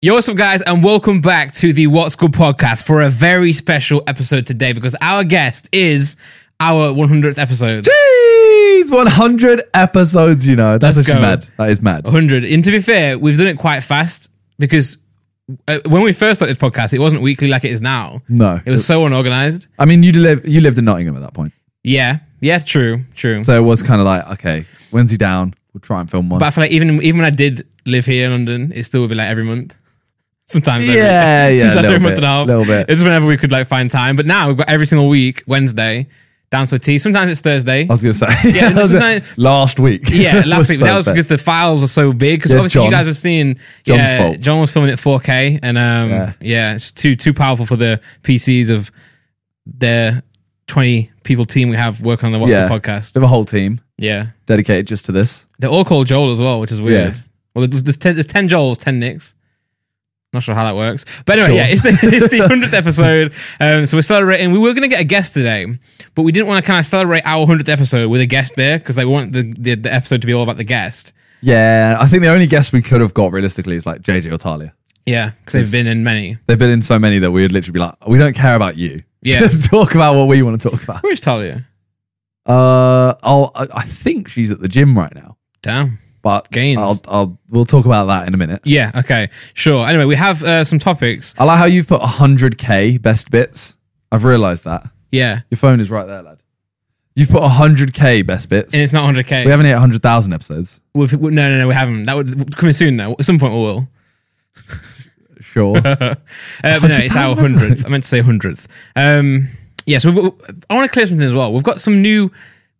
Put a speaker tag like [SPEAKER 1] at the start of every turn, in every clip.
[SPEAKER 1] Yo, what's up, guys, and welcome back to the What's Good podcast for a very special episode today because our guest is our 100th episode.
[SPEAKER 2] Jeez, 100 episodes, you know. That's
[SPEAKER 1] Let's
[SPEAKER 2] actually
[SPEAKER 1] go.
[SPEAKER 2] mad. That is mad.
[SPEAKER 1] 100. And to be fair, we've done it quite fast because uh, when we first started this podcast, it wasn't weekly like it is now.
[SPEAKER 2] No.
[SPEAKER 1] It was so unorganized.
[SPEAKER 2] I mean, you live you lived in Nottingham at that point.
[SPEAKER 1] Yeah. Yeah, true. True.
[SPEAKER 2] So it was kind of like, okay, when's he down? We'll try and film one.
[SPEAKER 1] but I feel like even, even when I did live here in London, it still would be like every month. Sometimes every,
[SPEAKER 2] yeah, yeah.
[SPEAKER 1] sometimes
[SPEAKER 2] A
[SPEAKER 1] every
[SPEAKER 2] little
[SPEAKER 1] month
[SPEAKER 2] bit,
[SPEAKER 1] and a half.
[SPEAKER 2] little bit.
[SPEAKER 1] It's whenever we could like find time. But now we've got every single week, Wednesday, down to a T. Sometimes it's Thursday.
[SPEAKER 2] I was going to say.
[SPEAKER 1] Yeah,
[SPEAKER 2] I was
[SPEAKER 1] this
[SPEAKER 2] gonna-
[SPEAKER 1] is
[SPEAKER 2] last week.
[SPEAKER 1] Yeah,
[SPEAKER 2] was
[SPEAKER 1] last week. That was
[SPEAKER 2] Thursday.
[SPEAKER 1] because the files were so big. Because
[SPEAKER 2] Yeah,
[SPEAKER 1] obviously you
[SPEAKER 2] John.
[SPEAKER 1] guys were seeing.
[SPEAKER 2] John's
[SPEAKER 1] yeah,
[SPEAKER 2] fault.
[SPEAKER 1] John was filming at 4K, and um, yeah.
[SPEAKER 2] Yeah.
[SPEAKER 1] it's too too powerful for the PCs of the 20 people team we have working on the What's
[SPEAKER 2] Yeah.
[SPEAKER 1] Good podcast.
[SPEAKER 2] They have a whole team
[SPEAKER 1] Yeah,
[SPEAKER 2] dedicated just to this.
[SPEAKER 1] they're all called Joel as well, which is weird.
[SPEAKER 2] Yeah.
[SPEAKER 1] Well, there's, there's, ten, there's 10 Joels, 10 Nicks. Not sure how that works, but anyway,
[SPEAKER 2] Sure.
[SPEAKER 1] yeah, it's the it's the hundredth episode, um, so we're celebrating. We were going to get a guest today, but we didn't want to kind of celebrate our hundredth episode with a guest there because they want the, the the episode to be all about the guest.
[SPEAKER 2] Yeah, I think the only guest we could have got realistically is like JJ or Talia.
[SPEAKER 1] Yeah, because they've been in many.
[SPEAKER 2] They've been in so many that we would literally be like, we don't care about you.
[SPEAKER 1] Yeah.
[SPEAKER 2] Just talk about what we want to talk about.
[SPEAKER 1] Where is Talia?
[SPEAKER 2] Uh, I'll, I I think she's at the gym right now.
[SPEAKER 1] Damn.
[SPEAKER 2] but
[SPEAKER 1] Gains.
[SPEAKER 2] I'll, I'll we'll talk about that in a minute.
[SPEAKER 1] Yeah. Okay. Sure. Anyway, we have uh, some topics.
[SPEAKER 2] I like how you've put 100k best bits. I've realised that
[SPEAKER 1] Yeah,
[SPEAKER 2] your phone is right there, lad. You've put 100k best bits.
[SPEAKER 1] and it's not 100k.
[SPEAKER 2] We haven't hit 100,000 episodes.
[SPEAKER 1] We've, we- no, no, no. We haven't. That would coming soon though. At some point we will.
[SPEAKER 2] Sure.
[SPEAKER 1] uh, but no, it's our
[SPEAKER 2] 100,000
[SPEAKER 1] hundredth. I meant to say hundredth. Um, yeah. So we- we- I want to clear something as well. We've got some new.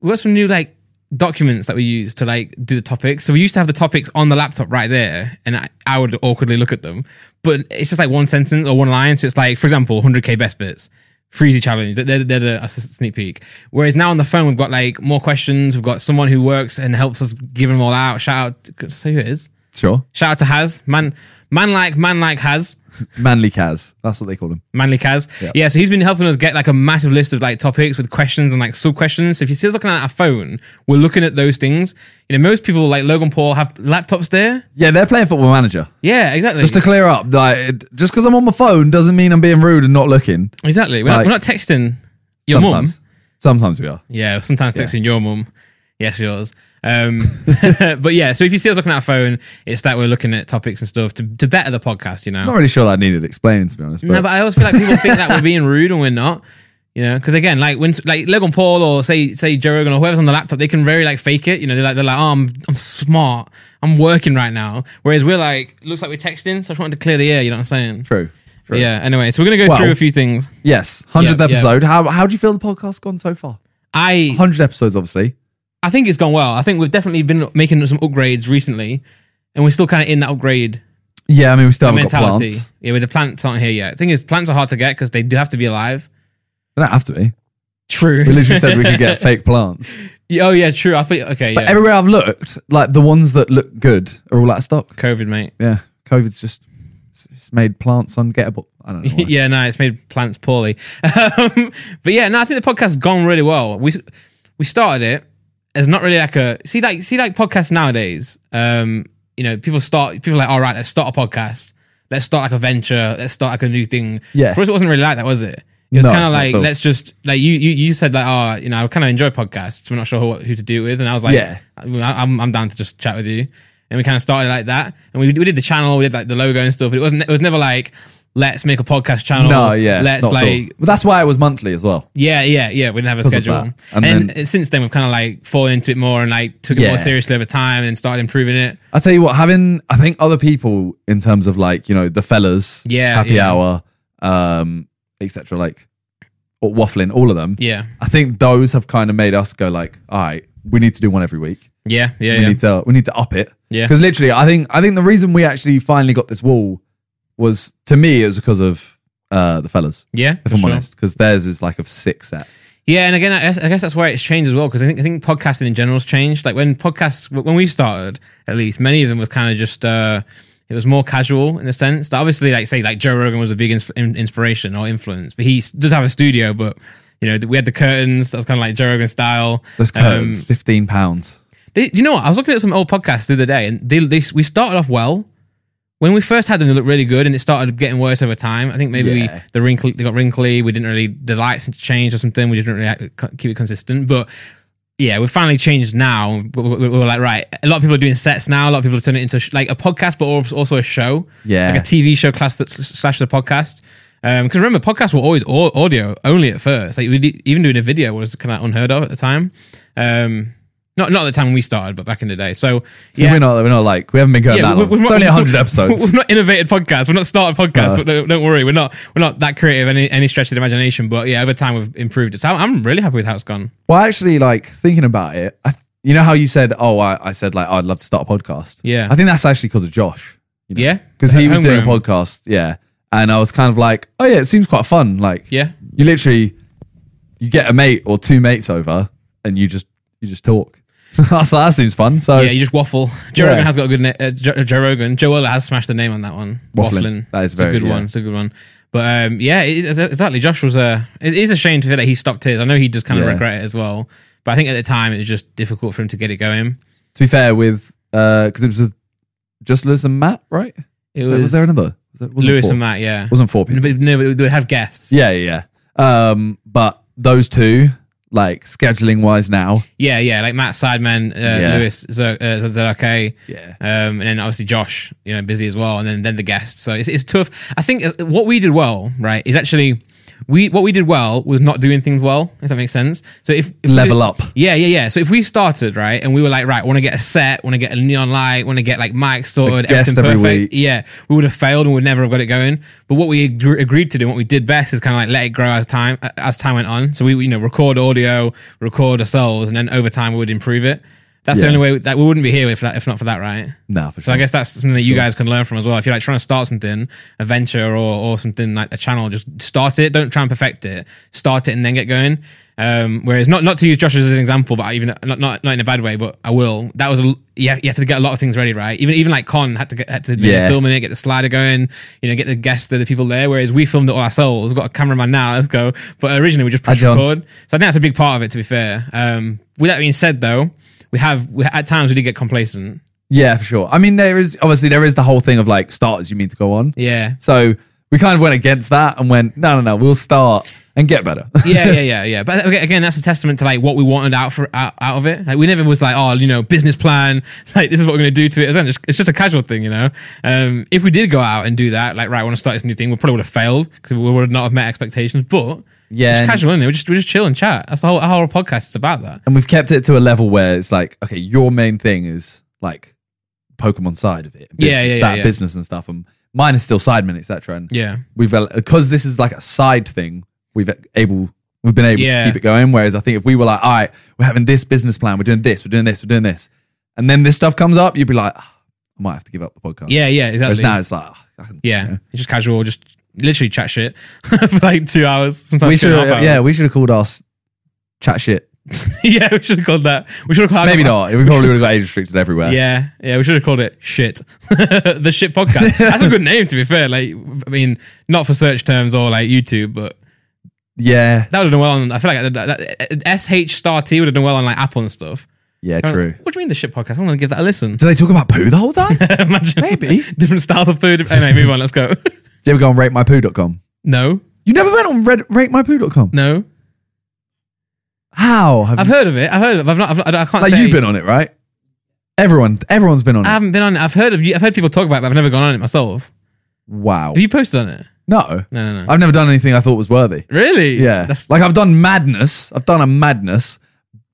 [SPEAKER 1] We've got some new like documents that we use to like do the topics. So we used to have the topics on the laptop right there, and I, I would awkwardly look at them. But it's just like one sentence or one line. So it's like, for example, 100k best bits. Freezy challenge. They're, they're the a sneak peek. Whereas now on the phone, we've got like more questions. We've got someone who works and helps us give them all out. Shout out. Could I say who it is?
[SPEAKER 2] sure.
[SPEAKER 1] Shout out to Has. Man, man like, man like Has.
[SPEAKER 2] Manly Kaz. That's what they call him.
[SPEAKER 1] Manly Kaz. Yeah, so he's been helping us get like a massive list of like topics with questions and like sub questions. So if you're still looking at our phone, we're looking at those things. You know, most people like Logan Paul have laptops there.
[SPEAKER 2] Yeah, they're playing Football Manager.
[SPEAKER 1] Yeah, exactly.
[SPEAKER 2] Just to clear up, like, it, just because I'm on my phone doesn't mean I'm being rude and not looking.
[SPEAKER 1] exactly. We're, not,
[SPEAKER 2] like-
[SPEAKER 1] we're not texting your mum.
[SPEAKER 2] sometimes. Sometimes we are.
[SPEAKER 1] Yeah, sometimes texting your mum. Yes, yours. Um, but yeah, so if you see us looking at our phone, it's that we're looking at topics and stuff to, to better the podcast, you know.
[SPEAKER 2] Not really sure that needed explaining, to be honest. But
[SPEAKER 1] No, but I always feel like people think that we're being rude and we're not. You know, because again, like when like Logan Paul or say say Joe Rogan or whoever's on the laptop, they can very like fake it. You know, they're like they're like, oh, I'm I'm smart, I'm working right now. Whereas we're like, looks like we're texting. So I just wanted to clear the air. You know what I'm saying?
[SPEAKER 2] true. True.
[SPEAKER 1] Yeah. Anyway, so we're gonna go
[SPEAKER 2] Well-
[SPEAKER 1] through a few things.
[SPEAKER 2] Yes. 100th
[SPEAKER 1] Yeah, yeah.
[SPEAKER 2] episode. How, how do you feel the podcast's gone so far?
[SPEAKER 1] I
[SPEAKER 2] 100 episodes, obviously.
[SPEAKER 1] I think it's gone well. I think we've definitely been making some upgrades recently, and we're still kind of in that upgrade
[SPEAKER 2] Yeah, I mean, we still haven't
[SPEAKER 1] mentality.
[SPEAKER 2] got plants.
[SPEAKER 1] Yeah, with the plants aren't here yet. The thing is, plants are hard to get because they do have to be alive.
[SPEAKER 2] They don't have to be.
[SPEAKER 1] True.
[SPEAKER 2] We literally said we could get fake plants.
[SPEAKER 1] oh yeah, true. I think okay.
[SPEAKER 2] But
[SPEAKER 1] yeah.
[SPEAKER 2] everywhere I've looked, like the ones that look good are all out of stock.
[SPEAKER 1] COVID, mate.
[SPEAKER 2] Yeah, COVID's just it's made plants ungettable. I don't know. Why.
[SPEAKER 1] yeah, no, it's made plants poorly. Um, but yeah, no, I think the podcast's gone really well. We we started it as not really like a see like see like podcasts nowadays. Um, you know, people start people are like, all right, let's start a podcast. Let's start like a venture. Let's start like a new thing.
[SPEAKER 2] Yeah.
[SPEAKER 1] For us, it wasn't really like that, was it? It was
[SPEAKER 2] No,
[SPEAKER 1] kind of
[SPEAKER 2] not
[SPEAKER 1] like
[SPEAKER 2] at all.
[SPEAKER 1] let's just like you you you said like oh you know I kind of enjoy podcasts. We're not sure who, who to do it with, and I was like
[SPEAKER 2] Yeah.
[SPEAKER 1] I- I'm I'm down to just chat with you. And we kind of started like that, and we we did the channel, we did like the logo and stuff. But it wasn't it was never like let's make a podcast channel.
[SPEAKER 2] No, yeah,
[SPEAKER 1] Oh, let's
[SPEAKER 2] not at all.
[SPEAKER 1] like
[SPEAKER 2] But that's why it was monthly as well.
[SPEAKER 1] yeah yeah yeah. We didn't have a
[SPEAKER 2] 'Cause of
[SPEAKER 1] schedule, and,
[SPEAKER 2] that. And
[SPEAKER 1] then, since then we've kind of like fallen into it more and like took it
[SPEAKER 2] Yeah.
[SPEAKER 1] more seriously over time and started improving it.
[SPEAKER 2] I tell you what, having I think other people in terms of like you know the fellas,
[SPEAKER 1] Yeah,
[SPEAKER 2] happy
[SPEAKER 1] yeah.
[SPEAKER 2] hour, um, etc. Like or waffling, all of them.
[SPEAKER 1] Yeah
[SPEAKER 2] I think those have kind of made us go like, all right, we need to do one every week.
[SPEAKER 1] yeah yeah
[SPEAKER 2] we
[SPEAKER 1] yeah.
[SPEAKER 2] need to we need to up it.
[SPEAKER 1] Yeah.
[SPEAKER 2] Because literally, I think I think the reason we actually finally got this wall was to me it was because of uh the fellas.
[SPEAKER 1] yeah
[SPEAKER 2] If
[SPEAKER 1] for
[SPEAKER 2] I'm
[SPEAKER 1] sure.
[SPEAKER 2] honest, because theirs is like a six set.
[SPEAKER 1] Yeah, and again, I guess, I guess that's where it's changed as well because I think I think podcasting in general's changed. Like when podcasts when we started, at least many of them was kind of just uh, it was more casual in a sense. That obviously, like say like Joe Rogan was a big ins- in- inspiration or influence, but he s- does have a studio. But you know, we had the curtains. That was kind of like Joe Rogan style.
[SPEAKER 2] Those
[SPEAKER 1] Um,
[SPEAKER 2] curtains, fifteen pounds.
[SPEAKER 1] They, you know what? I was looking at some old podcasts the other day, and they, they we started off well, when we first had them, they looked really good, and it started getting worse over time. I think maybe
[SPEAKER 2] Yeah.
[SPEAKER 1] we, the wrinkly they got wrinkly. We didn't really the lights changed or something. We didn't really act- co- keep it consistent, but. Yeah, we finally changed now. We we- we were like, right, a lot of people are doing sets now. A lot of people are turning it into sh- like a podcast, but al- also a show,
[SPEAKER 2] Yeah.
[SPEAKER 1] like a TV show class that s- slash the podcast. Because remember, podcasts were always au- audio only at first. Like we did, even doing a video was kind of unheard of at the time. Um, not not at the time when we started, but back in the day. So yeah,
[SPEAKER 2] We're not. We're not like we haven't been going
[SPEAKER 1] yeah,
[SPEAKER 2] that
[SPEAKER 1] we-
[SPEAKER 2] long.
[SPEAKER 1] we've
[SPEAKER 2] it's
[SPEAKER 1] not-
[SPEAKER 2] only
[SPEAKER 1] we've-
[SPEAKER 2] hundred
[SPEAKER 1] We've
[SPEAKER 2] episodes.
[SPEAKER 1] not innovated podcasts. We've not started podcasts.
[SPEAKER 2] No.
[SPEAKER 1] But don't, don't worry, we're not we're not that creative any any stretch of the imagination. But yeah, over time we've improved it. So I'm, I'm really happy with how it's gone.
[SPEAKER 2] Well, actually, like thinking about it, I, th- you know how you said, "Oh, I, I said like I'd love to start a podcast."
[SPEAKER 1] Yeah.
[SPEAKER 2] I think that's actually because of Josh. you know?
[SPEAKER 1] Yeah,
[SPEAKER 2] because he was doing a
[SPEAKER 1] Homegrown.
[SPEAKER 2] podcast, yeah, and I was kind of like, oh yeah, it seems quite fun. Like,
[SPEAKER 1] Yeah.
[SPEAKER 2] you literally you get a mate or two mates over, and you just you just talk. That's that seems fun. So
[SPEAKER 1] Yeah, you just waffle. Joe
[SPEAKER 2] Oh. Yeah.
[SPEAKER 1] Rogan has got a good name. Uh, Joe, Joe Rogan, Joe Joella has smashed the name on that one.
[SPEAKER 2] Waffling. That is
[SPEAKER 1] It's
[SPEAKER 2] very-
[SPEAKER 1] a good
[SPEAKER 2] yeah.
[SPEAKER 1] one. It's a good one. But um, yeah, it is, exactly. Josh was a. It is a shame to feel that he stopped his. I know he does kind of
[SPEAKER 2] Yeah.
[SPEAKER 1] regret it as well. But I think at the time it was just difficult for him to get it going.
[SPEAKER 2] to be fair, with because it was with just Lewis and Matt, right?
[SPEAKER 1] It
[SPEAKER 2] was,
[SPEAKER 1] was,
[SPEAKER 2] there another? Was there- wasn't
[SPEAKER 1] Lewis
[SPEAKER 2] four-
[SPEAKER 1] and Matt. Yeah,
[SPEAKER 2] Wasn't four people?
[SPEAKER 1] But no, but they have guests.
[SPEAKER 2] Yeah, yeah, yeah. Um, but those two, like scheduling wise, now,
[SPEAKER 1] Yeah, yeah, like Matt Sideman, uh,
[SPEAKER 2] Yeah.
[SPEAKER 1] Lewis Zer- uh, ZRK,
[SPEAKER 2] Yeah.
[SPEAKER 1] um, and then obviously Josh, you know, busy as well, and then then the guests. So it's, it's tough. I think uh, what we did well, right, is actually we what we did well was not doing things well. If that makes sense. So if, if we
[SPEAKER 2] level
[SPEAKER 1] did-
[SPEAKER 2] up.
[SPEAKER 1] Yeah, yeah, yeah. So if we started right, and we were like, right, want to get a set, want to get a neon light, want to get like mics sorted,
[SPEAKER 2] guest
[SPEAKER 1] everything
[SPEAKER 2] every
[SPEAKER 1] perfect.
[SPEAKER 2] week.
[SPEAKER 1] Yeah, we would have failed and would never have got it going. But what we agre- agreed to do, what we did best, is kind of like let it grow as time as time went on. So we, you know, record audio, record ourselves, and then over time we would improve it. That's
[SPEAKER 2] Yeah.
[SPEAKER 1] the only way that we wouldn't be here if that, if not for that, right?
[SPEAKER 2] No, for
[SPEAKER 1] So
[SPEAKER 2] sure.
[SPEAKER 1] I guess that's something that you guys can learn from as well. If you're like trying to start something, a venture or or something like a channel, just start it. Don't try and perfect it. Start it and then get going. Um, whereas not not to use Josh as an example, but I even not not not in a bad way, but I will. That was a, l- you, have, you have to get a lot of things ready, right? Even even like Con had to get had to be
[SPEAKER 2] Yeah.
[SPEAKER 1] filming it, get the slider going, you know, get the guests, the, the people there. Whereas we filmed it all ourselves. We've got a cameraman now. Let's go. But originally we just pressed
[SPEAKER 2] John.
[SPEAKER 1] record. So I think that's a big part of it. To be fair. Um, with that being said, though, we have we, at times we did get complacent.
[SPEAKER 2] Yeah, for sure. I mean, there is obviously there is the whole thing of like starters you mean to go on.
[SPEAKER 1] Yeah.
[SPEAKER 2] So we kind of went against that and went, no, no, no, we'll start and get better.
[SPEAKER 1] yeah, yeah, yeah, yeah. But okay, again, that's a testament to like what we wanted out for out, out of it. Like we never was like, oh, you know, business plan. Like this is what we're gonna do to it. It's not just- It's just a casual thing, you know. Um, if we did go out and do that, like right, I want to start this new thing, we probably would have failed because we would not have met expectations. But
[SPEAKER 2] Yeah,
[SPEAKER 1] it's
[SPEAKER 2] and-
[SPEAKER 1] casual, isn't it? We just we just chill and chat. That's the whole our whole podcast is about that.
[SPEAKER 2] and we've kept it to a level where it's like, okay, your main thing is like Pokemon side of it,
[SPEAKER 1] Yeah, yeah, yeah,
[SPEAKER 2] that
[SPEAKER 1] yeah.
[SPEAKER 2] business and stuff, and mine is still Sidemen, etc. And
[SPEAKER 1] Yeah,
[SPEAKER 2] we've because this is like a side thing, we've uh, able we've been able
[SPEAKER 1] Yeah.
[SPEAKER 2] to keep it going. Whereas I think if we were like, all right, we're having this business plan, we're doing this, we're doing this, we're doing this, and then this stuff comes up, you'd be like, "Ah, I might have to give up the podcast.
[SPEAKER 1] yeah, yeah. Exactly.
[SPEAKER 2] Whereas now it's like, "Ah, I can-
[SPEAKER 1] yeah, it's just casual. Just literally chat shit for like two hours. Sometimes
[SPEAKER 2] we
[SPEAKER 1] two
[SPEAKER 2] should,
[SPEAKER 1] and a half hours.
[SPEAKER 2] yeah, we should have called us chat shit.
[SPEAKER 1] yeah. We should have called that. We should have called
[SPEAKER 2] Maybe not. We probably would have got age restricted everywhere.
[SPEAKER 1] Yeah, yeah, we should have called it shit. the shit podcast. That's a good name to be fair. Like, I mean, not for search terms or like YouTube, but
[SPEAKER 2] yeah,
[SPEAKER 1] that would have done well on. I feel like that, that, SH Star T would have done well on like Apple and stuff.
[SPEAKER 2] yeah, true.
[SPEAKER 1] What do you mean the shit podcast? I'm gonna give that a listen.
[SPEAKER 2] Do they talk about poo the whole time?
[SPEAKER 1] Imagine
[SPEAKER 2] Maybe.
[SPEAKER 1] different styles of food. Anyway, move on. Let's go.
[SPEAKER 2] you ever go on ratemypoo.com?
[SPEAKER 1] No,
[SPEAKER 2] You never went on red, ratemypoo.com?
[SPEAKER 1] no.
[SPEAKER 2] How? Have
[SPEAKER 1] I've
[SPEAKER 2] you,
[SPEAKER 1] heard of it. I've heard of. It. I've not. I've not I, don't- I can't.
[SPEAKER 2] like
[SPEAKER 1] say,
[SPEAKER 2] you've been on it, right? Everyone, everyone's been on
[SPEAKER 1] I
[SPEAKER 2] it.
[SPEAKER 1] haven't been on it. I've heard of. I've heard people talk about it, but I've never gone on it myself.
[SPEAKER 2] Wow.
[SPEAKER 1] Have you posted on it?
[SPEAKER 2] No,
[SPEAKER 1] No, no, no.
[SPEAKER 2] I've never done anything I thought was worthy.
[SPEAKER 1] really?
[SPEAKER 2] Yeah,
[SPEAKER 1] That's
[SPEAKER 2] like I've done madness. I've done a madness,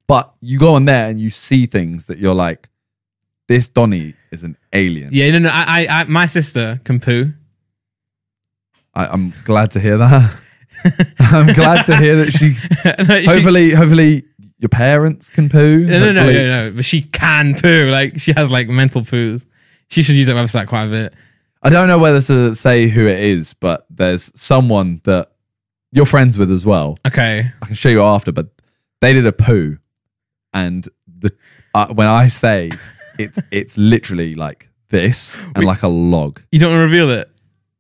[SPEAKER 2] but you go on there and you see things that you're like, this Donny is an alien.
[SPEAKER 1] yeah. No, no. I, I, I my sister can poo.
[SPEAKER 2] I, I'm glad to hear that. I'm glad to hear that she.
[SPEAKER 1] No, she-
[SPEAKER 2] Hopefully, hopefully your parents can poo.
[SPEAKER 1] No, no, no,
[SPEAKER 2] Hopefully-
[SPEAKER 1] no, no. But she can poo. Like she has like mental poos. She should use that website quite a bit.
[SPEAKER 2] I don't know whether to say who it is, but there's someone that you're friends with as well.
[SPEAKER 1] Okay.
[SPEAKER 2] I can show you after, but they did a poo, and the uh, when I say it's it's literally like this and like a log.
[SPEAKER 1] You don't want to reveal it.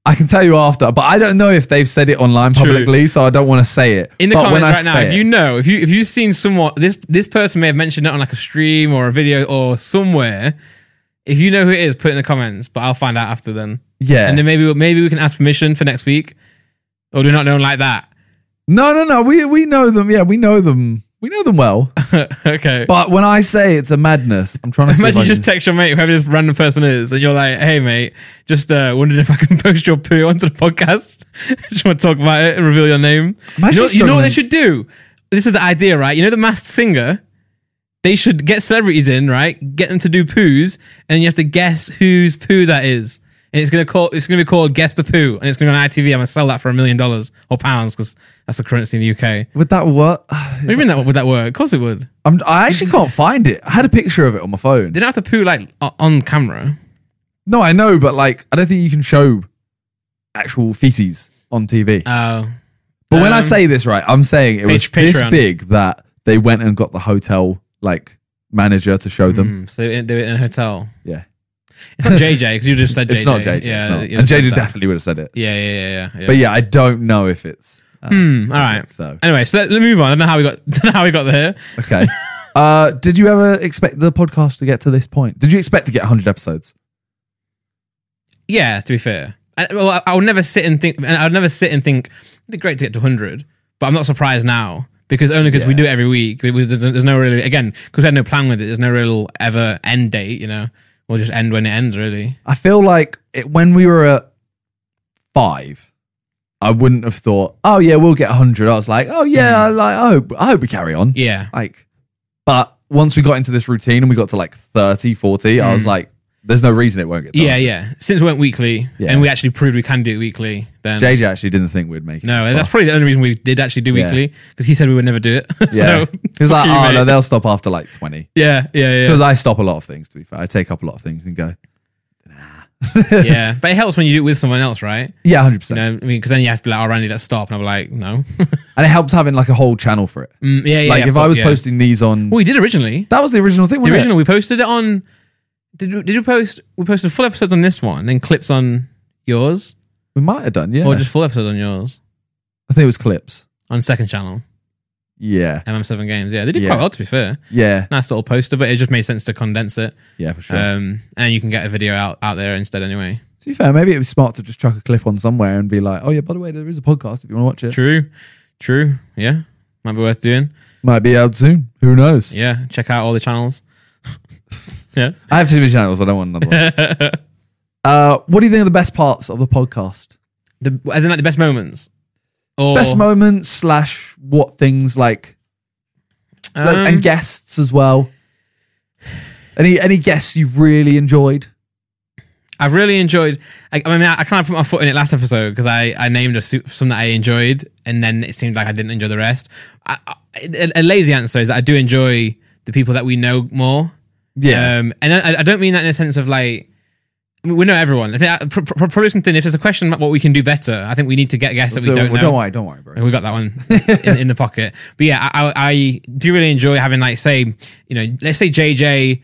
[SPEAKER 2] I can tell you after, but I don't know if they've said it online publicly, so I don't want to say it.
[SPEAKER 1] In the
[SPEAKER 2] but
[SPEAKER 1] comments
[SPEAKER 2] when I
[SPEAKER 1] right now,
[SPEAKER 2] say
[SPEAKER 1] if
[SPEAKER 2] it-
[SPEAKER 1] you know, if you if you've seen someone this this person may have mentioned it on like a stream or a video or somewhere. If you know who it is, put it in the comments, but I'll find out after then.
[SPEAKER 2] Yeah.
[SPEAKER 1] and then maybe we'll- maybe we can ask permission for next week, or do we not know like that?
[SPEAKER 2] no, no, no. We we know them. Yeah, we know them. We know them well.
[SPEAKER 1] okay.
[SPEAKER 2] But when I say it's a madness, I'm trying to see if
[SPEAKER 1] Imagine
[SPEAKER 2] I
[SPEAKER 1] you just
[SPEAKER 2] can-
[SPEAKER 1] text your mate, whoever this random person is, and you're like, "Hey, mate, just uh, wondering if I can post your poo onto the podcast. just want to talk about it and reveal your name."
[SPEAKER 2] I'm
[SPEAKER 1] You know,
[SPEAKER 2] actually
[SPEAKER 1] you know what they should
[SPEAKER 2] struggling.
[SPEAKER 1] do? This is the idea, right? You know the masked singer? They should get celebrities in, right? Get them to do poos, and you have to guess whose poo that is. And it's gonna call it's gonna be called Guess the Poo, and it's gonna be on ITV. I'm gonna sell that for a million dollars or pounds, because that's the currency in the UK.
[SPEAKER 2] Would that what?
[SPEAKER 1] What do you mean that would that work? Of course it would.
[SPEAKER 2] I'm, I actually can't find it. I had a picture of it on my phone.
[SPEAKER 1] They don't have to poo like o- on camera.
[SPEAKER 2] No, I know, but like, I don't think you can show actual feces on TV.
[SPEAKER 1] Oh.
[SPEAKER 2] But when I
[SPEAKER 1] Um,
[SPEAKER 2] say this, right, I'm saying it was
[SPEAKER 1] Pitch-
[SPEAKER 2] this
[SPEAKER 1] Patreon.
[SPEAKER 2] big that they went and got the hotel like manager to show them.
[SPEAKER 1] Mm, so they didn't do it in a hotel.
[SPEAKER 2] Yeah,
[SPEAKER 1] It's not JJ because you just said JJ.
[SPEAKER 2] it's not JJ.
[SPEAKER 1] Mm-hmm. Yeah,
[SPEAKER 2] it's not.
[SPEAKER 1] you
[SPEAKER 2] And
[SPEAKER 1] said
[SPEAKER 2] JJ
[SPEAKER 1] that.
[SPEAKER 2] definitely would have said it.
[SPEAKER 1] Yeah, yeah, yeah, yeah. yeah.
[SPEAKER 2] But yeah, I don't know if it's. uh,
[SPEAKER 1] Hmm, all right.
[SPEAKER 2] So
[SPEAKER 1] Anyway, so let, let's move on. I don't know how we got don't know how we got there.
[SPEAKER 2] okay. uh, did you ever expect the podcast to get to this point? Did you expect to get 100 episodes?
[SPEAKER 1] Yeah, to be fair, I, well, I, I would never sit and think. and I would never sit and think. It'd be great to get to hundred, but I'm not surprised now because only because we
[SPEAKER 2] Yeah.
[SPEAKER 1] do it every week. It was, there's, there's no really again because we had no plan with it. There's no real ever end date. You know, we'll just end when it ends. Really,
[SPEAKER 2] I feel like it, when we were at five, I wouldn't have thought, oh yeah, we'll get 100. I was like, oh yeah, I like I hope I hope we carry on.
[SPEAKER 1] yeah.
[SPEAKER 2] like but once we got into this routine and we got to like 30 40 i was like there's no reason it won't get done
[SPEAKER 1] Mm. Yeah, yeah. Since we went weekly,
[SPEAKER 2] Yeah.
[SPEAKER 1] and we actually proved we can do it weekly, then
[SPEAKER 2] jj actually didn't think we'd make it
[SPEAKER 1] No,
[SPEAKER 2] this
[SPEAKER 1] and that's
[SPEAKER 2] far.
[SPEAKER 1] probably the only reason we did actually do
[SPEAKER 2] Yeah.
[SPEAKER 1] weekly because he said we would never do it.
[SPEAKER 2] yeah
[SPEAKER 1] so
[SPEAKER 2] he was
[SPEAKER 1] fuck
[SPEAKER 2] like
[SPEAKER 1] you,
[SPEAKER 2] oh no
[SPEAKER 1] mate."
[SPEAKER 2] they'll stop after like 20
[SPEAKER 1] yeah, yeah,
[SPEAKER 2] because i stop a lot of things to be fair i take up a lot of things and go
[SPEAKER 1] yeah, yeah. But it helps when you do it with someone else, right?
[SPEAKER 2] yeah 100%
[SPEAKER 1] You know, I mean, because then you have to be like, "Oh, Randy, let's stop," and I'm like, "No."
[SPEAKER 2] and it helps having like a whole channel for it
[SPEAKER 1] Mm, yeah, yeah.
[SPEAKER 2] like
[SPEAKER 1] yeah,
[SPEAKER 2] if
[SPEAKER 1] fuck
[SPEAKER 2] i was
[SPEAKER 1] yeah.
[SPEAKER 2] posting these on
[SPEAKER 1] well, we did originally.
[SPEAKER 2] that was the original thing
[SPEAKER 1] The
[SPEAKER 2] wasn't
[SPEAKER 1] original we posted it on. Did we- did you post? We posted full episodes on this one, then clips on yours,
[SPEAKER 2] it we might have done yeah
[SPEAKER 1] or just full episodes on yours
[SPEAKER 2] i think it was clips
[SPEAKER 1] on second channel
[SPEAKER 2] yeah
[SPEAKER 1] MM7 Games. Yeah, they did
[SPEAKER 2] Yeah.
[SPEAKER 1] quite well to be fair.
[SPEAKER 2] yeah
[SPEAKER 1] Nice little poster, but it just made sense to condense it.
[SPEAKER 2] yeah for sure
[SPEAKER 1] Um, and you can get a video out out there instead anyway.
[SPEAKER 2] to be fair maybe it was smart to just chuck a clip on somewhere and be like oh yeah by the way there is a podcast if you want to watch it
[SPEAKER 1] True, true. Yeah, might be worth doing.
[SPEAKER 2] might be out soon who knows
[SPEAKER 1] Yeah, check out all the channels. yeah.
[SPEAKER 2] I have too many channels. I don't want another one. uh, what do you think are the best parts of the podcast?
[SPEAKER 1] The as in like the best moments. Or
[SPEAKER 2] Best moments slash what things like, like-
[SPEAKER 1] um,
[SPEAKER 2] and guests as well. Any any guests you've really enjoyed?
[SPEAKER 1] I've really enjoyed. I, I mean, I, I kind of put my foot in it last episode because I, I named a su- some that I enjoyed, and then it seemed like I didn't enjoy the rest. I, I, a a lazy answer is that I do enjoy the people that we know more. Um, and I, I don't mean that in a sense of like, I mean, we know everyone. I think that, pr- pr- probably something, if there's a question about what we can do better, I think we need to get guests that we
[SPEAKER 2] So-
[SPEAKER 1] don't
[SPEAKER 2] well,
[SPEAKER 1] know.
[SPEAKER 2] don't worry, don't worry, bro.
[SPEAKER 1] We got that one in, in the pocket. But yeah, I, I, I do really enjoy having like say, you know, let's say JJ,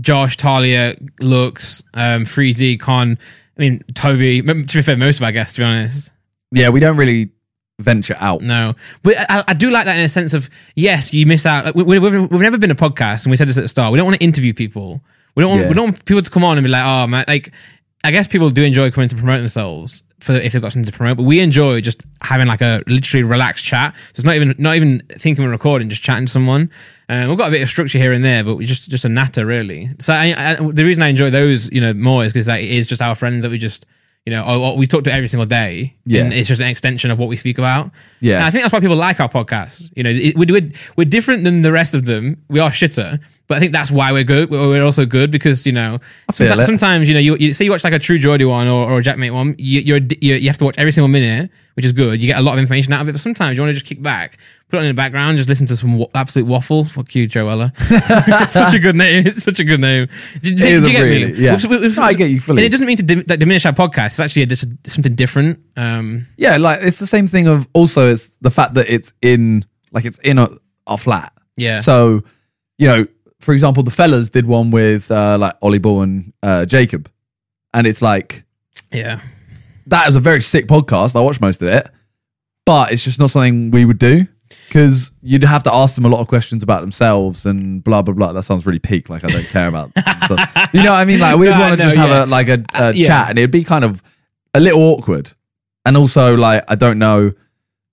[SPEAKER 1] Josh, Talia, Lux, um, Freezy, Con. I mean, Toby. m- To be fair, most of our guests, to be honest,
[SPEAKER 2] Yeah, we don't really venture out.
[SPEAKER 1] no. But I, I do like that in a sense of yes, you miss out. Like, we, we- we've, we've never been a podcast, and we said this at the start. We don't want to interview people. We don't want
[SPEAKER 2] Yeah.
[SPEAKER 1] we don't want people to come on and be like, oh man, like. I guess people do enjoy coming to promote themselves for if they've got something to promote, but we enjoy just having like a literally relaxed chat. So it's not even not even thinking we're recording, just chatting to someone. Um, we've got a bit of structure here and there, but we just just a natter really. So I, I, the reason I enjoy those, you know, more is because like, it is just our friends that we just. You know, oh, oh, we talk to every single day,
[SPEAKER 2] Yeah.
[SPEAKER 1] and it's just an extension of what we speak about.
[SPEAKER 2] Yeah.
[SPEAKER 1] And I think that's why people like our podcast. You know, it, we're, we're, we're different than the rest of them. We are shitter, but I think that's why we're good. We're we're also good because, you know,
[SPEAKER 2] feel
[SPEAKER 1] sometimes,
[SPEAKER 2] it.
[SPEAKER 1] sometimes, you know, you, you say you watch like a True Geordie one or, or a Jackmate one, you, you're, you, you have to watch every single minute, which is good. You get a lot of information out of it, but sometimes you want to just kick back, put it in the background, just listen to some wa- absolute waffle. Fuck you, Joella. it's such a good name. It's such a good name. Do, do,
[SPEAKER 2] It is
[SPEAKER 1] do
[SPEAKER 2] a
[SPEAKER 1] you get
[SPEAKER 2] really-
[SPEAKER 1] me?
[SPEAKER 2] yeah. No, I get you fully.
[SPEAKER 1] And it doesn't mean to dim, like, diminish our podcast. It's actually just a- something different. Um,
[SPEAKER 2] Yeah, like it's the same thing of also it's the fact that it's in like it's in a, our flat.
[SPEAKER 1] Yeah.
[SPEAKER 2] So, you know, for example, the fellas did one with uh, like Ollie Ball and uh, Jacob, and it's like
[SPEAKER 1] yeah.
[SPEAKER 2] that was a very sick podcast. I watched most of it, but it's just not something we would do. because you'd have to ask them a lot of questions about themselves and blah blah blah. That sounds really peak. Like I don't care about. so, you know what I mean? Like we'd
[SPEAKER 1] No, I
[SPEAKER 2] want to
[SPEAKER 1] know,
[SPEAKER 2] just have
[SPEAKER 1] yeah. Uh,
[SPEAKER 2] a like a, a
[SPEAKER 1] yeah.
[SPEAKER 2] chat, and it'd be kind of a little awkward, and also like I don't know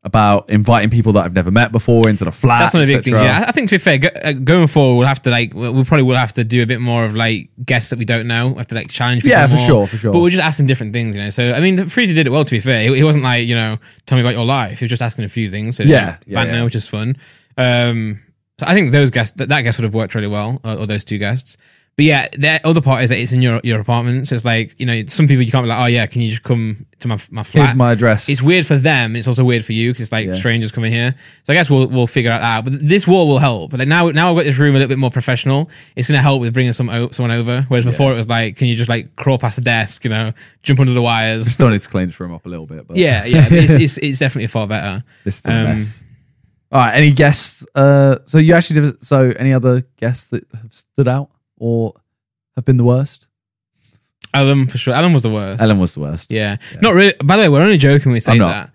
[SPEAKER 2] about inviting people that I've never met before into the flat.
[SPEAKER 1] That's one of the big
[SPEAKER 2] etc..
[SPEAKER 1] things. Yeah, I- I think to be fair, go, uh, going forward, we'll have to like we we probably will have to do a bit more of like guests that we don't know. We'll have to like challenge. People
[SPEAKER 2] Yeah, for
[SPEAKER 1] more.
[SPEAKER 2] sure, for sure.
[SPEAKER 1] But we'll just ask them different things, you know. So I mean, Freezy did it well. To be fair, he, he wasn't like you know, tell me about your life. He was just asking a few things. So
[SPEAKER 2] Yeah,
[SPEAKER 1] like,
[SPEAKER 2] yeah,
[SPEAKER 1] back now,
[SPEAKER 2] yeah.
[SPEAKER 1] which is fun. Um, so I think those guests that, that guest would have worked really well, uh, or, or those two guests. But yeah, the other part is that it's in your your apartment, so it's like you know, some people you can't be like, oh yeah, can you just come to my my flat?
[SPEAKER 2] Here's my address.
[SPEAKER 1] it's weird for them. It's also weird for you because it's like strangers coming here. So I guess we'll we'll figure out that. But this wall will help. But like now now I've got this room a little bit more professional. It's gonna help with bringing some o- someone over. Whereas before it was like, can you just like crawl past the desk, you know, jump under the wires?
[SPEAKER 2] Still need to clean this room up a little bit, but
[SPEAKER 1] yeah, yeah. It's, it's it's definitely far better.
[SPEAKER 2] this is still a
[SPEAKER 1] Um,
[SPEAKER 2] mess. All right. Any guests? Uh, so you actually did. So any other guests that have stood out or have been the worst?
[SPEAKER 1] Alan for sure. Alan was the worst.
[SPEAKER 2] Ellen was the worst.
[SPEAKER 1] Yeah. not really. By the way, we're only joking when we say
[SPEAKER 2] I'm not.
[SPEAKER 1] that.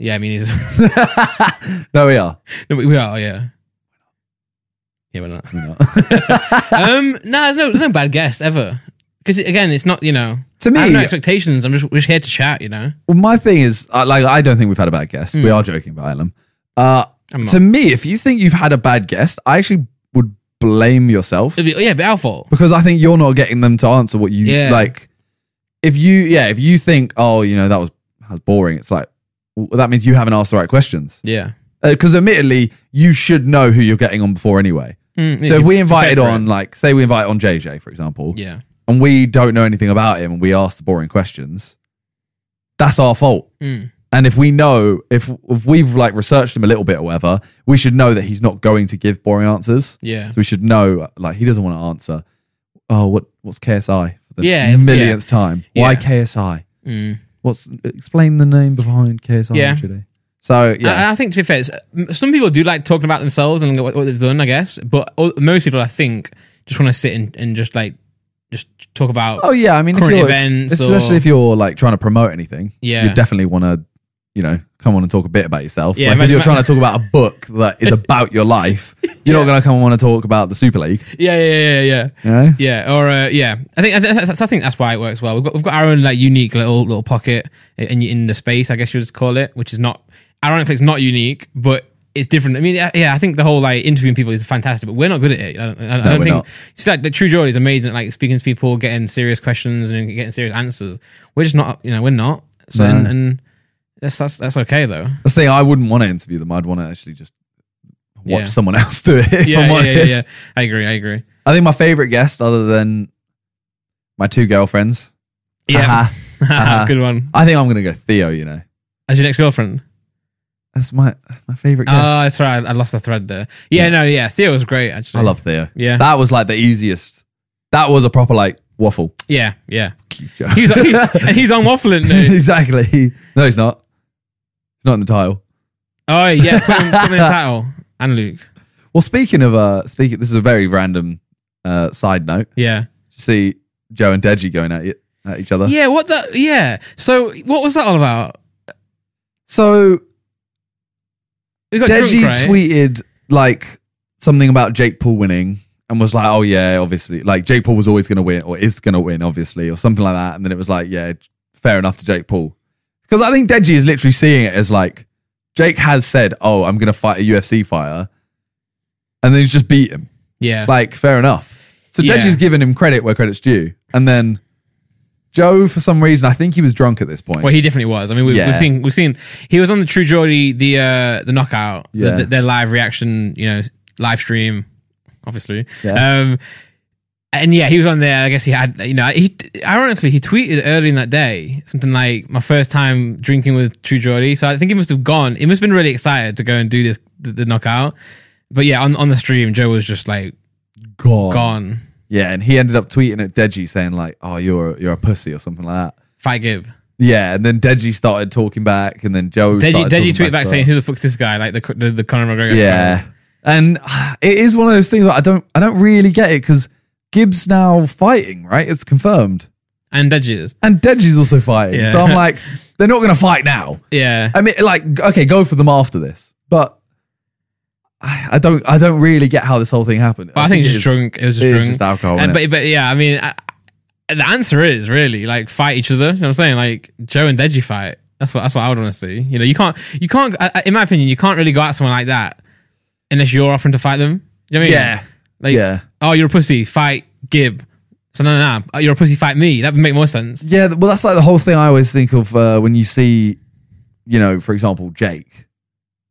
[SPEAKER 1] Yeah, I mean, he's-
[SPEAKER 2] no, we are.
[SPEAKER 1] no, we we are. Yeah. Yeah, we're not.
[SPEAKER 2] We're not.
[SPEAKER 1] um, no, there's no, there's no bad guest ever. Because again, it's not you know.
[SPEAKER 2] To me-
[SPEAKER 1] I have no expectations. I'm just we're just here to chat. You know,
[SPEAKER 2] Well, my thing is, I- like, I don't think we've had a bad guest.
[SPEAKER 1] Hmm.
[SPEAKER 2] We are joking about Ellen. Uh,
[SPEAKER 1] I'm not.
[SPEAKER 2] to me, if you think you've had a bad guest, I actually would blame yourself
[SPEAKER 1] It'd be, oh, yeah, it'd be our fault.
[SPEAKER 2] because I think you're not getting them to answer what you
[SPEAKER 1] Yeah.
[SPEAKER 2] like. If you, yeah, if you think, oh, you know, that was, that was boring. It's like well, that means you haven't asked the right questions.
[SPEAKER 1] Yeah.
[SPEAKER 2] Because Uh, admittedly, you should know who you're getting on before anyway.
[SPEAKER 1] Mm, yeah,
[SPEAKER 2] So if
[SPEAKER 1] you
[SPEAKER 2] we
[SPEAKER 1] prepare
[SPEAKER 2] invited
[SPEAKER 1] for it.
[SPEAKER 2] on, like, say we invite on JJ, for example,
[SPEAKER 1] yeah,
[SPEAKER 2] and we don't know anything about him and we ask the boring questions, that's our fault.
[SPEAKER 1] Mm.
[SPEAKER 2] And if we know, if if we've like researched him a little bit or whatever, we should know that he's not going to give boring answers.
[SPEAKER 1] yeah,
[SPEAKER 2] So we should know, like, he doesn't want to answer. Oh, what what's KSI for the
[SPEAKER 1] Yeah, if-
[SPEAKER 2] millionth time? Why
[SPEAKER 1] Yeah.
[SPEAKER 2] KSI?
[SPEAKER 1] mm.
[SPEAKER 2] What's explain the name behind KSI?
[SPEAKER 1] Yeah.
[SPEAKER 2] Actually. So
[SPEAKER 1] And-
[SPEAKER 2] yeah,
[SPEAKER 1] And I think to be fair, it's- m- some people do like talking about themselves and what, what they've done. I guess, but o- most people, I think, just want to sit and, and just like just talk about.
[SPEAKER 2] oh yeah. I mean, if
[SPEAKER 1] current
[SPEAKER 2] you're,
[SPEAKER 1] events
[SPEAKER 2] especially
[SPEAKER 1] or-
[SPEAKER 2] if you're like trying to promote anything,
[SPEAKER 1] Yeah.
[SPEAKER 2] you definitely want to, you know, come on and talk a bit about yourself.
[SPEAKER 1] Yeah,
[SPEAKER 2] like, if
[SPEAKER 1] ma-
[SPEAKER 2] you're
[SPEAKER 1] ma-
[SPEAKER 2] trying to talk about a book that is about your life, you're not going to come and want to talk about the Super League.
[SPEAKER 1] Yeah, yeah, yeah, yeah, yeah.
[SPEAKER 2] You know?
[SPEAKER 1] Yeah, or uh, yeah, I think I, th- that's, I think that's why it works well. We've got we've got our own like unique little little pocket in in the space, I guess you would call it, which is not ironically it's not unique, but it's different. I mean, yeah, yeah, I think the whole like interviewing people is fantastic, but we're not good at it. I don't, I don't- I don't
[SPEAKER 2] we're
[SPEAKER 1] think
[SPEAKER 2] not.
[SPEAKER 1] it's like the True Joy is amazing, at, like speaking to people, getting serious questions and getting serious answers. We're just not, you know, we're not. So
[SPEAKER 2] No.
[SPEAKER 1] and, and that's that's that's okay though.
[SPEAKER 2] That's the thing. I wouldn't want to interview them. I'd want to actually just watch
[SPEAKER 1] Yeah.
[SPEAKER 2] someone else do it. If
[SPEAKER 1] Yeah,
[SPEAKER 2] I'm
[SPEAKER 1] yeah,
[SPEAKER 2] honest.
[SPEAKER 1] yeah, yeah. I agree, I agree.
[SPEAKER 2] I think my favorite guest, other than my two girlfriends,
[SPEAKER 1] Yeah,
[SPEAKER 2] haha, Uh-huh.
[SPEAKER 1] good one.
[SPEAKER 2] I think I'm gonna go Theo. You know,
[SPEAKER 1] As your next girlfriend.
[SPEAKER 2] that's my my favorite guest.
[SPEAKER 1] Oh, that's right. I lost the thread there. Yeah,
[SPEAKER 2] Yeah.
[SPEAKER 1] no, yeah. Theo was great, actually.
[SPEAKER 2] I love Theo.
[SPEAKER 1] Yeah.
[SPEAKER 2] That was like the easiest. That was a proper like waffle.
[SPEAKER 1] yeah, yeah.
[SPEAKER 2] Joe.
[SPEAKER 1] He was, he's, and he's on waffling, dude.
[SPEAKER 2] exactly. No, he's not. He's not in the title.
[SPEAKER 1] Oh, yeah. Put him, put him in the title. And Luke.
[SPEAKER 2] Well, speaking of uh, speaking, this is a very random uh side note.
[SPEAKER 1] Yeah.
[SPEAKER 2] Did you see Joe and Deji going at, it, at each other?
[SPEAKER 1] Yeah, what the? Yeah. So, what was that all about?
[SPEAKER 2] So
[SPEAKER 1] We got
[SPEAKER 2] Deji
[SPEAKER 1] drunk, right?
[SPEAKER 2] tweeted like something about Jake Paul winning and was like, "Oh yeah, obviously, like Jake Paul was always going to win or is going to win, obviously, or something like that." And then it was like, "Yeah, fair enough to Jake Paul," because I think Deji is literally seeing it as like Jake has said, "Oh, I'm going to fight a UFC fighter," and then he's just beat him.
[SPEAKER 1] Yeah.
[SPEAKER 2] Like, fair enough. So
[SPEAKER 1] Yeah.
[SPEAKER 2] Deji's giving him credit where credit's due, and then Joe, for some reason, I think he was drunk at this point.
[SPEAKER 1] well, he definitely was. I mean, we,
[SPEAKER 2] Yeah.
[SPEAKER 1] we've seen, we've seen, he was on the True Geordie, the uh, the knockout, so
[SPEAKER 2] Yeah.
[SPEAKER 1] th- their live reaction, you know, live stream, obviously.
[SPEAKER 2] Yeah.
[SPEAKER 1] Um, and yeah, he was on there. I guess he had, you know, he ironically he tweeted early in that day something like my first time drinking with True Geordie. So I think he must have gone. He must have been really excited to go and do this the, the knockout. But yeah, on, on the stream, Joe was just like gone.
[SPEAKER 2] Yeah, and he ended up tweeting at Deji saying like, "Oh, you're you're a pussy" or something like that.
[SPEAKER 1] Fight Gib.
[SPEAKER 2] Yeah, and then Deji started talking back, and then Joe
[SPEAKER 1] Deji,
[SPEAKER 2] started
[SPEAKER 1] Deji
[SPEAKER 2] talking
[SPEAKER 1] tweeted back
[SPEAKER 2] as
[SPEAKER 1] saying, "Who
[SPEAKER 2] well.
[SPEAKER 1] the fuck's this guy?" Like the the, the Conor McGregor.
[SPEAKER 2] "Yeah." And ah, it is one of those things that I don't I don't really get it because Gibbs now fighting, right? It's confirmed,
[SPEAKER 1] and Deji is.
[SPEAKER 2] and Deji's also fighting.
[SPEAKER 1] Yeah.
[SPEAKER 2] So I'm like, they're not going to fight now.
[SPEAKER 1] Yeah,
[SPEAKER 2] I mean, like, okay, go for them after this, but I, I don't I don't really get how this whole thing happened.
[SPEAKER 1] But I think it's
[SPEAKER 2] it
[SPEAKER 1] just
[SPEAKER 2] is-
[SPEAKER 1] drunk. It was just
[SPEAKER 2] It
[SPEAKER 1] drunk.
[SPEAKER 2] is just alcohol.
[SPEAKER 1] And- but
[SPEAKER 2] innit?
[SPEAKER 1] but yeah, I mean, I, I- the answer is really like fight each other. You know what I'm saying? Like Joe and Deji fight. That's what that's what I would want to see. You know, you can't you can't I- I- in my opinion you can't really go at someone like that unless you're offering to fight them. You know what I mean?
[SPEAKER 2] yeah,
[SPEAKER 1] Like
[SPEAKER 2] yeah,
[SPEAKER 1] oh you're a pussy, fight Gib. So no no no, oh, you're a pussy, fight me. That would make more sense.
[SPEAKER 2] yeah. Well, that's like the whole thing I always think of uh, when you see, you know, for example, Jake,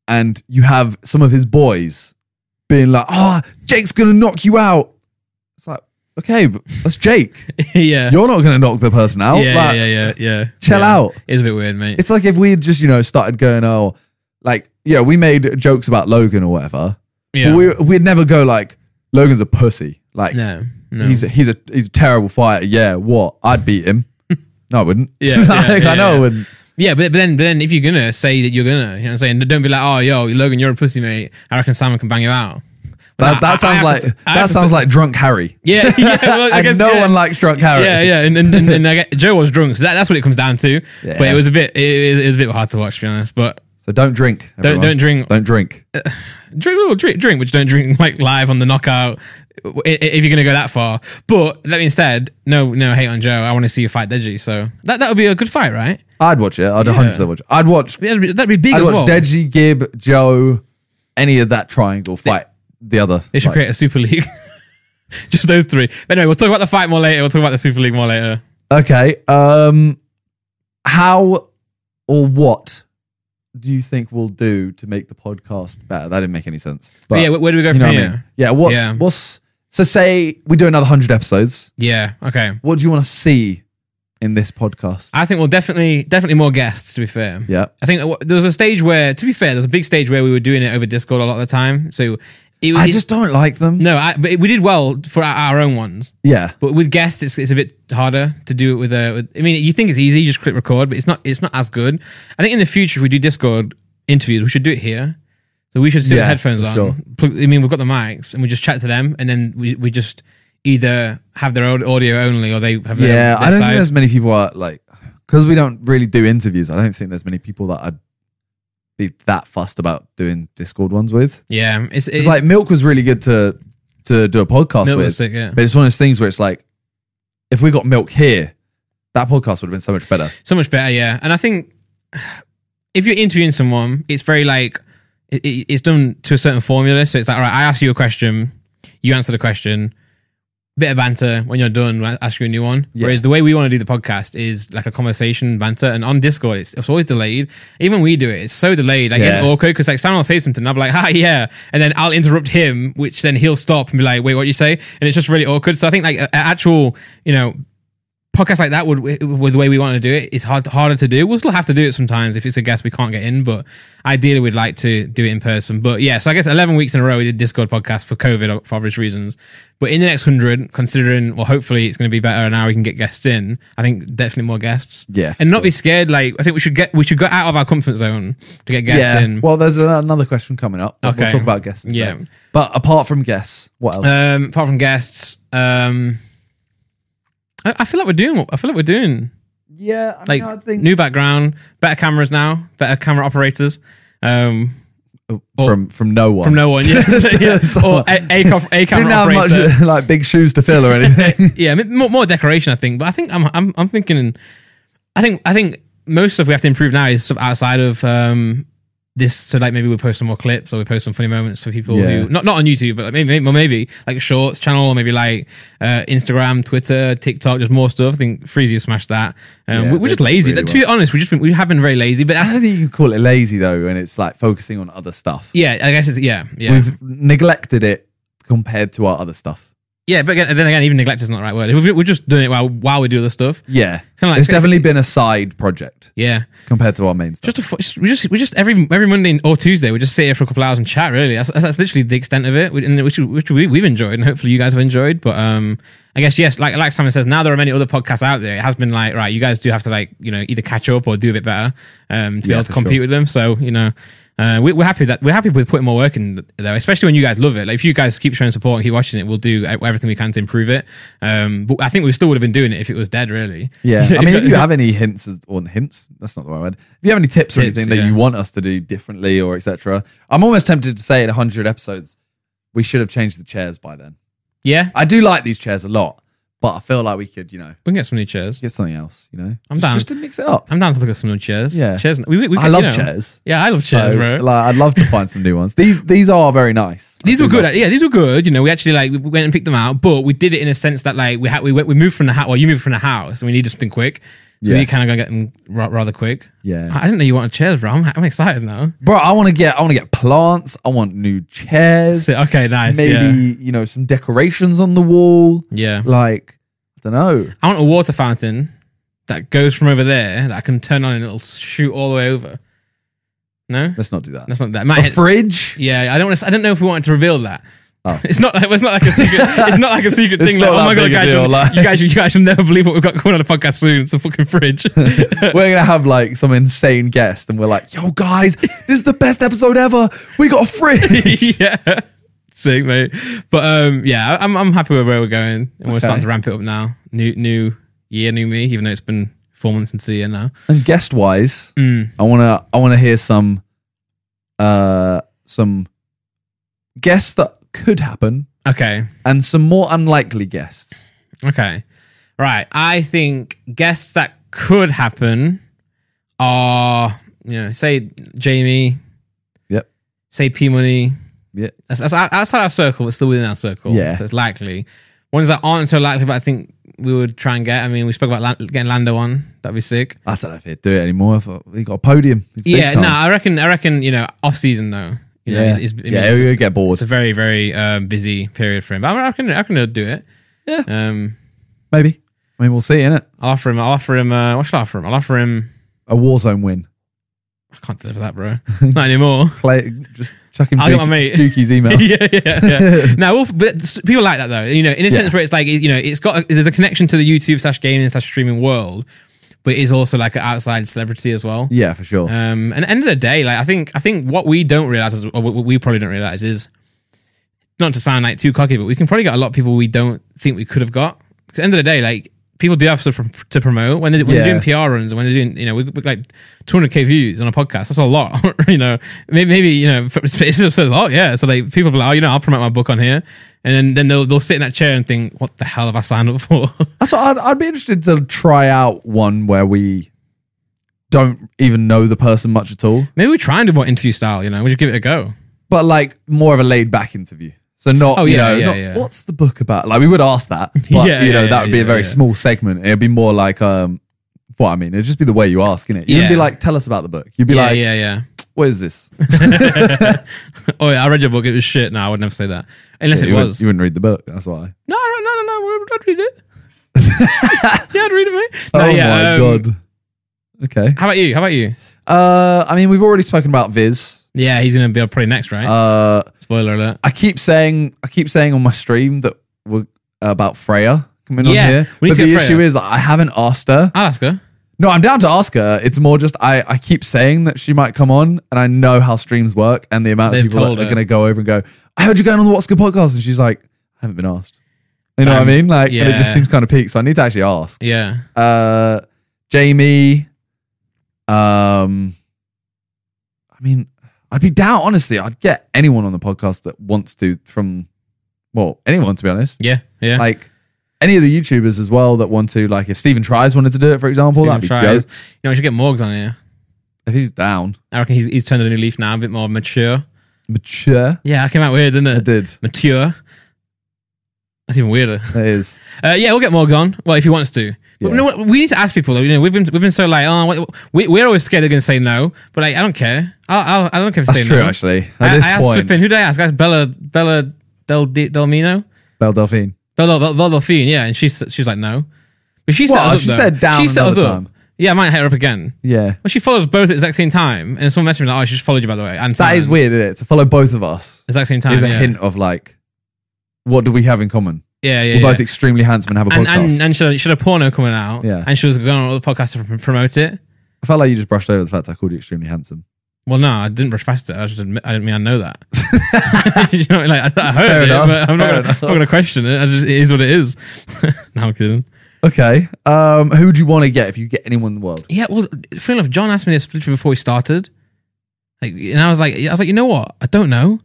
[SPEAKER 2] and you have some of his boys being like, "Oh, Jake's gonna knock you out." It's like, okay, but that's Jake.
[SPEAKER 1] yeah.
[SPEAKER 2] You're not gonna knock the person out.
[SPEAKER 1] yeah,
[SPEAKER 2] Like,
[SPEAKER 1] yeah, yeah, yeah.
[SPEAKER 2] chill
[SPEAKER 1] Yeah.
[SPEAKER 2] out.
[SPEAKER 1] It's a bit weird, mate.
[SPEAKER 2] It's like if we had just, you know, started going, oh, like, yeah, we made jokes about Logan or whatever.
[SPEAKER 1] yeah.
[SPEAKER 2] But we, we'd never go like, Logan's a pussy. Like,
[SPEAKER 1] no, no.
[SPEAKER 2] he's, a, he's, a, he's a terrible fighter. Yeah, what? I'd beat him. no, I wouldn't.
[SPEAKER 1] Yeah,
[SPEAKER 2] Like,
[SPEAKER 1] yeah, yeah,
[SPEAKER 2] I know I
[SPEAKER 1] yeah.
[SPEAKER 2] wouldn't.
[SPEAKER 1] Yeah, but, but then but then if you're gonna say that you're gonna, you know what I'm saying? Don't be like, oh yo, Logan, you're a pussy mate. I reckon Simon can bang you out.
[SPEAKER 2] That,
[SPEAKER 1] I- I- I
[SPEAKER 2] that sounds
[SPEAKER 1] have
[SPEAKER 2] like
[SPEAKER 1] to s- I have
[SPEAKER 2] that
[SPEAKER 1] to
[SPEAKER 2] sounds
[SPEAKER 1] say-
[SPEAKER 2] like drunk Harry.
[SPEAKER 1] Yeah, yeah. Well, I
[SPEAKER 2] And
[SPEAKER 1] guess,
[SPEAKER 2] no
[SPEAKER 1] yeah.
[SPEAKER 2] one likes drunk Harry.
[SPEAKER 1] Yeah, yeah, and and, and, and I get, Joe was drunk, so that, that's what it comes down to.
[SPEAKER 2] Yeah.
[SPEAKER 1] But it was a bit, it, it was a bit hard to watch, to be honest. But
[SPEAKER 2] So don't drink. everyone.
[SPEAKER 1] don't drink.
[SPEAKER 2] Don't drink. Uh,
[SPEAKER 1] drink, well, drink, drink, which don't drink like live on the knockout i- i- if you're gonna go that far. But that being said, no, no hate on Joe. I want to see you fight Deji, so that that would be a good fight, right?
[SPEAKER 2] I'd watch it. I'd 100% watch it. I'd watch.
[SPEAKER 1] That'd be, that'd be big
[SPEAKER 2] I'd
[SPEAKER 1] as
[SPEAKER 2] watch
[SPEAKER 1] well.
[SPEAKER 2] Deji, Gibb, Joe, any of that triangle fight. the other.
[SPEAKER 1] They should create a super league. Just those three. But anyway, we'll talk about the fight more later. We'll talk about the super league more later.
[SPEAKER 2] Okay. Um, how or what do you think we'll do to make the podcast better? That didn't make any sense.
[SPEAKER 1] But yeah, where, where do we go
[SPEAKER 2] you
[SPEAKER 1] from
[SPEAKER 2] know what
[SPEAKER 1] here?
[SPEAKER 2] I mean? Yeah. What's
[SPEAKER 1] Yeah.
[SPEAKER 2] what's so say we do another hundred episodes?
[SPEAKER 1] Yeah. Okay.
[SPEAKER 2] What do you want to see in this podcast?
[SPEAKER 1] I think we'll definitely, definitely more guests. To be fair.
[SPEAKER 2] yeah.
[SPEAKER 1] I think w- there was a stage where, to be fair, there's a big stage where we were doing it over Discord a lot of the time. So it was
[SPEAKER 2] I just don't like them.
[SPEAKER 1] no, I, but we did well for our, our own ones.
[SPEAKER 2] Yeah.
[SPEAKER 1] But with guests, it's, it's a bit harder to do it with a. With, I mean, you think it's easy, you just click record, but it's not. It's not as good. I think in the future, if we do Discord interviews, we should do it here. So we should sit
[SPEAKER 2] Yeah,
[SPEAKER 1] with headphones
[SPEAKER 2] for
[SPEAKER 1] on.
[SPEAKER 2] sure.
[SPEAKER 1] Plug, I mean, we've got the mics, and we just chat to them, and then we we just either have their own audio only, or they have their,
[SPEAKER 2] Yeah.
[SPEAKER 1] their
[SPEAKER 2] I don't
[SPEAKER 1] side.
[SPEAKER 2] think there's many people are like because we don't really do interviews. I don't think there's many people that I'd be that fussed about doing Discord ones with.
[SPEAKER 1] yeah, it's,
[SPEAKER 2] It's, like milk was really good to to do a podcast
[SPEAKER 1] Milk
[SPEAKER 2] with.
[SPEAKER 1] was sick, yeah.
[SPEAKER 2] But it's one of those things where it's like, if we got milk here, that podcast would have been so much better.
[SPEAKER 1] So much better, yeah. And I think if you're interviewing someone, it's very like it, it- it's done to a certain formula. So it's like, all right, I ask you a question, you answer the question, bit of banter. When you're done, I ask you a new one.
[SPEAKER 2] Yeah.
[SPEAKER 1] Whereas the way we want to do the podcast is like a conversation banter, and on Discord, it's, it's always delayed. Even we do it; it's so delayed. Like
[SPEAKER 2] Yeah.
[SPEAKER 1] it's awkward because like someone will say something, and I'll be like, "Hi, yeah," and then I'll interrupt him, which then he'll stop and be like, "Wait, what you say?" And it's just really awkward. So I think like a, a actual, you know, podcast like that would with the way we want to do it is hard harder to do. We'll still have to do it sometimes if it's a guest we can't get in, but ideally we'd like to do it in person. But yeah, so I guess eleven weeks in a row we did Discord podcast for COVID for obvious reasons. But in the next hundred, considering well, hopefully it's going to be better and now we can get guests in. I think definitely more guests.
[SPEAKER 2] Yeah.
[SPEAKER 1] and not be scared. Like I think we should get we should go out of our comfort zone to get guests in.
[SPEAKER 2] Well, there's a- another question coming up. We'll- We'll
[SPEAKER 1] Okay.
[SPEAKER 2] talk about guests. in a
[SPEAKER 1] Yeah.
[SPEAKER 2] bit. But apart from guests, what else?
[SPEAKER 1] Um, apart from guests, um, I, I feel like we're doing. what- I feel like we're doing.
[SPEAKER 2] yeah. I
[SPEAKER 1] like
[SPEAKER 2] mean, I think
[SPEAKER 1] new background, better cameras now, better camera operators. Um,
[SPEAKER 2] from from no one.
[SPEAKER 1] from no one, yeah, Yeah. or a, a, co- a
[SPEAKER 2] Didn't
[SPEAKER 1] camera
[SPEAKER 2] have much
[SPEAKER 1] operator.
[SPEAKER 2] like big shoes to fill or anything.
[SPEAKER 1] Yeah, I mean, more, more decoration, I think. But I think I'm, I'm, I'm thinking. I think, I think most stuff we have to improve now is stuff outside of um this. So like maybe we post some more clips or we post some funny moments for people
[SPEAKER 2] Yeah.
[SPEAKER 1] who not not on YouTube, but like maybe maybe, well, maybe like shorts channel, or maybe like uh, Instagram, Twitter, TikTok, just more stuff. I think Freezy smashed that. Um,
[SPEAKER 2] Yeah,
[SPEAKER 1] we, we're
[SPEAKER 2] they
[SPEAKER 1] just lazy.
[SPEAKER 2] really
[SPEAKER 1] Like, to be honest, we just been, we have been very lazy. But that's
[SPEAKER 2] I don't think you can call it lazy though, when it's like focusing on other stuff.
[SPEAKER 1] Yeah, I guess it's yeah, yeah,
[SPEAKER 2] We've neglected it compared to our other stuff.
[SPEAKER 1] yeah. But again, then again, even neglect is not the right word. We've, we're just doing it while while we do other stuff.
[SPEAKER 2] Yeah.
[SPEAKER 1] Kinda like-
[SPEAKER 2] it's definitely been a side project
[SPEAKER 1] Yeah,
[SPEAKER 2] compared to our main stuff.
[SPEAKER 1] just, a, fu- just we just we just every every Monday or Tuesday we just sit here for a couple hours and chat. Really, that's, that's, that's literally the extent of it, we- and which which we, we've enjoyed, and hopefully you guys have enjoyed. But um, I guess yes, like like Simon says, now there are many other podcasts out there. It has been like right, you guys do have to like you know either catch up or do a bit better um to be
[SPEAKER 2] Yeah,
[SPEAKER 1] able to
[SPEAKER 2] for sure.
[SPEAKER 1] compete with them. So you know. Uh, we, we're happy that we're happy with putting more work in though, especially when you guys love it. Like if you guys keep showing support and keep watching it, we'll do e, everything we can to improve it. Um, but I think we still would have been doing it if it was dead, really.
[SPEAKER 2] Yeah. I mean, if you have any hints as- or hints, that's not the right word. If you have any tips or
[SPEAKER 1] Tips,
[SPEAKER 2] anything that
[SPEAKER 1] yeah.
[SPEAKER 2] you want us to do differently or etc., I'm almost tempted to say in 100 episodes, we should have changed the chairs by then.
[SPEAKER 1] yeah,
[SPEAKER 2] I do like these chairs a lot, but I feel like we could, you know,
[SPEAKER 1] we can get some new chairs.
[SPEAKER 2] get something else, you know?
[SPEAKER 1] I'm
[SPEAKER 2] just,
[SPEAKER 1] down.
[SPEAKER 2] Just to mix it up.
[SPEAKER 1] I'm down to look at some new chairs.
[SPEAKER 2] Yeah.
[SPEAKER 1] chairs. We, we, we
[SPEAKER 2] I
[SPEAKER 1] can- you
[SPEAKER 2] love
[SPEAKER 1] know.
[SPEAKER 2] chairs.
[SPEAKER 1] Yeah, I love chairs,
[SPEAKER 2] So,
[SPEAKER 1] bro.
[SPEAKER 2] Like, I'd love to find some new ones. These these are very nice.
[SPEAKER 1] these
[SPEAKER 2] I
[SPEAKER 1] were
[SPEAKER 2] do
[SPEAKER 1] good.
[SPEAKER 2] like-
[SPEAKER 1] Yeah, these were good. You know, we actually like we went and picked them out, but we did it in a sense that like we had we went, we moved from the house. Well, you moved from the house, and we needed something quick. So
[SPEAKER 2] Yeah.
[SPEAKER 1] we kind of got to get them ra- rather quick.
[SPEAKER 2] Yeah,
[SPEAKER 1] I I didn't know you wanted chairs, bro. I'm, I'm excited now.
[SPEAKER 2] bro. I want to get. I want to get plants. I want new chairs.
[SPEAKER 1] So, okay, nice.
[SPEAKER 2] Maybe
[SPEAKER 1] Yeah.
[SPEAKER 2] you know some decorations on the wall.
[SPEAKER 1] yeah,
[SPEAKER 2] Like I don't know.
[SPEAKER 1] I want a water fountain that goes from over there that I can turn on and it'll shoot all the way over. No,
[SPEAKER 2] Let's not do that.
[SPEAKER 1] that's not that.
[SPEAKER 2] A
[SPEAKER 1] Might
[SPEAKER 2] fridge.
[SPEAKER 1] yeah, I don't. Wanna, s- I don't know if we wanted to reveal that.
[SPEAKER 2] Oh.
[SPEAKER 1] It's not. Like, it's not like a secret. It's not like a secret
[SPEAKER 2] It's
[SPEAKER 1] thing. Like,
[SPEAKER 2] not
[SPEAKER 1] oh
[SPEAKER 2] that
[SPEAKER 1] my god,
[SPEAKER 2] big a
[SPEAKER 1] guys,
[SPEAKER 2] deal,
[SPEAKER 1] you'll-
[SPEAKER 2] like-
[SPEAKER 1] you guys, you guys will never believe what we've got going on the podcast soon. It's a fucking fridge.
[SPEAKER 2] We're gonna have like some insane guest, and we're like, "Yo, guys, this is the best episode ever. We got a fridge."
[SPEAKER 1] yeah, sick, mate. But um, yeah, I'm I'm happy with where we're going, and we're
[SPEAKER 2] Okay.
[SPEAKER 1] starting to ramp it up now. New new year, new me. Even though it's been four months into the year now.
[SPEAKER 2] and guest wise,
[SPEAKER 1] Mm.
[SPEAKER 2] I wanna I wanna hear some uh some guests that could happen
[SPEAKER 1] Okay,
[SPEAKER 2] and some more unlikely guests.
[SPEAKER 1] okay, right. I think guests that could happen are you know say Jamie,
[SPEAKER 2] Yep.
[SPEAKER 1] say P Money.
[SPEAKER 2] Yeah.
[SPEAKER 1] That's, that's out- outside our circle, but still within our circle.
[SPEAKER 2] Yeah.
[SPEAKER 1] So it's likely. Ones that aren't so likely, but I think we would try and get. I mean, we spoke about Lan- getting Lando on. That'd be sick.
[SPEAKER 2] I don't know if he'd do it anymore. If he got a podium. He's big
[SPEAKER 1] yeah, no,
[SPEAKER 2] time.
[SPEAKER 1] I reckon. I reckon you know, off season though. You know,
[SPEAKER 2] yeah,
[SPEAKER 1] it's, it's, I mean,
[SPEAKER 2] yeah,
[SPEAKER 1] it's-
[SPEAKER 2] he'll get bored.
[SPEAKER 1] it's a very very um, busy period for him. But I, mean, I reckon I reckon he'll do it.
[SPEAKER 2] Yeah.
[SPEAKER 1] Um,
[SPEAKER 2] Maybe. I mean, we'll see. In it,
[SPEAKER 1] I'll offer him. I'll offer him. Uh, what shall I offer him? I'll offer him.
[SPEAKER 2] a Warzone win.
[SPEAKER 1] I can't deliver that, bro. Not anymore.
[SPEAKER 2] Play. Just chuck him.
[SPEAKER 1] I'll get
[SPEAKER 2] Juki-
[SPEAKER 1] my mate.
[SPEAKER 2] Juki's email.
[SPEAKER 1] yeah, yeah, yeah. no, well, but s- people like that though. You know, in a sense
[SPEAKER 2] Yeah.
[SPEAKER 1] where it's like you know, it's got a, there's a connection to the YouTube slash gaming slash streaming world, but it is also like an outside celebrity as well.
[SPEAKER 2] yeah, for sure.
[SPEAKER 1] Um, and at the end of the day, like I think I think what we don't realize is, or what we probably don't realize is, not to sound like too cocky, but we can probably get a lot of people we don't think we could have got. 'Cause at the end of the day, like people do have stuff from, to promote when, they, when
[SPEAKER 2] Yeah.
[SPEAKER 1] they're doing PR runs and when they're doing you know we, we like 200k views on a podcast. That's a lot, you know. Maybe, maybe you know it just says oh yeah. So like people be like oh you know I'll promote my book on here, and then then they'll they'll sit in that chair and think what the hell have I signed up for?
[SPEAKER 2] That's what I'd, I'd be interested to try out one where we don't even know the person much at all,
[SPEAKER 1] maybe we try and do more interview style, you know. We should give it a go.
[SPEAKER 2] but like more of a laid back interview. So not,
[SPEAKER 1] Oh,
[SPEAKER 2] you
[SPEAKER 1] yeah,
[SPEAKER 2] know,
[SPEAKER 1] yeah,
[SPEAKER 2] not,
[SPEAKER 1] yeah.
[SPEAKER 2] what's the book about? Like we would ask that, but
[SPEAKER 1] Yeah,
[SPEAKER 2] you know,
[SPEAKER 1] yeah,
[SPEAKER 2] that would be a
[SPEAKER 1] yeah,
[SPEAKER 2] very
[SPEAKER 1] yeah.
[SPEAKER 2] small segment. It'd be more like, um, what I mean, it'd just be the way you ask, innit? You'd
[SPEAKER 1] Yeah.
[SPEAKER 2] be like, tell us about the book. You'd be
[SPEAKER 1] yeah,
[SPEAKER 2] like,
[SPEAKER 1] yeah, yeah.
[SPEAKER 2] what is this?
[SPEAKER 1] Oh yeah, I read your book. It was shit. No, I would never say that unless it
[SPEAKER 2] you
[SPEAKER 1] was.
[SPEAKER 2] Wouldn't, you wouldn't read the book. That's why.
[SPEAKER 1] No, I don't- no, no, no. I'd read it. yeah, I'd read it, mate. No,
[SPEAKER 2] oh
[SPEAKER 1] yeah,
[SPEAKER 2] my
[SPEAKER 1] um,
[SPEAKER 2] god. Okay.
[SPEAKER 1] How about you? How about you?
[SPEAKER 2] Uh, I mean, we've already spoken about Viz.
[SPEAKER 1] Yeah, he's gonna be up pretty next, right?
[SPEAKER 2] Uh,
[SPEAKER 1] Spoiler alert.
[SPEAKER 2] I keep saying, I keep saying on my stream that we're uh, about Freya coming
[SPEAKER 1] Yeah,
[SPEAKER 2] on here.
[SPEAKER 1] we need
[SPEAKER 2] but
[SPEAKER 1] to
[SPEAKER 2] the
[SPEAKER 1] get Freya.
[SPEAKER 2] issue is, I haven't asked her.
[SPEAKER 1] Alaska.
[SPEAKER 2] No, I'm down to ask her. It's more just I, I keep saying that she might come on, and I know how streams work and the amount
[SPEAKER 1] They've
[SPEAKER 2] of people
[SPEAKER 1] told
[SPEAKER 2] that are
[SPEAKER 1] her.
[SPEAKER 2] going to go over and go. I heard you going on the What's Good podcast, and she's like, I haven't been asked. You know what I
[SPEAKER 1] Damn.
[SPEAKER 2] mean? Like, and it
[SPEAKER 1] Yeah.
[SPEAKER 2] just seems kind of peak. So I need to actually ask.
[SPEAKER 1] Yeah.
[SPEAKER 2] Uh, Jamie. Um, I mean, I'd be down. Honestly, I'd get anyone on the podcast that wants to from, well, anyone to be honest.
[SPEAKER 1] Yeah. Yeah.
[SPEAKER 2] Like any of the YouTubers as well that want to. Like if Stephen Tries wanted to do it, for example,
[SPEAKER 1] Stephen
[SPEAKER 2] that'd be
[SPEAKER 1] Fry's.
[SPEAKER 2] joke.
[SPEAKER 1] You know, we should get Morgs on here.
[SPEAKER 2] If he's down,
[SPEAKER 1] I reckon he's he's turned a new leaf now, a bit more mature.
[SPEAKER 2] mature.
[SPEAKER 1] Yeah, I came out weird, didn't
[SPEAKER 2] I
[SPEAKER 1] it?
[SPEAKER 2] did.
[SPEAKER 1] Mature. That's even weirder.
[SPEAKER 2] That is.
[SPEAKER 1] Uh, yeah, we'll get Morgan. on. Well, if he wants to. But
[SPEAKER 2] Yeah.
[SPEAKER 1] no, we need to ask people. Though. You know, we've been we've been so like, oh, what, we, we're always scared they're going to say no. But like, I don't care. I'll, I'll, I don't care if they
[SPEAKER 2] That's
[SPEAKER 1] say
[SPEAKER 2] true,
[SPEAKER 1] no.
[SPEAKER 2] actually. At
[SPEAKER 1] I,
[SPEAKER 2] this
[SPEAKER 1] I asked
[SPEAKER 2] point,
[SPEAKER 1] flipping. Who did I ask? I asked Bella Bella Del Del Mino.
[SPEAKER 2] Belle Delphine.
[SPEAKER 1] Bella Bella Bella Delphine. Yeah, and she's she's like no. But she set
[SPEAKER 2] Well,
[SPEAKER 1] us up.
[SPEAKER 2] she
[SPEAKER 1] though.
[SPEAKER 2] said down
[SPEAKER 1] She set us
[SPEAKER 2] another
[SPEAKER 1] up.
[SPEAKER 2] time.
[SPEAKER 1] Yeah, I might hit her up again.
[SPEAKER 2] Yeah.
[SPEAKER 1] Well, she follows both at the exact same time, and someone messaged me like, "Oh, she just followed you by the way." And
[SPEAKER 2] That is weird, isn't it? To follow both of us
[SPEAKER 1] Exact same time.
[SPEAKER 2] is a
[SPEAKER 1] Oh, yeah.
[SPEAKER 2] hint of like, what do we have in common?
[SPEAKER 1] Yeah, yeah.
[SPEAKER 2] We're
[SPEAKER 1] yeah.
[SPEAKER 2] both extremely handsome and have a
[SPEAKER 1] and,
[SPEAKER 2] podcast.
[SPEAKER 1] and and she had, she had a porno coming out.
[SPEAKER 2] Yeah.
[SPEAKER 1] And she was going on all the podcasts to pr- promote it.
[SPEAKER 2] I felt like you just brushed over the fact I called you extremely handsome.
[SPEAKER 1] Well, no, I didn't brush past it. I just admit, I didn't mean I know that. you know, like I, I heard
[SPEAKER 2] Fair
[SPEAKER 1] it,
[SPEAKER 2] enough,
[SPEAKER 1] but I'm
[SPEAKER 2] fair
[SPEAKER 1] not gonna,
[SPEAKER 2] enough.
[SPEAKER 1] not gonna question it. I just, it is what it is. no, I'm kidding.
[SPEAKER 2] Okay. Um, who would you want to get if you get anyone in the world?
[SPEAKER 1] Yeah, well, fair enough. John asked me this literally before we started, like, and I was like, I was like, you know what? I don't know.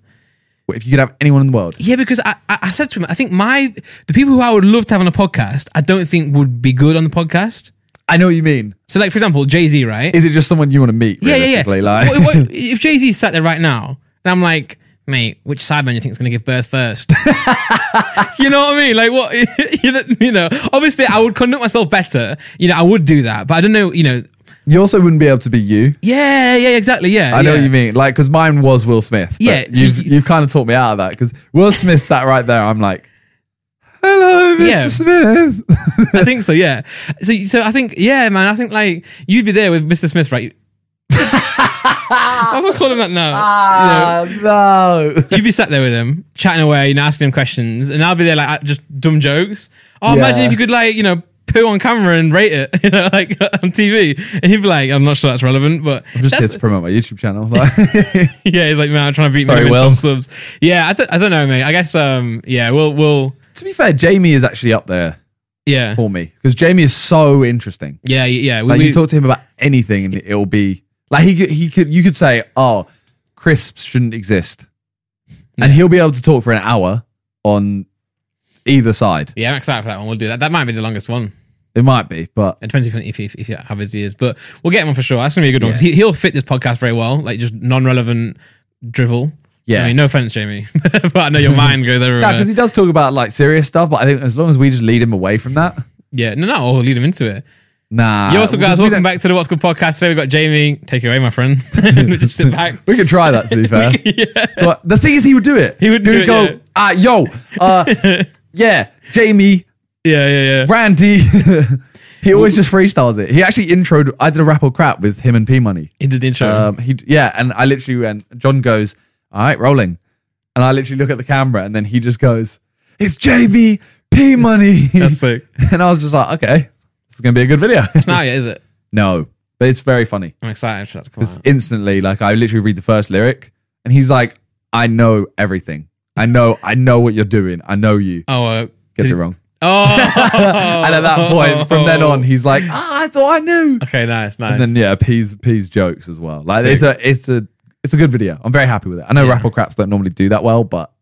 [SPEAKER 2] What, If you could have anyone in the world,
[SPEAKER 1] Yeah, because I, I I said to him, I think my the people who I would love to have on a podcast, I don't think would be good on the podcast.
[SPEAKER 2] I know what you mean.
[SPEAKER 1] So, like for example, Jay Z, right?
[SPEAKER 2] Is it just someone you want to meet?
[SPEAKER 1] yeah, yeah,
[SPEAKER 2] realistically?
[SPEAKER 1] yeah.
[SPEAKER 2] Like,
[SPEAKER 1] What- what- if Jay Z sat there right now, and I'm like, mate, which sideman you think is going to give birth first? you know what I mean? Like, what? you know- you know, obviously, I would conduct myself better. You know, I would do that, but I don't know. You know,
[SPEAKER 2] you also wouldn't be able to be you.
[SPEAKER 1] yeah, yeah, exactly, yeah.
[SPEAKER 2] I know
[SPEAKER 1] yeah.
[SPEAKER 2] what you mean. Like, because mine was Will Smith. but
[SPEAKER 1] Yeah, so
[SPEAKER 2] you've
[SPEAKER 1] you-
[SPEAKER 2] you've kind of taught me out of that because Will Smith sat right there. I'm like, hello, Mr.
[SPEAKER 1] Yeah.
[SPEAKER 2] Smith.
[SPEAKER 1] I think so, yeah. So, so I think, yeah, man. I think like you'd be there with Mr. Smith, right? I'm not calling that now. You know,
[SPEAKER 2] Ah, no.
[SPEAKER 1] You'd be sat there with him, chatting away, and asking him questions, and I'll be there like just dumb jokes. Oh, imagine
[SPEAKER 2] Yeah.
[SPEAKER 1] if you could like you know poo on camera and rate it, you know, like on TV, and he'd be like, I'm not sure that's relevant, but
[SPEAKER 2] I'm just here
[SPEAKER 1] that's,
[SPEAKER 2] to promote my YouTube channel. Like,
[SPEAKER 1] yeah, he's like, man, I'm trying to beat
[SPEAKER 2] Sorry,
[SPEAKER 1] Sorry,
[SPEAKER 2] Will.
[SPEAKER 1] Will. subs. Yeah, I, th- I don't know, mate. I guess um, yeah, we'll we'll
[SPEAKER 2] to be fair, Jamie is actually up there
[SPEAKER 1] yeah
[SPEAKER 2] for me because Jamie is so interesting.
[SPEAKER 1] yeah yeah. We,
[SPEAKER 2] Like,
[SPEAKER 1] we,
[SPEAKER 2] you talk to him about anything, and it'll be like he could, he could you could say, "Oh, crisps shouldn't exist," and
[SPEAKER 1] Yeah.
[SPEAKER 2] he'll be able to talk for an hour on either side.
[SPEAKER 1] yeah, I'm excited for that one. We'll do that. That might be the longest one.
[SPEAKER 2] It might be, but
[SPEAKER 1] And 20 if, if, if you have his ears. But we'll get him on for sure. That's going to be a good one. 'cause
[SPEAKER 2] Yeah.
[SPEAKER 1] He, he'll fit this podcast very well. Like just non relevant drivel.
[SPEAKER 2] Yeah.
[SPEAKER 1] I mean, no offense, Jamie. but I know your mind goes
[SPEAKER 2] Yeah,
[SPEAKER 1] everywhere.
[SPEAKER 2] because he does talk about like serious stuff, but I think as long as we just lead him away from that,
[SPEAKER 1] yeah. No, no, we'll lead him into it.
[SPEAKER 2] nah.
[SPEAKER 1] you also, guys,
[SPEAKER 2] because we
[SPEAKER 1] welcome
[SPEAKER 2] don't-
[SPEAKER 1] back to the What's Good podcast. Today we've got Jamie. Take it away, my friend. just sit back.
[SPEAKER 2] We could try that to be fair. But the thing is, he would do it.
[SPEAKER 1] He would do
[SPEAKER 2] He'd
[SPEAKER 1] it,
[SPEAKER 2] go,
[SPEAKER 1] yeah.
[SPEAKER 2] ah, yo, uh, yeah, Jamie,
[SPEAKER 1] Yeah, yeah, yeah.
[SPEAKER 2] Randy. he always just freestyles it. He actually introed. I did a rap or crap with him and P Money.
[SPEAKER 1] He did the intro.
[SPEAKER 2] Um, he yeah, and I literally went. John goes, all right, rolling, and I literally look at the camera, and then he just goes, it's Jamie P Money.
[SPEAKER 1] That's sick.
[SPEAKER 2] and I was just like, okay, this is gonna be a good video.
[SPEAKER 1] It's not yet, is it?
[SPEAKER 2] No, but it's very funny.
[SPEAKER 1] I'm excited for that to come out.
[SPEAKER 2] Instantly, like I literally read the first lyric, and he's like, "I know everything. I know. I know what you're doing. I know you."
[SPEAKER 1] Oh, uh, did-
[SPEAKER 2] Gets it wrong.
[SPEAKER 1] Oh.
[SPEAKER 2] And at that point, from then on, he's like, "Ah, I thought I knew."
[SPEAKER 1] Okay, nice, nice.
[SPEAKER 2] And then yeah, P's P's jokes as well. Like it's a it's a it's a good video. I'm very happy with it. I know
[SPEAKER 1] Yeah.
[SPEAKER 2] rap or craps don't normally do that well, but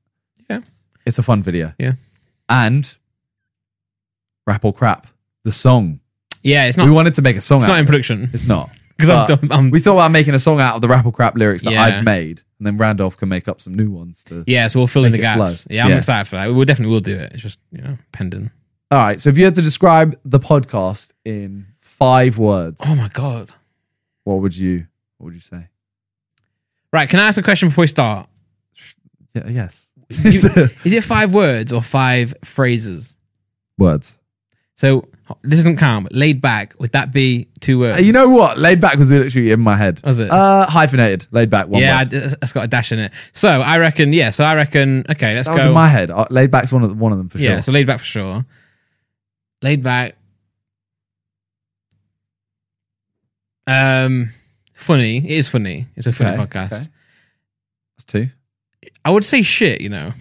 [SPEAKER 1] Yeah.
[SPEAKER 2] it's a fun video.
[SPEAKER 1] Yeah.
[SPEAKER 2] and rap or crap, the song.
[SPEAKER 1] yeah, it's
[SPEAKER 2] we
[SPEAKER 1] not,
[SPEAKER 2] wanted to make a song.
[SPEAKER 1] it's
[SPEAKER 2] out
[SPEAKER 1] not
[SPEAKER 2] of
[SPEAKER 1] in
[SPEAKER 2] it.
[SPEAKER 1] production.
[SPEAKER 2] It's not.
[SPEAKER 1] Because I'm,
[SPEAKER 2] But
[SPEAKER 1] I'm,
[SPEAKER 2] we thought about making a song out of the rap or crap lyrics that
[SPEAKER 1] Yeah.
[SPEAKER 2] I'd made, and then Randolph can make up some new ones. To
[SPEAKER 1] Yeah, so we'll fill in the
[SPEAKER 2] Make it
[SPEAKER 1] gaps.
[SPEAKER 2] flow.
[SPEAKER 1] Yeah, I'm
[SPEAKER 2] Yeah.
[SPEAKER 1] excited for that. We definitely will do it. It's just you know pending.
[SPEAKER 2] all right. So if you had to describe the podcast in five words,
[SPEAKER 1] Oh my god!
[SPEAKER 2] what would you what would you say?
[SPEAKER 1] Right, can I ask a question before we start?
[SPEAKER 2] Yeah, yes,
[SPEAKER 1] You- Is it five words or five phrases?
[SPEAKER 2] words.
[SPEAKER 1] So this doesn't count. But laid back would that be two
[SPEAKER 2] Uh,
[SPEAKER 1] words?
[SPEAKER 2] You know what? Laid back was literally in my head.
[SPEAKER 1] Was it?
[SPEAKER 2] Uh, hyphenated. Laid back. One
[SPEAKER 1] yeah, I,
[SPEAKER 2] word.
[SPEAKER 1] that's got a dash in it. So I reckon. Yeah, so I reckon. Okay, let's
[SPEAKER 2] that was
[SPEAKER 1] go.
[SPEAKER 2] in my head. Uh, laid back's one of the, one of them for
[SPEAKER 1] yeah,
[SPEAKER 2] sure.
[SPEAKER 1] so laid back for sure. Laid back. Um, funny. It is funny. It's a funny
[SPEAKER 2] Okay,
[SPEAKER 1] podcast.
[SPEAKER 2] okay. That's two.
[SPEAKER 1] I would say shit. You know.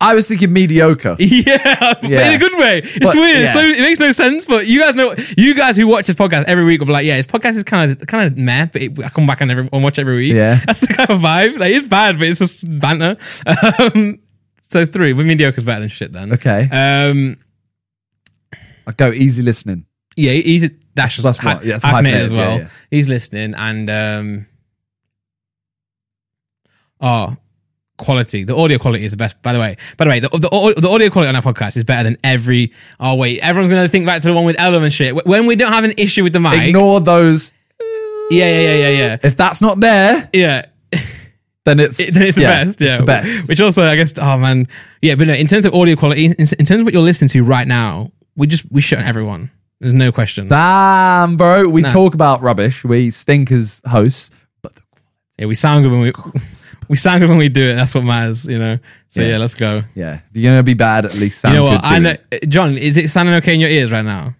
[SPEAKER 2] I was thinking mediocre.
[SPEAKER 1] Yeah, but
[SPEAKER 2] Yeah.
[SPEAKER 1] in a good way. It's
[SPEAKER 2] But-
[SPEAKER 1] weird. It's
[SPEAKER 2] yeah.
[SPEAKER 1] So it makes no sense. But you guys know, you guys who watch this podcast every week will be like, yeah, this podcast is kind of kind of meh, but it, I come back and, every, and watch every week.
[SPEAKER 2] Yeah.
[SPEAKER 1] that's the kind of vibe. Like it's bad, but it's just banter. Um, so three, we mediocre's better than shit. Then
[SPEAKER 2] Okay,
[SPEAKER 1] Um,
[SPEAKER 2] I go easy listening.
[SPEAKER 1] yeah, he's a dash
[SPEAKER 2] That's
[SPEAKER 1] hy-
[SPEAKER 2] what- yeah, it's
[SPEAKER 1] hyphenated
[SPEAKER 2] hyphenated,
[SPEAKER 1] as well.
[SPEAKER 2] yeah, yeah.
[SPEAKER 1] He's listening and um, oh, quality. The audio quality is the best. By the way, by the way, the, the, au- the audio quality on our podcast is better than every. Oh wait, everyone's gonna think back to the one with Ellen and shit. When we don't have an issue with the mic,
[SPEAKER 2] Ignore those.
[SPEAKER 1] yeah, yeah, yeah, yeah,
[SPEAKER 2] If that's not there,
[SPEAKER 1] yeah, yeah.
[SPEAKER 2] then it's
[SPEAKER 1] It- then it's the best. Yeah,
[SPEAKER 2] the best.
[SPEAKER 1] Which also, I guess, oh man, yeah. But no, in terms of audio quality, in, in terms of what you're listening to right now, we just we shut everyone. There's no question.
[SPEAKER 2] Damn, bro. We
[SPEAKER 1] No.
[SPEAKER 2] talk about rubbish. We stink as hosts. But
[SPEAKER 1] Yeah, we sound good when we we sound good when we do it. That's what matters, you know. So
[SPEAKER 2] Yeah.
[SPEAKER 1] yeah, let's go.
[SPEAKER 2] yeah, if you're gonna be bad, at least sound
[SPEAKER 1] you know eh,
[SPEAKER 2] good.
[SPEAKER 1] what? I
[SPEAKER 2] doing
[SPEAKER 1] know,
[SPEAKER 2] it.
[SPEAKER 1] John. Is it sounding okay in your ears right now?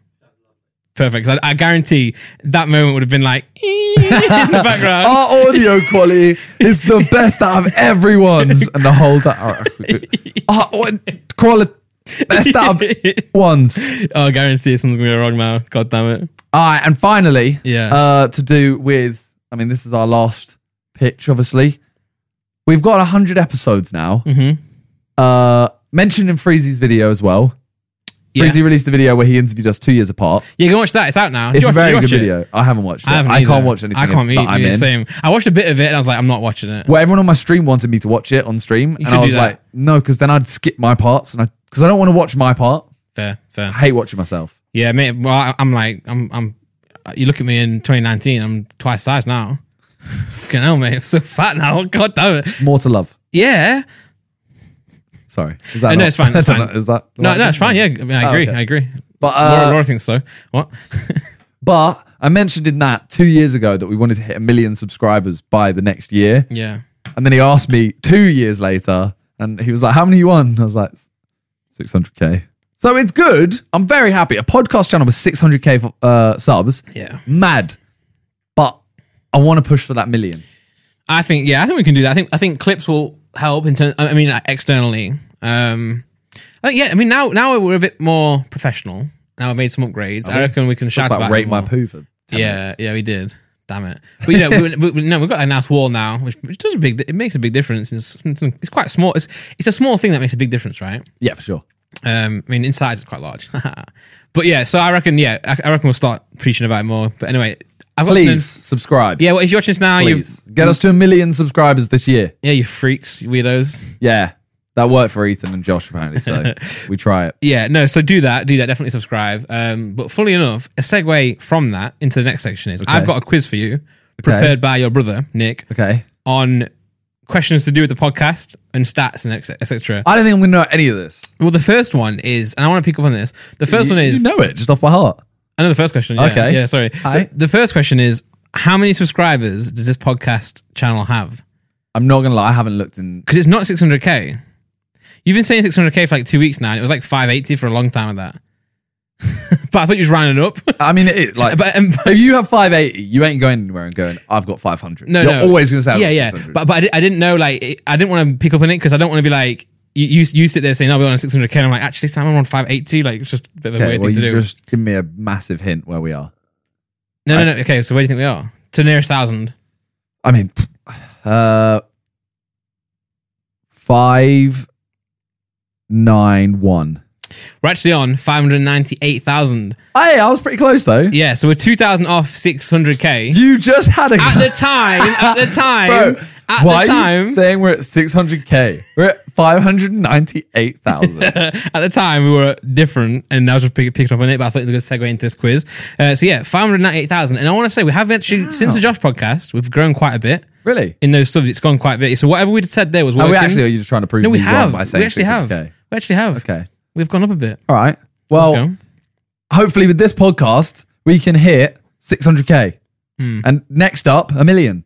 [SPEAKER 1] perfect. 'Cause I, I guarantee that moment would have been like in the background.
[SPEAKER 2] Our audio quality is the best out of everyone's, and the whole time. Our quality, best out of ones.
[SPEAKER 1] Oh, I guarantee something's gonna go wrong now. God damn it.
[SPEAKER 2] All right, and finally,
[SPEAKER 1] Yeah.
[SPEAKER 2] uh, to do with, I mean, this is our last pitch, obviously. We've got 100 episodes now.
[SPEAKER 1] Mm-hmm.
[SPEAKER 2] Uh, mentioned in Freezy's video as well.
[SPEAKER 1] Yeah.
[SPEAKER 2] Freezy released a video where he interviewed us two years apart.
[SPEAKER 1] Yeah, you can watch that. It's out now. Did
[SPEAKER 2] It's
[SPEAKER 1] you
[SPEAKER 2] a
[SPEAKER 1] watch- did
[SPEAKER 2] very
[SPEAKER 1] you
[SPEAKER 2] good
[SPEAKER 1] watch it?
[SPEAKER 2] video. I haven't watched it.
[SPEAKER 1] I,
[SPEAKER 2] I,
[SPEAKER 1] haven't either.
[SPEAKER 2] can't watch anything
[SPEAKER 1] I can't
[SPEAKER 2] that
[SPEAKER 1] either.
[SPEAKER 2] I'm
[SPEAKER 1] yeah,
[SPEAKER 2] in.
[SPEAKER 1] Same. I watched a bit of it and I was like, I'm not watching it.
[SPEAKER 2] Well, everyone on my stream wanted me to watch it on stream, and
[SPEAKER 1] should
[SPEAKER 2] I
[SPEAKER 1] do
[SPEAKER 2] was
[SPEAKER 1] that.
[SPEAKER 2] like, no, because then I'd skip my parts, and I because I don't want to watch my part.
[SPEAKER 1] Fair, fair.
[SPEAKER 2] I hate watching myself.
[SPEAKER 1] Yeah, mate. Well, I, I'm like, I'm, I'm. You look at me in 2019. I'm twice size now. Fucking hell, mate. I'm so fat now. God damn it.
[SPEAKER 2] More to love.
[SPEAKER 1] Yeah.
[SPEAKER 2] Sorry, is that
[SPEAKER 1] Uh, no,
[SPEAKER 2] not-
[SPEAKER 1] it's fine, it's
[SPEAKER 2] I don't
[SPEAKER 1] fine.
[SPEAKER 2] know, Is that
[SPEAKER 1] No, no, it's fine. Yeah, I, mean, I
[SPEAKER 2] Oh,
[SPEAKER 1] agree.
[SPEAKER 2] okay.
[SPEAKER 1] I agree.
[SPEAKER 2] But
[SPEAKER 1] Laura,
[SPEAKER 2] uh,
[SPEAKER 1] Laura thinks so. What?
[SPEAKER 2] but I mentioned in that two years ago that we wanted to hit a million subscribers by the next year,
[SPEAKER 1] yeah.
[SPEAKER 2] and then he asked me two years later, and he was like, "How many you won?" I was like, "600k." So it's good. I'm very happy. A podcast channel with 600k for, uh, subs,
[SPEAKER 1] Yeah.
[SPEAKER 2] mad. But I want to push for that million.
[SPEAKER 1] I think yeah, I think we can do that. I think I think clips will help in terms. I mean, uh, externally. Um, I think, yeah, I mean now now we're a bit more professional. Now we've made some upgrades. I reckon we can shout
[SPEAKER 2] Talk about
[SPEAKER 1] about it
[SPEAKER 2] rate my
[SPEAKER 1] more.
[SPEAKER 2] poo for 10
[SPEAKER 1] Yeah, yeah, we did. Damn it! But you know, we, we, we- no, we've got a nice wall now, which, which does a big. It makes a big difference. It's, it's quite small. It's it's a small thing that makes a big difference, right?
[SPEAKER 2] Yeah, for sure.
[SPEAKER 1] Um, I mean, in size it's quite large. but yeah, so I reckon yeah, I, I reckon we'll start preaching about it more. But anyway, I've got
[SPEAKER 2] Please
[SPEAKER 1] something-
[SPEAKER 2] subscribe.
[SPEAKER 1] Yeah, well, if you're watching this now, you
[SPEAKER 2] Please. Get us to a million subscribers this year.
[SPEAKER 1] yeah, you freaks, you weirdos.
[SPEAKER 2] Yeah. That worked for Ethan and Josh, apparently. So we try it.
[SPEAKER 1] Yeah, no, so do that, do that, definitely subscribe. Um, but fully enough, a segue from that into the next section is I've got a quiz for you prepared by your brother, Nick,
[SPEAKER 2] Okay.
[SPEAKER 1] on questions to do with the podcast and stats and etc.
[SPEAKER 2] I don't think I'm going to know any of this.
[SPEAKER 1] Well, the first one is, and I want to pick up on this. The first
[SPEAKER 2] you,
[SPEAKER 1] one
[SPEAKER 2] you
[SPEAKER 1] is,
[SPEAKER 2] know it just off by heart.
[SPEAKER 1] I know the first question. Yeah,
[SPEAKER 2] Okay.
[SPEAKER 1] Yeah, sorry.
[SPEAKER 2] Hi.
[SPEAKER 1] The, the first question is, how many subscribers does this podcast channel have?
[SPEAKER 2] I'm not going to lie. I haven't looked in.
[SPEAKER 1] Because it's not 600K. You've been saying 600K for like two weeks now, and it was like 580 for a long time with that. but I thought you just rounded up.
[SPEAKER 2] I mean, it is like.
[SPEAKER 1] But, um,
[SPEAKER 2] if you have 580, you ain't going anywhere and going, I've got 500.
[SPEAKER 1] No,
[SPEAKER 2] You're
[SPEAKER 1] no.
[SPEAKER 2] always going to say,
[SPEAKER 1] yeah, yeah. But but I, di- I didn't know like it- I didn't want to pick up on it because I don't want to be like you, you you sit there saying oh we're on 600k. And I'm like actually Sam I'm on 580. Like it's just a bit of a
[SPEAKER 2] okay,
[SPEAKER 1] weird
[SPEAKER 2] well,
[SPEAKER 1] thing
[SPEAKER 2] you
[SPEAKER 1] to do.
[SPEAKER 2] just give me a massive hint where we are.
[SPEAKER 1] no no no. Okay, so where do you think we are? To the nearest thousand.
[SPEAKER 2] I mean, uh, 591.
[SPEAKER 1] We're actually on 598,000.
[SPEAKER 2] Hey, I was pretty close though.
[SPEAKER 1] Yeah, so we're 2,000 off 600k.
[SPEAKER 2] You just had a
[SPEAKER 1] At the time, at the time,
[SPEAKER 2] Bro,
[SPEAKER 1] at
[SPEAKER 2] why
[SPEAKER 1] the
[SPEAKER 2] Are
[SPEAKER 1] time,
[SPEAKER 2] you saying we're at 600k. We're at 598,000.
[SPEAKER 1] at the time we were different, and I was just pick, picking up on it. But I thought it was a good segue into this quiz. Uh, so yeah, 598,000. And I want to say we have actually since the Josh podcast, we've grown quite a bit.
[SPEAKER 2] really?
[SPEAKER 1] in those subs, it's gone quite a bit. So whatever we'd said there was
[SPEAKER 2] Are
[SPEAKER 1] working.
[SPEAKER 2] Oh, we actually are you just trying to prove
[SPEAKER 1] no, we
[SPEAKER 2] me
[SPEAKER 1] have.
[SPEAKER 2] wrong by
[SPEAKER 1] We
[SPEAKER 2] saying
[SPEAKER 1] actually have.
[SPEAKER 2] 600k?
[SPEAKER 1] We actually have.
[SPEAKER 2] Okay. Oh.
[SPEAKER 1] We've gone up a bit.
[SPEAKER 2] All right. Well,
[SPEAKER 1] Go.
[SPEAKER 2] hopefully with this podcast we can hit 600k. And next up, a million.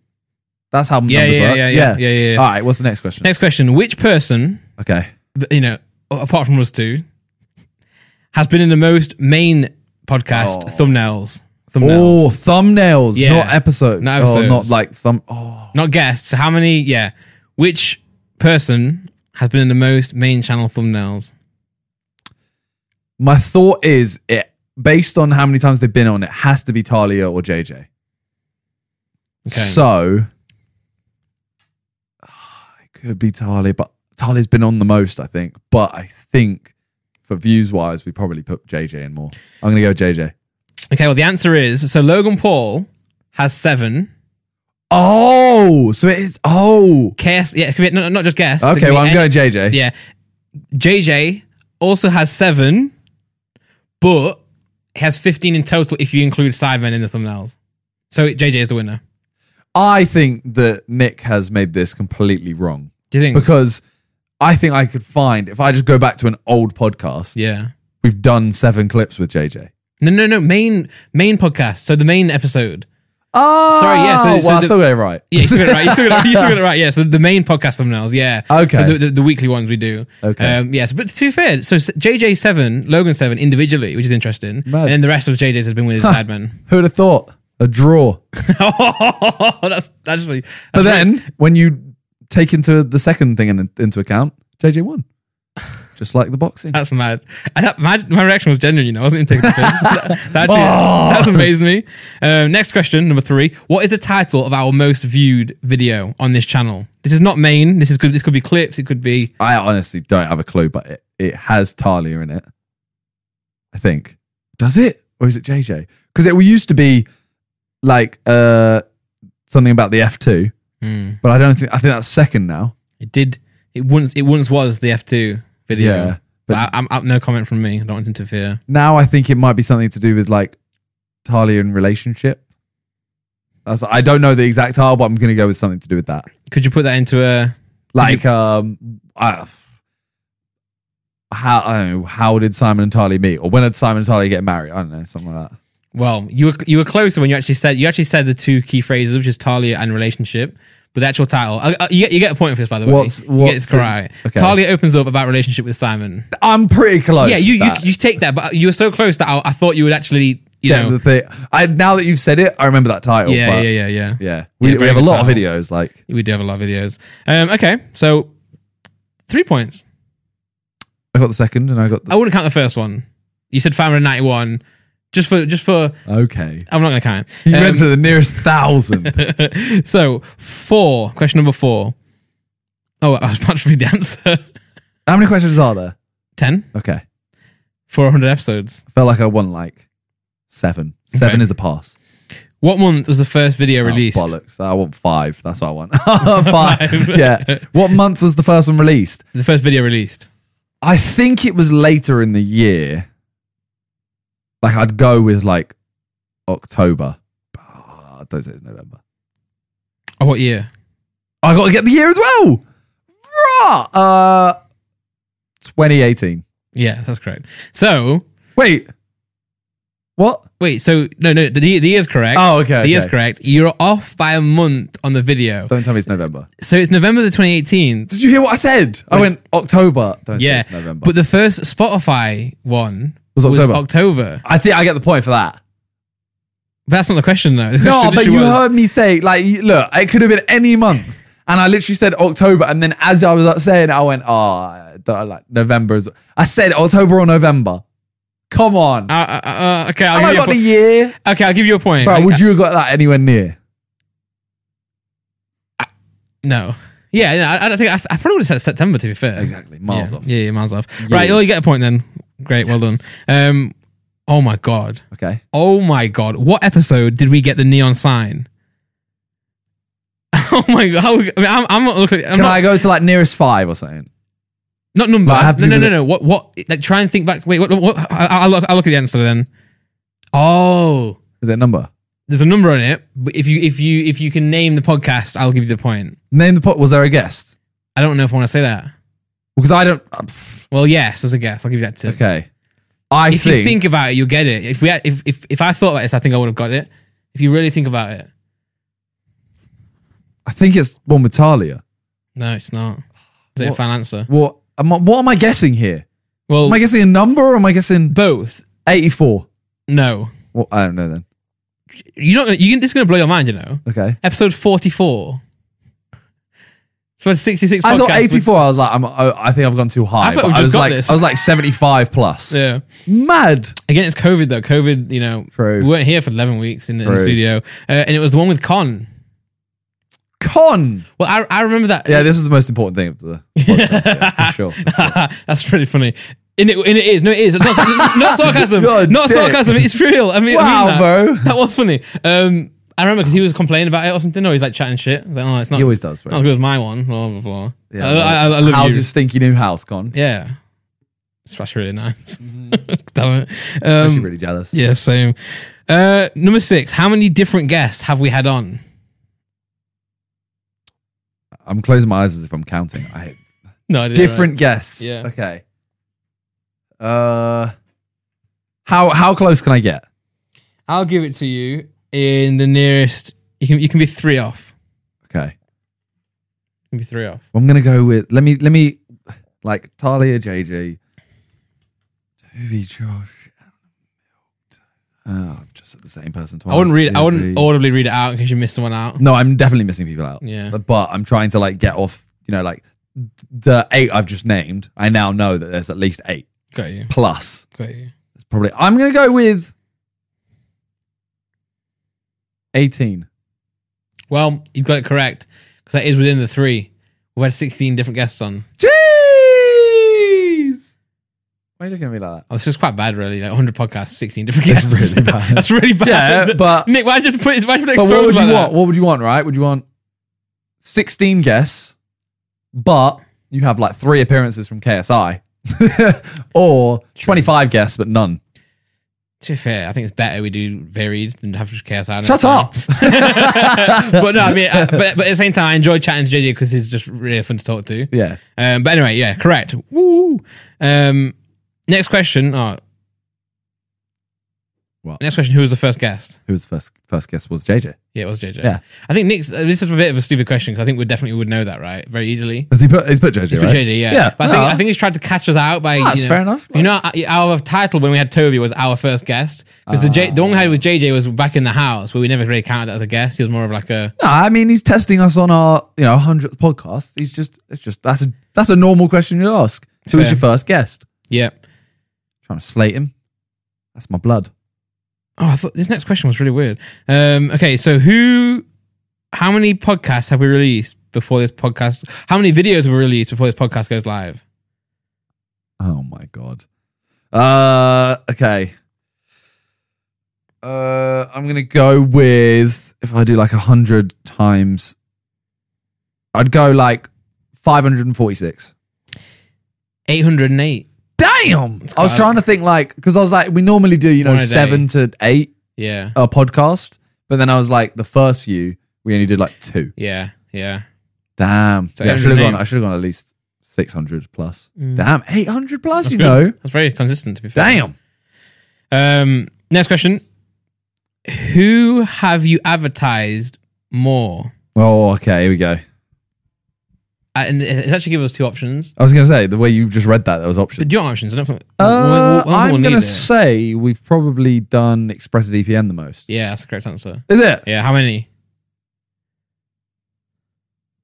[SPEAKER 2] That's how
[SPEAKER 1] Hmm. Yeah,
[SPEAKER 2] numbers
[SPEAKER 1] yeah,
[SPEAKER 2] work.
[SPEAKER 1] yeah, yeah, yeah, yeah, yeah.
[SPEAKER 2] All right, what's the next question?
[SPEAKER 1] Next question: Which person,
[SPEAKER 2] Okay.
[SPEAKER 1] b- you know, a- apart from us two, has been in the most main podcast
[SPEAKER 2] Oh.
[SPEAKER 1] thumbnails? Thumbnails,
[SPEAKER 2] Oh, thumbnails,
[SPEAKER 1] Yeah.
[SPEAKER 2] not episode.
[SPEAKER 1] Not
[SPEAKER 2] Oh, not
[SPEAKER 1] episodes.
[SPEAKER 2] like thumb. Oh,
[SPEAKER 1] not guests. How many? Yeah, which person has been in the most main channel thumbnails?
[SPEAKER 2] My thought is it based on how many times they've been on, it has to be Talia or JJ. So ah, it could be Talia, but Talia's been on the most, I think. But I think for views wise, we probably put JJ in more. I'm gonna go JJ.
[SPEAKER 1] okay, well the answer is so Logan Paul has seven.
[SPEAKER 2] Oh, so it is oh
[SPEAKER 1] KS, yeah, it could be- no, not just guests. It could
[SPEAKER 2] Okay,
[SPEAKER 1] be
[SPEAKER 2] well I'm
[SPEAKER 1] any-
[SPEAKER 2] going JJ.
[SPEAKER 1] Yeah. JJ also has seven, but has 15 in total if you include Sidemen in the thumbnails. So JJ is the winner.
[SPEAKER 2] I think that Nick has made this completely wrong.
[SPEAKER 1] Do you think?
[SPEAKER 2] Because I think I could find if I just go back to an old podcast,
[SPEAKER 1] yeah.
[SPEAKER 2] we've done seven clips with JJ.
[SPEAKER 1] No, no, no. Main main podcast. So the main episode.
[SPEAKER 2] Oh,
[SPEAKER 1] Sorry, yeah, so- so
[SPEAKER 2] well, I
[SPEAKER 1] the-
[SPEAKER 2] still got it right.
[SPEAKER 1] Yeah, you still got it right. You still got it, you still got it right. Yeah, so the main podcast thumbnails, yeah.
[SPEAKER 2] Okay.
[SPEAKER 1] So the, the, the weekly ones we do.
[SPEAKER 2] Okay.
[SPEAKER 1] Um, yes, but to be fair, so JJ7, Logan7 individually, which is interesting.
[SPEAKER 2] Mad.
[SPEAKER 1] And then the rest of JJ's has been with his
[SPEAKER 2] Huh.
[SPEAKER 1] admin.
[SPEAKER 2] Who would have thought? A draw.
[SPEAKER 1] oh, that's, that's really. That's
[SPEAKER 2] But then when you take into the second thing in, into account, JJ won. Just like the boxing.
[SPEAKER 1] That's mad. And that, my, my reaction was genuine, you know. I wasn't even taking the piss. that, that, actually,
[SPEAKER 2] Oh.
[SPEAKER 1] that's amazed me. Um, next question, number three. What is the title of our most viewed video on this channel? This is not main. This is could, this could be clips. It could be.
[SPEAKER 2] I honestly don't have a clue, but it, it has Talia in it. I think. Does it? Or is it JJ? Because it used to be like uh something about the F2,
[SPEAKER 1] Hmm.
[SPEAKER 2] but I don't think I think that's second now.
[SPEAKER 1] it did. It once. It once was the F two video.
[SPEAKER 2] Yeah,
[SPEAKER 1] but
[SPEAKER 2] but-
[SPEAKER 1] I, I'm up. No comment from me. I don't want to interfere.
[SPEAKER 2] Now I think it might be something to do with like Talia and relationship. That's, I don't know the exact title, but I'm going to go with something to do with that.
[SPEAKER 1] Could you put that into a?
[SPEAKER 2] Like, um, I, how I don't know, how did Simon and Talia meet, or when did Simon and Talia get married? I don't know, something like that.
[SPEAKER 1] Well, you were you were closer when you actually said you actually said the two key phrases, which is Talia and relationship. But the actual title, I, I, you, get, you get a point for this, by the way.
[SPEAKER 2] What's-
[SPEAKER 1] you get this
[SPEAKER 2] what's it-
[SPEAKER 1] correct.
[SPEAKER 2] okay.
[SPEAKER 1] Talia opens up about relationship with Simon.
[SPEAKER 2] I'm pretty close.
[SPEAKER 1] yeah, you,
[SPEAKER 2] to
[SPEAKER 1] you
[SPEAKER 2] that.
[SPEAKER 1] you take that, but you were so close that I, I thought you would actually, you
[SPEAKER 2] Yeah,
[SPEAKER 1] know,
[SPEAKER 2] the thing. I now that you've said it, I remember that title.
[SPEAKER 1] yeah,
[SPEAKER 2] but,
[SPEAKER 1] yeah, yeah, yeah,
[SPEAKER 2] yeah. We,
[SPEAKER 1] Yeah,
[SPEAKER 2] we have a
[SPEAKER 1] very
[SPEAKER 2] lot of
[SPEAKER 1] good
[SPEAKER 2] videos. Like,
[SPEAKER 1] We do have a lot of videos. Um, okay, so three points.
[SPEAKER 2] I got the second, and I got the
[SPEAKER 1] I wouldn't count the first one. You said 591. Just for just for,
[SPEAKER 2] okay.
[SPEAKER 1] I'm not gonna count.
[SPEAKER 2] You
[SPEAKER 1] Oh. Um,
[SPEAKER 2] went to the nearest thousand.
[SPEAKER 1] so four question number four. Oh, I was about to read the answer.
[SPEAKER 2] How many questions are there?
[SPEAKER 1] Ten.
[SPEAKER 2] Okay, I
[SPEAKER 1] Four hundred episodes.
[SPEAKER 2] felt like I won like seven. Seven
[SPEAKER 1] Okay.
[SPEAKER 2] is a pass.
[SPEAKER 1] What month was the first video
[SPEAKER 2] Oh,
[SPEAKER 1] released?
[SPEAKER 2] bollocks! I want five. That's what I want. five.
[SPEAKER 1] Five.
[SPEAKER 2] Yeah. What month was the first one released?
[SPEAKER 1] The first video released.
[SPEAKER 2] I think it was later in the year. Like I'd go with like October. Ah, don't say it's November.
[SPEAKER 1] Oh, what year?
[SPEAKER 2] I got to get the year as well. Rah! Uh, 2018.
[SPEAKER 1] Yeah, that's correct. So
[SPEAKER 2] Wait, what?
[SPEAKER 1] wait, so no, no, the, year- the year's correct.
[SPEAKER 2] Oh, okay,
[SPEAKER 1] The year's
[SPEAKER 2] okay.
[SPEAKER 1] correct. You're off by a month on the video.
[SPEAKER 2] Don't tell me it's November.
[SPEAKER 1] So it's November the 2018th.
[SPEAKER 2] Did you hear what I said? I went October. Don't say
[SPEAKER 1] Yeah,
[SPEAKER 2] it's November.
[SPEAKER 1] but the first Spotify one
[SPEAKER 2] Was October.
[SPEAKER 1] October.
[SPEAKER 2] I think I get the point for that.
[SPEAKER 1] But that's not the question though. The
[SPEAKER 2] No,
[SPEAKER 1] question
[SPEAKER 2] but
[SPEAKER 1] literally
[SPEAKER 2] you
[SPEAKER 1] was-
[SPEAKER 2] heard me say like, you- look, it could have been any month, and I literally said October, and then as I was like, saying, I went, ah, oh, like November is. I said October or November. Come on,
[SPEAKER 1] Uh, uh, uh, okay, I'll give you
[SPEAKER 2] have I
[SPEAKER 1] a
[SPEAKER 2] got the
[SPEAKER 1] point.
[SPEAKER 2] year?
[SPEAKER 1] okay, I'll give you a point.
[SPEAKER 2] Bro,
[SPEAKER 1] Like,
[SPEAKER 2] would you have got that anywhere near?
[SPEAKER 1] No. Yeah, no, I, I don't think I, I probably would have said September to be fair.
[SPEAKER 2] Exactly, miles
[SPEAKER 1] Yeah,
[SPEAKER 2] off.
[SPEAKER 1] yeah, yeah, miles off. Right, oh,
[SPEAKER 2] Years.
[SPEAKER 1] you get a point then. Great, well done. Um, oh my god,
[SPEAKER 2] Okay.
[SPEAKER 1] oh my god, what episode did we get the neon sign? Oh my god! How, I mean, I'm, I'm not looking. I'm
[SPEAKER 2] Can
[SPEAKER 1] not,
[SPEAKER 2] I go to like nearest five or something?
[SPEAKER 1] not number.
[SPEAKER 2] But I have to
[SPEAKER 1] no,
[SPEAKER 2] be
[SPEAKER 1] no,
[SPEAKER 2] with
[SPEAKER 1] no,
[SPEAKER 2] it-
[SPEAKER 1] no. What? What? Like, try and think back. Wait, what? what I, I'll look. I'll look at the answer then. Oh,
[SPEAKER 2] Is it a number?
[SPEAKER 1] there's a number on it. But if you, if you, if you can name the podcast, I'll give you the point.
[SPEAKER 2] Name the pot. Was there a guest?
[SPEAKER 1] I don't know if I want to say that.
[SPEAKER 2] Because I don't. uh, pff,
[SPEAKER 1] Well, yes, as a guess, I'll give you that tip.
[SPEAKER 2] Okay. I
[SPEAKER 1] if
[SPEAKER 2] think,
[SPEAKER 1] you think about it, you'll get it. If we had, if, if if I thought about this, I think I would have got it. If you really think about it,
[SPEAKER 2] I think it's one with Talia.
[SPEAKER 1] no, it's not. Is it a
[SPEAKER 2] What?
[SPEAKER 1] final answer?
[SPEAKER 2] What am I, what am I guessing here?
[SPEAKER 1] Well,
[SPEAKER 2] Am I guessing a number or am I guessing
[SPEAKER 1] both.
[SPEAKER 2] 84?
[SPEAKER 1] No,
[SPEAKER 2] Well, I don't know then.
[SPEAKER 1] you're not. Gonna, you this is going to blow your mind. You know,
[SPEAKER 2] Okay.
[SPEAKER 1] episode forty-four. So it's sixty-six.
[SPEAKER 2] I thought
[SPEAKER 1] podcasts with-
[SPEAKER 2] 84. I was like, I'm, oh, I think I've gone too high.
[SPEAKER 1] I thought
[SPEAKER 2] but
[SPEAKER 1] we
[SPEAKER 2] I
[SPEAKER 1] just
[SPEAKER 2] was
[SPEAKER 1] got
[SPEAKER 2] like,
[SPEAKER 1] this.
[SPEAKER 2] I was like 75 plus.
[SPEAKER 1] yeah.
[SPEAKER 2] Mad.
[SPEAKER 1] Again, it's COVID though. COVID, you know,
[SPEAKER 2] True.
[SPEAKER 1] we weren't here for eleven weeks in the, in the
[SPEAKER 2] True.
[SPEAKER 1] studio, uh, and it was the one with Con.
[SPEAKER 2] Con.
[SPEAKER 1] Well, I I remember that.
[SPEAKER 2] Yeah, this is the most important thing of the podcast. yeah, for sure.
[SPEAKER 1] That's pretty funny. And it, and it is. No, it is. Not, not sarcasm.
[SPEAKER 2] You're a
[SPEAKER 1] not
[SPEAKER 2] dick.
[SPEAKER 1] sarcasm. It's real. I mean, I mean
[SPEAKER 2] Wow,
[SPEAKER 1] that.
[SPEAKER 2] bro.
[SPEAKER 1] That was funny. Um, I remember because he was complaining about it or something, or he's like chatting shit. I was like, oh, it's not,
[SPEAKER 2] He always does.
[SPEAKER 1] not as
[SPEAKER 2] bro.
[SPEAKER 1] good as my one. Blah, blah, blah.
[SPEAKER 2] Yeah,
[SPEAKER 1] I, I, I- I love
[SPEAKER 2] How's
[SPEAKER 1] you.
[SPEAKER 2] your stinky new house, Con?
[SPEAKER 1] yeah. It's actually really nice. Damn it.
[SPEAKER 2] I'm
[SPEAKER 1] Um,
[SPEAKER 2] actually Mm-hmm. really jealous.
[SPEAKER 1] yeah, same. Uh, number six. How many different guests have we had on?
[SPEAKER 2] I'm closing my eyes as if I'm counting. I hate
[SPEAKER 1] No, I didn't.
[SPEAKER 2] different guess.
[SPEAKER 1] Yeah.
[SPEAKER 2] Okay. Uh, how how close can I get?
[SPEAKER 1] I'll give it to you. in the nearest. You can you can be three off.
[SPEAKER 2] Okay.
[SPEAKER 1] You can be three off.
[SPEAKER 2] I'm gonna go with let me let me like Talia JG. Toby Josh. Oh, I'm just at the same person twice.
[SPEAKER 1] I wouldn't read. I wouldn't
[SPEAKER 2] Toby.
[SPEAKER 1] audibly read it out in case you missed someone out.
[SPEAKER 2] No, I'm definitely missing people out.
[SPEAKER 1] Yeah.
[SPEAKER 2] But, but I'm trying to like get off, you know, like the eight I've just named. I now know that there's at least eight
[SPEAKER 1] Got you.
[SPEAKER 2] plus.
[SPEAKER 1] Got you.
[SPEAKER 2] It's probably I'm gonna go with 18.
[SPEAKER 1] Well, you've got it correct because that is within the three. We've had sixteen different guests on.
[SPEAKER 2] Jeez! Why are you looking at me like that?
[SPEAKER 1] Oh, this is quite bad, really. Like 100 podcasts, 16 different
[SPEAKER 2] That's
[SPEAKER 1] guests.
[SPEAKER 2] really bad.
[SPEAKER 1] That's really bad.
[SPEAKER 2] Yeah, but-
[SPEAKER 1] Nick, why did you put? Why did you
[SPEAKER 2] But what
[SPEAKER 1] expose
[SPEAKER 2] would you
[SPEAKER 1] like that?
[SPEAKER 2] want? What would you want, right? Would you want 16 guests, but you have like three appearances from KSI? or 25 guests, but none?
[SPEAKER 1] To be fair, I think it's better we do varied than have just chaos out.
[SPEAKER 2] Shut up!
[SPEAKER 1] but no, I mean, uh, but, but at the same time, I enjoy chatting to JJ because he's just really fun to talk to.
[SPEAKER 2] yeah.
[SPEAKER 1] Um, but anyway, yeah, correct. Woo. Um, next question. Oh.
[SPEAKER 2] What?
[SPEAKER 1] Next question. Who was the first guest?
[SPEAKER 2] Who was the first first guest was JJ.
[SPEAKER 1] Yeah, it was JJ.
[SPEAKER 2] Yeah.
[SPEAKER 1] I think Nick's. Uh, this is a bit of a stupid question because I think we definitely would know that, right? Very easily.
[SPEAKER 2] Has he put he's put JJ?
[SPEAKER 1] For
[SPEAKER 2] right?
[SPEAKER 1] JJ, yeah.
[SPEAKER 2] Yeah.
[SPEAKER 1] But I think,
[SPEAKER 2] no.
[SPEAKER 1] I think he's tried to catch us out by.
[SPEAKER 2] Ah, that's
[SPEAKER 1] you know-
[SPEAKER 2] fair enough.
[SPEAKER 1] You know, our- our title when we had Toby was our first guest because the J, the one we had with JJ was back in the house where we never really counted that as a guest. He was more of like a
[SPEAKER 2] No, I mean he's testing us on our you know hundredth podcast. He's just it's just that's a that's a normal question you ask. Who was
[SPEAKER 1] Fair.
[SPEAKER 2] your first guest?
[SPEAKER 1] yeah.
[SPEAKER 2] Trying to slate him. That's my blood.
[SPEAKER 1] Oh, I thought this next question was really weird. Um, okay, so who, how many podcasts have we released before this podcast? How many videos have we released before this podcast goes live?
[SPEAKER 2] Oh my god. Uh okay. Uh I'm gonna go with if I do like a hundred times I'd go like five hundred and forty six.
[SPEAKER 1] Eight hundred and eight.
[SPEAKER 2] Damn! I was
[SPEAKER 1] quite-
[SPEAKER 2] trying to think like because I was like, we normally do, you know,
[SPEAKER 1] One a day.
[SPEAKER 2] seven to eight
[SPEAKER 1] Yeah,
[SPEAKER 2] a podcast. But then I was like, the first few, we only did like two.
[SPEAKER 1] yeah, yeah.
[SPEAKER 2] Damn.
[SPEAKER 1] So
[SPEAKER 2] yeah, I should have
[SPEAKER 1] 808.
[SPEAKER 2] gone. I should have gone at least six hundred plus.
[SPEAKER 1] Mm.
[SPEAKER 2] Damn, eight hundred plus. you
[SPEAKER 1] good.
[SPEAKER 2] know.
[SPEAKER 1] That's very consistent to be fair.
[SPEAKER 2] Damn.
[SPEAKER 1] Um, next question: Who have you advertised more?
[SPEAKER 2] Oh, okay. Here we go.
[SPEAKER 1] Uh, and it- it's actually given us two options.
[SPEAKER 2] I was gonna say the way you just read that, that was
[SPEAKER 1] But
[SPEAKER 2] options.
[SPEAKER 1] do you want options? I don't think.
[SPEAKER 2] Uh,
[SPEAKER 1] I
[SPEAKER 2] I'm gonna
[SPEAKER 1] it.
[SPEAKER 2] say we've probably done ExpressVPN the most.
[SPEAKER 1] yeah, that's the correct answer.
[SPEAKER 2] Is it
[SPEAKER 1] Yeah, how many?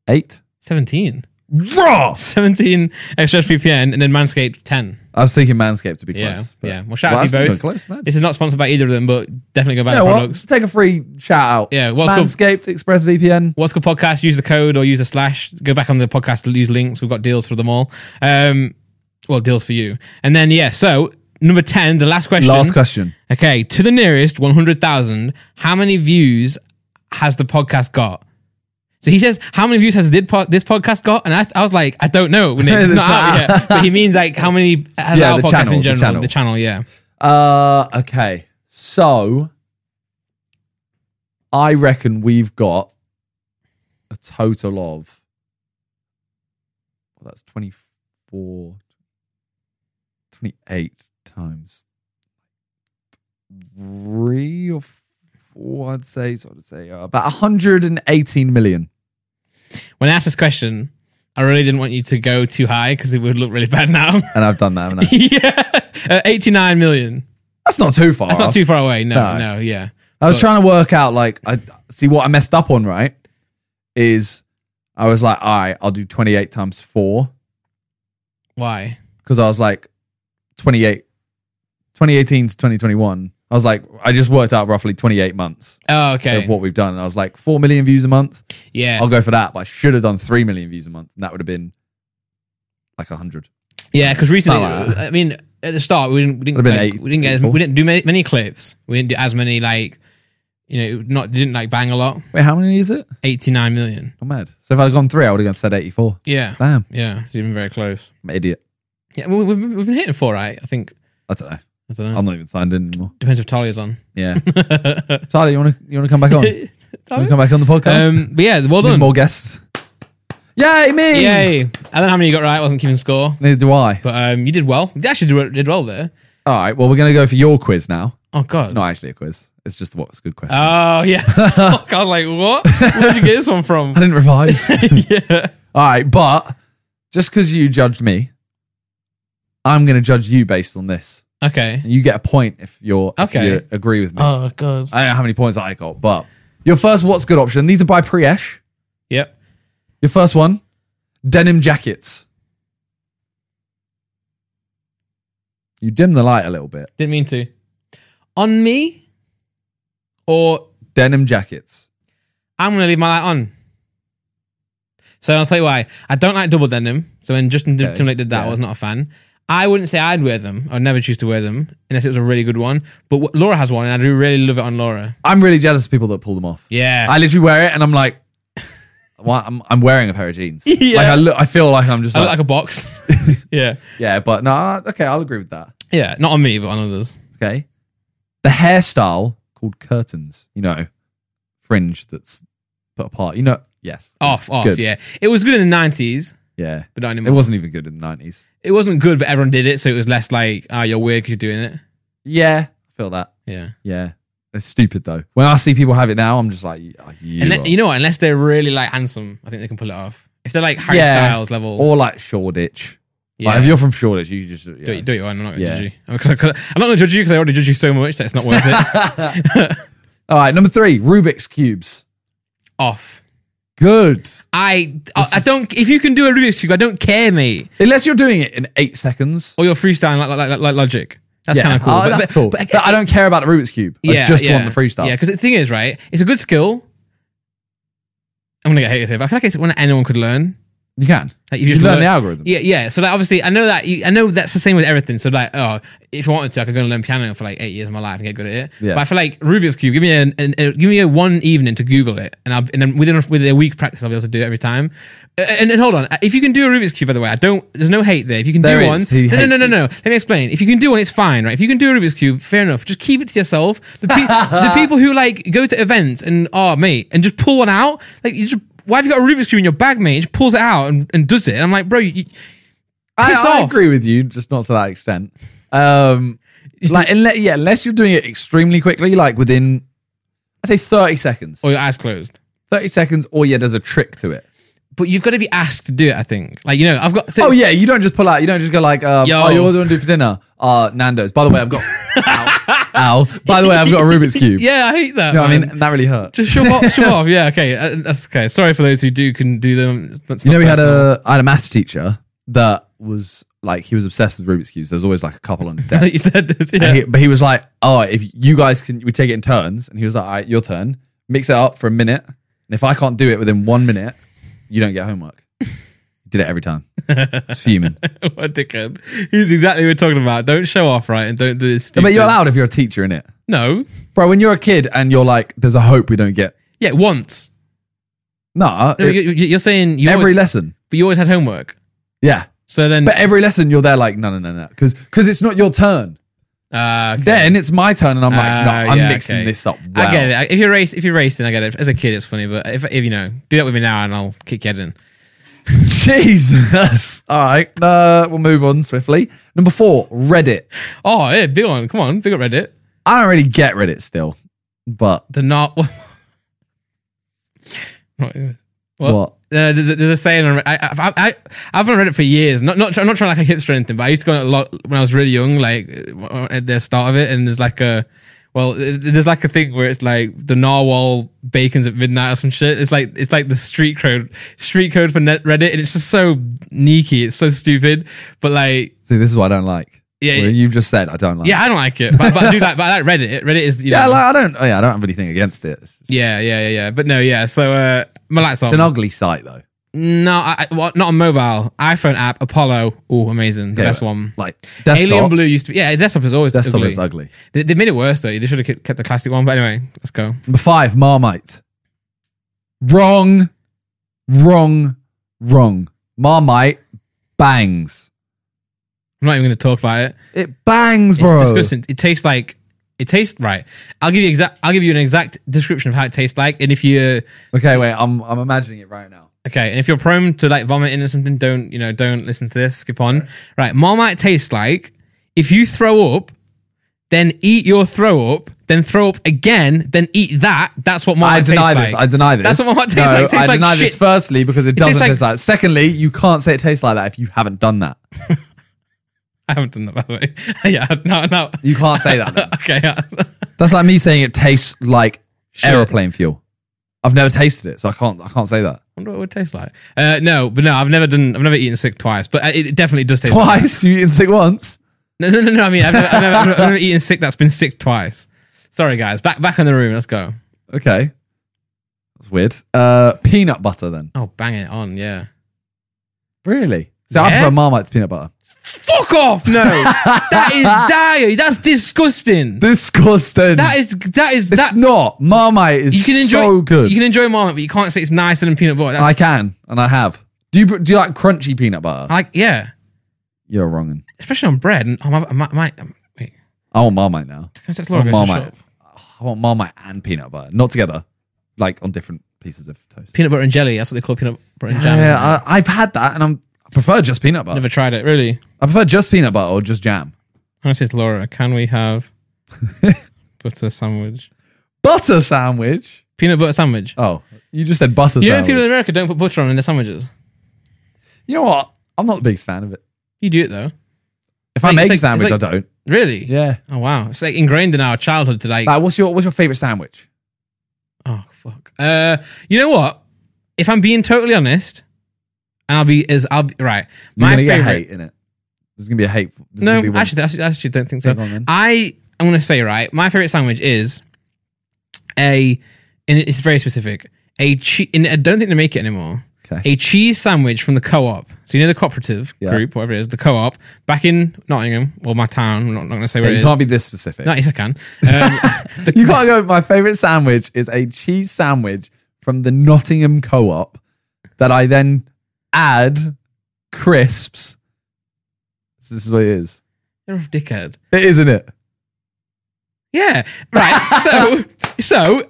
[SPEAKER 2] eight?
[SPEAKER 1] Seventeen.
[SPEAKER 2] Raw.
[SPEAKER 1] 17 ExpressVPN and then Manscaped 10.
[SPEAKER 2] I was thinking Manscaped to be
[SPEAKER 1] Yeah,
[SPEAKER 2] close.
[SPEAKER 1] yeah. Well, shout out to
[SPEAKER 2] that's
[SPEAKER 1] you
[SPEAKER 2] not
[SPEAKER 1] both.
[SPEAKER 2] Close, man.
[SPEAKER 1] This is not sponsored by either of them, but definitely go buy
[SPEAKER 2] Yeah,
[SPEAKER 1] the
[SPEAKER 2] well,
[SPEAKER 1] products.
[SPEAKER 2] take a free shout out.
[SPEAKER 1] Yeah, what's good?
[SPEAKER 2] Manscaped, ExpressVPN.
[SPEAKER 1] What's good podcast? Use the code or use the slash. Go back on the podcast to use links. We've got deals for them all. Um, well, deals for you. And then, yeah, so number 10, the last question.
[SPEAKER 2] Last question.
[SPEAKER 1] Okay, to the nearest 100,000, how many views has the podcast got? So he says, how many views has did po- this podcast got? And I, I was like, I don't know. When it's
[SPEAKER 2] It's
[SPEAKER 1] not out
[SPEAKER 2] not-
[SPEAKER 1] yet. But he means like how many has
[SPEAKER 2] Yeah,
[SPEAKER 1] our
[SPEAKER 2] the
[SPEAKER 1] podcast
[SPEAKER 2] channel,
[SPEAKER 1] in
[SPEAKER 2] the
[SPEAKER 1] general. The channel.
[SPEAKER 2] channel.
[SPEAKER 1] yeah.
[SPEAKER 2] Uh, okay. So I reckon we've got a total of well, that's 24 28 times 3 or 4 I'd say so I'd say uh, about 118 million.
[SPEAKER 1] When I asked this question, I really didn't want you to go too high because it would look really bad now.
[SPEAKER 2] And I've done that, haven't I?
[SPEAKER 1] yeah. Uh, 89 million.
[SPEAKER 2] That's not too far.
[SPEAKER 1] That's not
[SPEAKER 2] off.
[SPEAKER 1] too far away. No, no,
[SPEAKER 2] No.
[SPEAKER 1] yeah.
[SPEAKER 2] I was trying to work out like I see what I messed up on, right? Is I was like, all right, I'll do 28 times four.
[SPEAKER 1] Why?
[SPEAKER 2] Cause I was like 28, 2018 to 2021. I was like, I just worked out roughly 28 months
[SPEAKER 1] Oh, okay.
[SPEAKER 2] of what we've done. And I was like, 4 million views a month.
[SPEAKER 1] Yeah.
[SPEAKER 2] I'll go for that. But I should have done 3 million views a month. And that would have been like 100.
[SPEAKER 1] Yeah, because recently,
[SPEAKER 2] Something like
[SPEAKER 1] I mean, at the start, we didn't, we didn't,
[SPEAKER 2] Would've been
[SPEAKER 1] like,
[SPEAKER 2] eight
[SPEAKER 1] we didn't get, as,
[SPEAKER 2] people.
[SPEAKER 1] we didn't do many, many clips. We didn't do as many like, you know, not didn't like bang a lot.
[SPEAKER 2] Wait, how many is it?
[SPEAKER 1] Eighty nine million.
[SPEAKER 2] I'm mad. So if I'd gone three, I would have gone said 84.
[SPEAKER 1] Yeah,
[SPEAKER 2] Damn,
[SPEAKER 1] yeah, it's even very close.
[SPEAKER 2] I'm an idiot.
[SPEAKER 1] Yeah, we, we've we've been hitting four, right? I think.
[SPEAKER 2] I don't know.
[SPEAKER 1] I don't know.
[SPEAKER 2] I'm not even signed in anymore.
[SPEAKER 1] Depends if Talia's on.
[SPEAKER 2] Yeah. Tyler, you want to you want to come back on? You want to come back on the podcast?
[SPEAKER 1] um, but yeah, well
[SPEAKER 2] With
[SPEAKER 1] done.
[SPEAKER 2] more guests. Yay, me!
[SPEAKER 1] Yay! I don't know how many you got right. I wasn't keeping score,
[SPEAKER 2] Neither do I.
[SPEAKER 1] but um, you did well. You actually did, did well there.
[SPEAKER 2] All right, well, we're going to go for your quiz now.
[SPEAKER 1] Oh god,
[SPEAKER 2] It's not actually a quiz. It's just what's good question.
[SPEAKER 1] Oh yeah. Fuck, I was like, what? Where'd you get this one from?
[SPEAKER 2] I didn't revise.
[SPEAKER 1] yeah.
[SPEAKER 2] All right, but just because you judged me, I'm going to judge you based on this.
[SPEAKER 1] Okay.
[SPEAKER 2] And you get a point if you're if
[SPEAKER 1] Okay.
[SPEAKER 2] you agree with me.
[SPEAKER 1] Oh god.
[SPEAKER 2] I don't know how many points I got, but your first what's good option. These are by Priesh.
[SPEAKER 1] Yep.
[SPEAKER 2] Your first one, denim jackets. You dim the light a little bit.
[SPEAKER 1] Didn't mean to. On me, or
[SPEAKER 2] Denim jackets.
[SPEAKER 1] I'm gonna leave my light on. So I'll tell you why. I don't like double denim. So when Justin
[SPEAKER 2] Okay,
[SPEAKER 1] Timberlake did that, I
[SPEAKER 2] yeah.
[SPEAKER 1] was not a fan. I wouldn't say I'd wear them. I'd never choose to wear them unless it was a really good one. But wh- Laura has one, and I do really love it on Laura.
[SPEAKER 2] I'm really jealous of people that pull them off.
[SPEAKER 1] Yeah.
[SPEAKER 2] I literally wear it and I'm like, well, I'm, I'm wearing a pair of jeans.
[SPEAKER 1] Yeah.
[SPEAKER 2] Like I look, I feel like I'm just
[SPEAKER 1] I look
[SPEAKER 2] like,
[SPEAKER 1] like a box. yeah.
[SPEAKER 2] yeah, but no, I- okay, I'll agree with that.
[SPEAKER 1] Yeah. Not on me, but on others.
[SPEAKER 2] Okay. The hairstyle called curtains, you know, fringe that's put apart. You know, yes.
[SPEAKER 1] Off, off.
[SPEAKER 2] Good.
[SPEAKER 1] Yeah. It was good in the 90s,
[SPEAKER 2] Yeah.
[SPEAKER 1] but not
[SPEAKER 2] It
[SPEAKER 1] anymore.
[SPEAKER 2] wasn't even good in the 90s.
[SPEAKER 1] It, was- not good, but everyone did it. So it was less like, ah, you're weird 'cause you're doing it.
[SPEAKER 2] Yeah. I feel that.
[SPEAKER 1] Yeah.
[SPEAKER 2] Yeah. It's stupid though. When I see people have it now, I'm just like, oh, you,
[SPEAKER 1] and
[SPEAKER 2] are-
[SPEAKER 1] then, you know what? Unless they're really like handsome, I think they can pull it off. If they're like Harry
[SPEAKER 2] Yeah.
[SPEAKER 1] Styles level.
[SPEAKER 2] or like Shoreditch.
[SPEAKER 1] yeah.
[SPEAKER 2] Like if you're from Shoreditch, you just yeah.
[SPEAKER 1] Do it, do it, Ryan. I'm not going to
[SPEAKER 2] Yeah.
[SPEAKER 1] judge you. I'm 'cause I- 'cause I'm not going to judge you because I already judge you so much that it's not worth it.
[SPEAKER 2] All right, number three, Rubik's cubes.
[SPEAKER 1] Off.
[SPEAKER 2] Good.
[SPEAKER 1] I, I,
[SPEAKER 2] This
[SPEAKER 1] I
[SPEAKER 2] is-
[SPEAKER 1] don't. If you can do a Rubik's cube, I don't care, mate.
[SPEAKER 2] Unless you're doing it in eight seconds.
[SPEAKER 1] Or you're freestyling like like, like, like logic. That's kind of cool.
[SPEAKER 2] Oh,
[SPEAKER 1] But-
[SPEAKER 2] that's
[SPEAKER 1] but-
[SPEAKER 2] cool.
[SPEAKER 1] but-
[SPEAKER 2] But I don't care about the Rubik's cube. I just want the freestyle.
[SPEAKER 1] Yeah, because the thing is, right? It's a good skill. I'm gonna get hated here, but I feel like it's one that anyone could learn.
[SPEAKER 2] you can.
[SPEAKER 1] Like
[SPEAKER 2] you
[SPEAKER 1] just
[SPEAKER 2] learn the algorithm.
[SPEAKER 1] Yeah, yeah. So like, obviously, I know that. You, I know that's the same with everything. So like, oh, if I wanted to, I could go and learn piano for like eight years of my life and get good at it.
[SPEAKER 2] Yeah.
[SPEAKER 1] But I feel like Rubik's cube. Give me an, an, a- give me a one evening to Google it, and I'll, and then within a, within a week practice, I'll be able to do it every time. Uh, And, and hold on, if you can do a Rubik's cube, by the way, I don't. There's no hate there. If you can
[SPEAKER 2] There
[SPEAKER 1] do
[SPEAKER 2] is.
[SPEAKER 1] one,
[SPEAKER 2] He
[SPEAKER 1] no, no,
[SPEAKER 2] hates
[SPEAKER 1] no, no,
[SPEAKER 2] you.
[SPEAKER 1] no. Let me explain. If you can do one, it's fine, right? If you can do a Rubik's cube, fair enough. Just keep it to yourself. The, pe- the people who like go to events and oh mate, and just pull one out, like you just. Why have you got a Rubik's cube in your bag, mate? He just pulls it out and, and does it. And I'm like, bro, you,
[SPEAKER 2] I,
[SPEAKER 1] Piss
[SPEAKER 2] I
[SPEAKER 1] off.
[SPEAKER 2] agree with you, just not to that extent. Um, like, unless, yeah, unless you're doing it extremely quickly, like within, I'd say 30 seconds.
[SPEAKER 1] or your eyes closed.
[SPEAKER 2] 30 seconds, or yeah, there's a trick to it.
[SPEAKER 1] But you've got to be asked to do it. I think, like you know, I've got. So,
[SPEAKER 2] Oh, yeah, you don't just pull out. You don't just go like, um,
[SPEAKER 1] Yo.
[SPEAKER 2] oh, you what do you want to do for dinner? Uh, Nando's. By the way, I've got, ow, ow. By the way, I've got a Rubik's Cube.
[SPEAKER 1] yeah, I hate that.
[SPEAKER 2] You know what I
[SPEAKER 1] man.
[SPEAKER 2] mean? And that really hurt.
[SPEAKER 1] just shove off, shove off. Yeah, okay, uh, that's okay. Sorry for those who do can do them. That's
[SPEAKER 2] you know,
[SPEAKER 1] not
[SPEAKER 2] we had
[SPEAKER 1] personal.
[SPEAKER 2] a I had a maths teacher that was like he was obsessed with Rubik's cubes. There was always like a couple on his desk,
[SPEAKER 1] you said this. Yeah.
[SPEAKER 2] And he- but he was like, "Oh, if you guys can, we take it in turns." And he was like, "All right, your turn. Mix it up for a minute, and if I can't do it within one minute, you don't get homework." Did it every time. It's fuming.
[SPEAKER 1] what a dickhead. He's exactly what we're talking about. Don't show off, right? And don't do this.
[SPEAKER 2] but you're
[SPEAKER 1] stupid-
[SPEAKER 2] allowed if you're a teacher in it,
[SPEAKER 1] No.
[SPEAKER 2] bro. When you're a kid and you're like, "There's a hope we don't get."
[SPEAKER 1] Yeah, once.
[SPEAKER 2] Nah,
[SPEAKER 1] No, you- you- You're saying you
[SPEAKER 2] every
[SPEAKER 1] always,
[SPEAKER 2] lesson.
[SPEAKER 1] but you always had homework.
[SPEAKER 2] Yeah,
[SPEAKER 1] So then,
[SPEAKER 2] but every lesson you're there like, "No, no, no, no," because it's not your turn.
[SPEAKER 1] uh, okay.
[SPEAKER 2] Then it's my turn, and I'm like,
[SPEAKER 1] Ah,
[SPEAKER 2] "No, I'm
[SPEAKER 1] yeah,
[SPEAKER 2] mixing
[SPEAKER 1] okay.
[SPEAKER 2] this up."
[SPEAKER 1] I
[SPEAKER 2] well."
[SPEAKER 1] get it. I- If you're race, if you're racing, I get it. As a kid, it's funny, but if, if you know, do that with me now, and I'll kick your head in.
[SPEAKER 2] Jesus. All right. Uh, we'll move on swiftly. Number four, Reddit.
[SPEAKER 1] Oh, yeah, big one. Come on, big up Reddit.
[SPEAKER 2] I don't really get Reddit still, but
[SPEAKER 1] The not. Not even- What?
[SPEAKER 2] What?
[SPEAKER 1] Uh, there's, a, there's a saying on Reddit. I, I, I, I haven't read it for years. Not, not, I'm not trying like a hipster or anything, but I used to go on it a lot when I was really young, like uh, at the start of it. And there's like a, well, it- there's like a thing where it's like the narwhal bacon's at midnight or some shit. It's like it's like the street code, street code for net Reddit, and it's just so neaky. It's so stupid, but like,
[SPEAKER 2] see, this is what I don't like.
[SPEAKER 1] Yeah,
[SPEAKER 2] What
[SPEAKER 1] yeah.
[SPEAKER 2] you've just said I don't like.
[SPEAKER 1] yeah, I don't like it, but, but I do like, but I like Reddit. Reddit is, you know,
[SPEAKER 2] Yeah, like, I don't. Oh, yeah, I don't have anything against it. It's,
[SPEAKER 1] Yeah, yeah, yeah, yeah. But no, yeah. So uh, my lights
[SPEAKER 2] it's an
[SPEAKER 1] on.
[SPEAKER 2] ugly site though.
[SPEAKER 1] no, I, I- well, not on mobile. iPhone app, Apollo. Oh, amazing. The
[SPEAKER 2] Yeah,
[SPEAKER 1] best
[SPEAKER 2] but,
[SPEAKER 1] one.
[SPEAKER 2] Like desktop.
[SPEAKER 1] Alien Blue used to be. Yeah, desktop is always
[SPEAKER 2] desktop
[SPEAKER 1] ugly.
[SPEAKER 2] is ugly.
[SPEAKER 1] They, they made it worse though. They should have kept the classic one. But anyway, let's go.
[SPEAKER 2] Number five, Marmite. Wrong, wrong, wrong. Marmite bangs.
[SPEAKER 1] I'm not even going to talk about it.
[SPEAKER 2] It bangs,
[SPEAKER 1] It's
[SPEAKER 2] bro.
[SPEAKER 1] disgusting. It tastes like it tastes right. I'll give you exact. I'll give you an exact description of how it tastes like. And if you
[SPEAKER 2] Okay, wait. I'm I'm imagining it right now.
[SPEAKER 1] Okay, and if you're prone to like vomiting or something, don't you know? Don't listen to this. Skip on. Right, Marmite tastes like if you throw up, then eat your throw up then throw up again, then eat that. That's what my
[SPEAKER 2] I
[SPEAKER 1] hot tastes
[SPEAKER 2] deny this.
[SPEAKER 1] like.
[SPEAKER 2] I deny this.
[SPEAKER 1] That's what my hot tastes
[SPEAKER 2] No,
[SPEAKER 1] like. It tastes
[SPEAKER 2] I
[SPEAKER 1] like
[SPEAKER 2] deny
[SPEAKER 1] shit.
[SPEAKER 2] this. Firstly, because it
[SPEAKER 1] tastes
[SPEAKER 2] doesn't
[SPEAKER 1] like-
[SPEAKER 2] taste like. Secondly, you can't say it tastes like that if you haven't done that.
[SPEAKER 1] I haven't done that by the way. yeah, no, no.
[SPEAKER 2] You can't say that. then.
[SPEAKER 1] okay. Yeah.
[SPEAKER 2] That's like me saying it tastes like
[SPEAKER 1] Shit.
[SPEAKER 2] aeroplane fuel. I've never tasted it, so I can't. I can't say that.
[SPEAKER 1] wonder what it would taste like. Uh, no, but no, I've never done. I've never eaten sick twice, but uh, it definitely does taste. Like
[SPEAKER 2] Twice you eaten sick once.
[SPEAKER 1] that. no, no, no, no. I mean, I've never, I've, never, I've never eaten sick that's been sick twice. Sorry, guys. Back back in the room. Let's go.
[SPEAKER 2] Okay, that's weird. Uh, peanut butter then.
[SPEAKER 1] Oh, bang it on. Yeah.
[SPEAKER 2] Really? So I
[SPEAKER 1] Yeah.
[SPEAKER 2] prefer Marmite to peanut butter.
[SPEAKER 1] Fuck off. No, that is dire. That's disgusting.
[SPEAKER 2] Disgusting.
[SPEAKER 1] That is that is
[SPEAKER 2] It's
[SPEAKER 1] that.
[SPEAKER 2] not. Marmite is
[SPEAKER 1] You can enjoy.
[SPEAKER 2] so good.
[SPEAKER 1] You can enjoy Marmite, but you can't say it's nicer than peanut butter. That's,
[SPEAKER 2] I can, and I have. Do you do you like crunchy peanut butter?
[SPEAKER 1] I like yeah,
[SPEAKER 2] You're wrong.
[SPEAKER 1] especially on bread. And um, I'm, I'm, I'm, I'm, wait,
[SPEAKER 2] I want Marmite now.
[SPEAKER 1] can I text
[SPEAKER 2] I
[SPEAKER 1] Laura?
[SPEAKER 2] want
[SPEAKER 1] Go to the shop?
[SPEAKER 2] Marmite. I want Marmite and peanut butter, not together, like on different pieces of toast.
[SPEAKER 1] Peanut butter and jelly. That's what they call peanut butter and jam. isn't it?
[SPEAKER 2] Yeah, I, I've had that, and I'm I prefer just peanut butter.
[SPEAKER 1] Never tried it. Really.
[SPEAKER 2] I prefer just peanut butter or just jam.
[SPEAKER 1] I said to Laura, can we have butter sandwich?
[SPEAKER 2] Butter sandwich.
[SPEAKER 1] Peanut butter sandwich.
[SPEAKER 2] Oh, you just said butter
[SPEAKER 1] you know,
[SPEAKER 2] sandwich.
[SPEAKER 1] people in America don't put butter on in their sandwiches.
[SPEAKER 2] you know what? I'm not the biggest fan of it.
[SPEAKER 1] You do it though.
[SPEAKER 2] If
[SPEAKER 1] like-
[SPEAKER 2] I make
[SPEAKER 1] it's
[SPEAKER 2] a
[SPEAKER 1] like-
[SPEAKER 2] sandwich,
[SPEAKER 1] it's
[SPEAKER 2] I don't.
[SPEAKER 1] Really?
[SPEAKER 2] Yeah.
[SPEAKER 1] Oh wow. It's like ingrained in our childhood to like.
[SPEAKER 2] Like, what's your what's your favorite sandwich?
[SPEAKER 1] Oh fuck. Uh, you know what? If I'm being totally honest, and I'll be as I'll be right.
[SPEAKER 2] You're
[SPEAKER 1] My
[SPEAKER 2] gonna get
[SPEAKER 1] favorite.
[SPEAKER 2] hate in it. There's gonna be a hate. there's
[SPEAKER 1] No,
[SPEAKER 2] gonna be one.
[SPEAKER 1] actually, actually, actually, don't think so.
[SPEAKER 2] Yeah, go on then.
[SPEAKER 1] I I'm gonna say right. My favorite sandwich is a, and it's very specific. A che- and I don't think they make it anymore.
[SPEAKER 2] Okay.
[SPEAKER 1] A cheese sandwich from the co-op. So you know the cooperative
[SPEAKER 2] Yeah.
[SPEAKER 1] group, whatever it is, the co-op back in Nottingham or my town. I'm not, not gonna say where
[SPEAKER 2] you
[SPEAKER 1] it is.
[SPEAKER 2] can't be this specific.
[SPEAKER 1] no, yes, I can. Um, the-
[SPEAKER 2] You can't go. My favorite sandwich is a cheese sandwich from the Nottingham Co-op that I then add crisps. This is what it is.
[SPEAKER 1] You're a dickhead.
[SPEAKER 2] It is, isn't it?
[SPEAKER 1] Yeah. Right. so so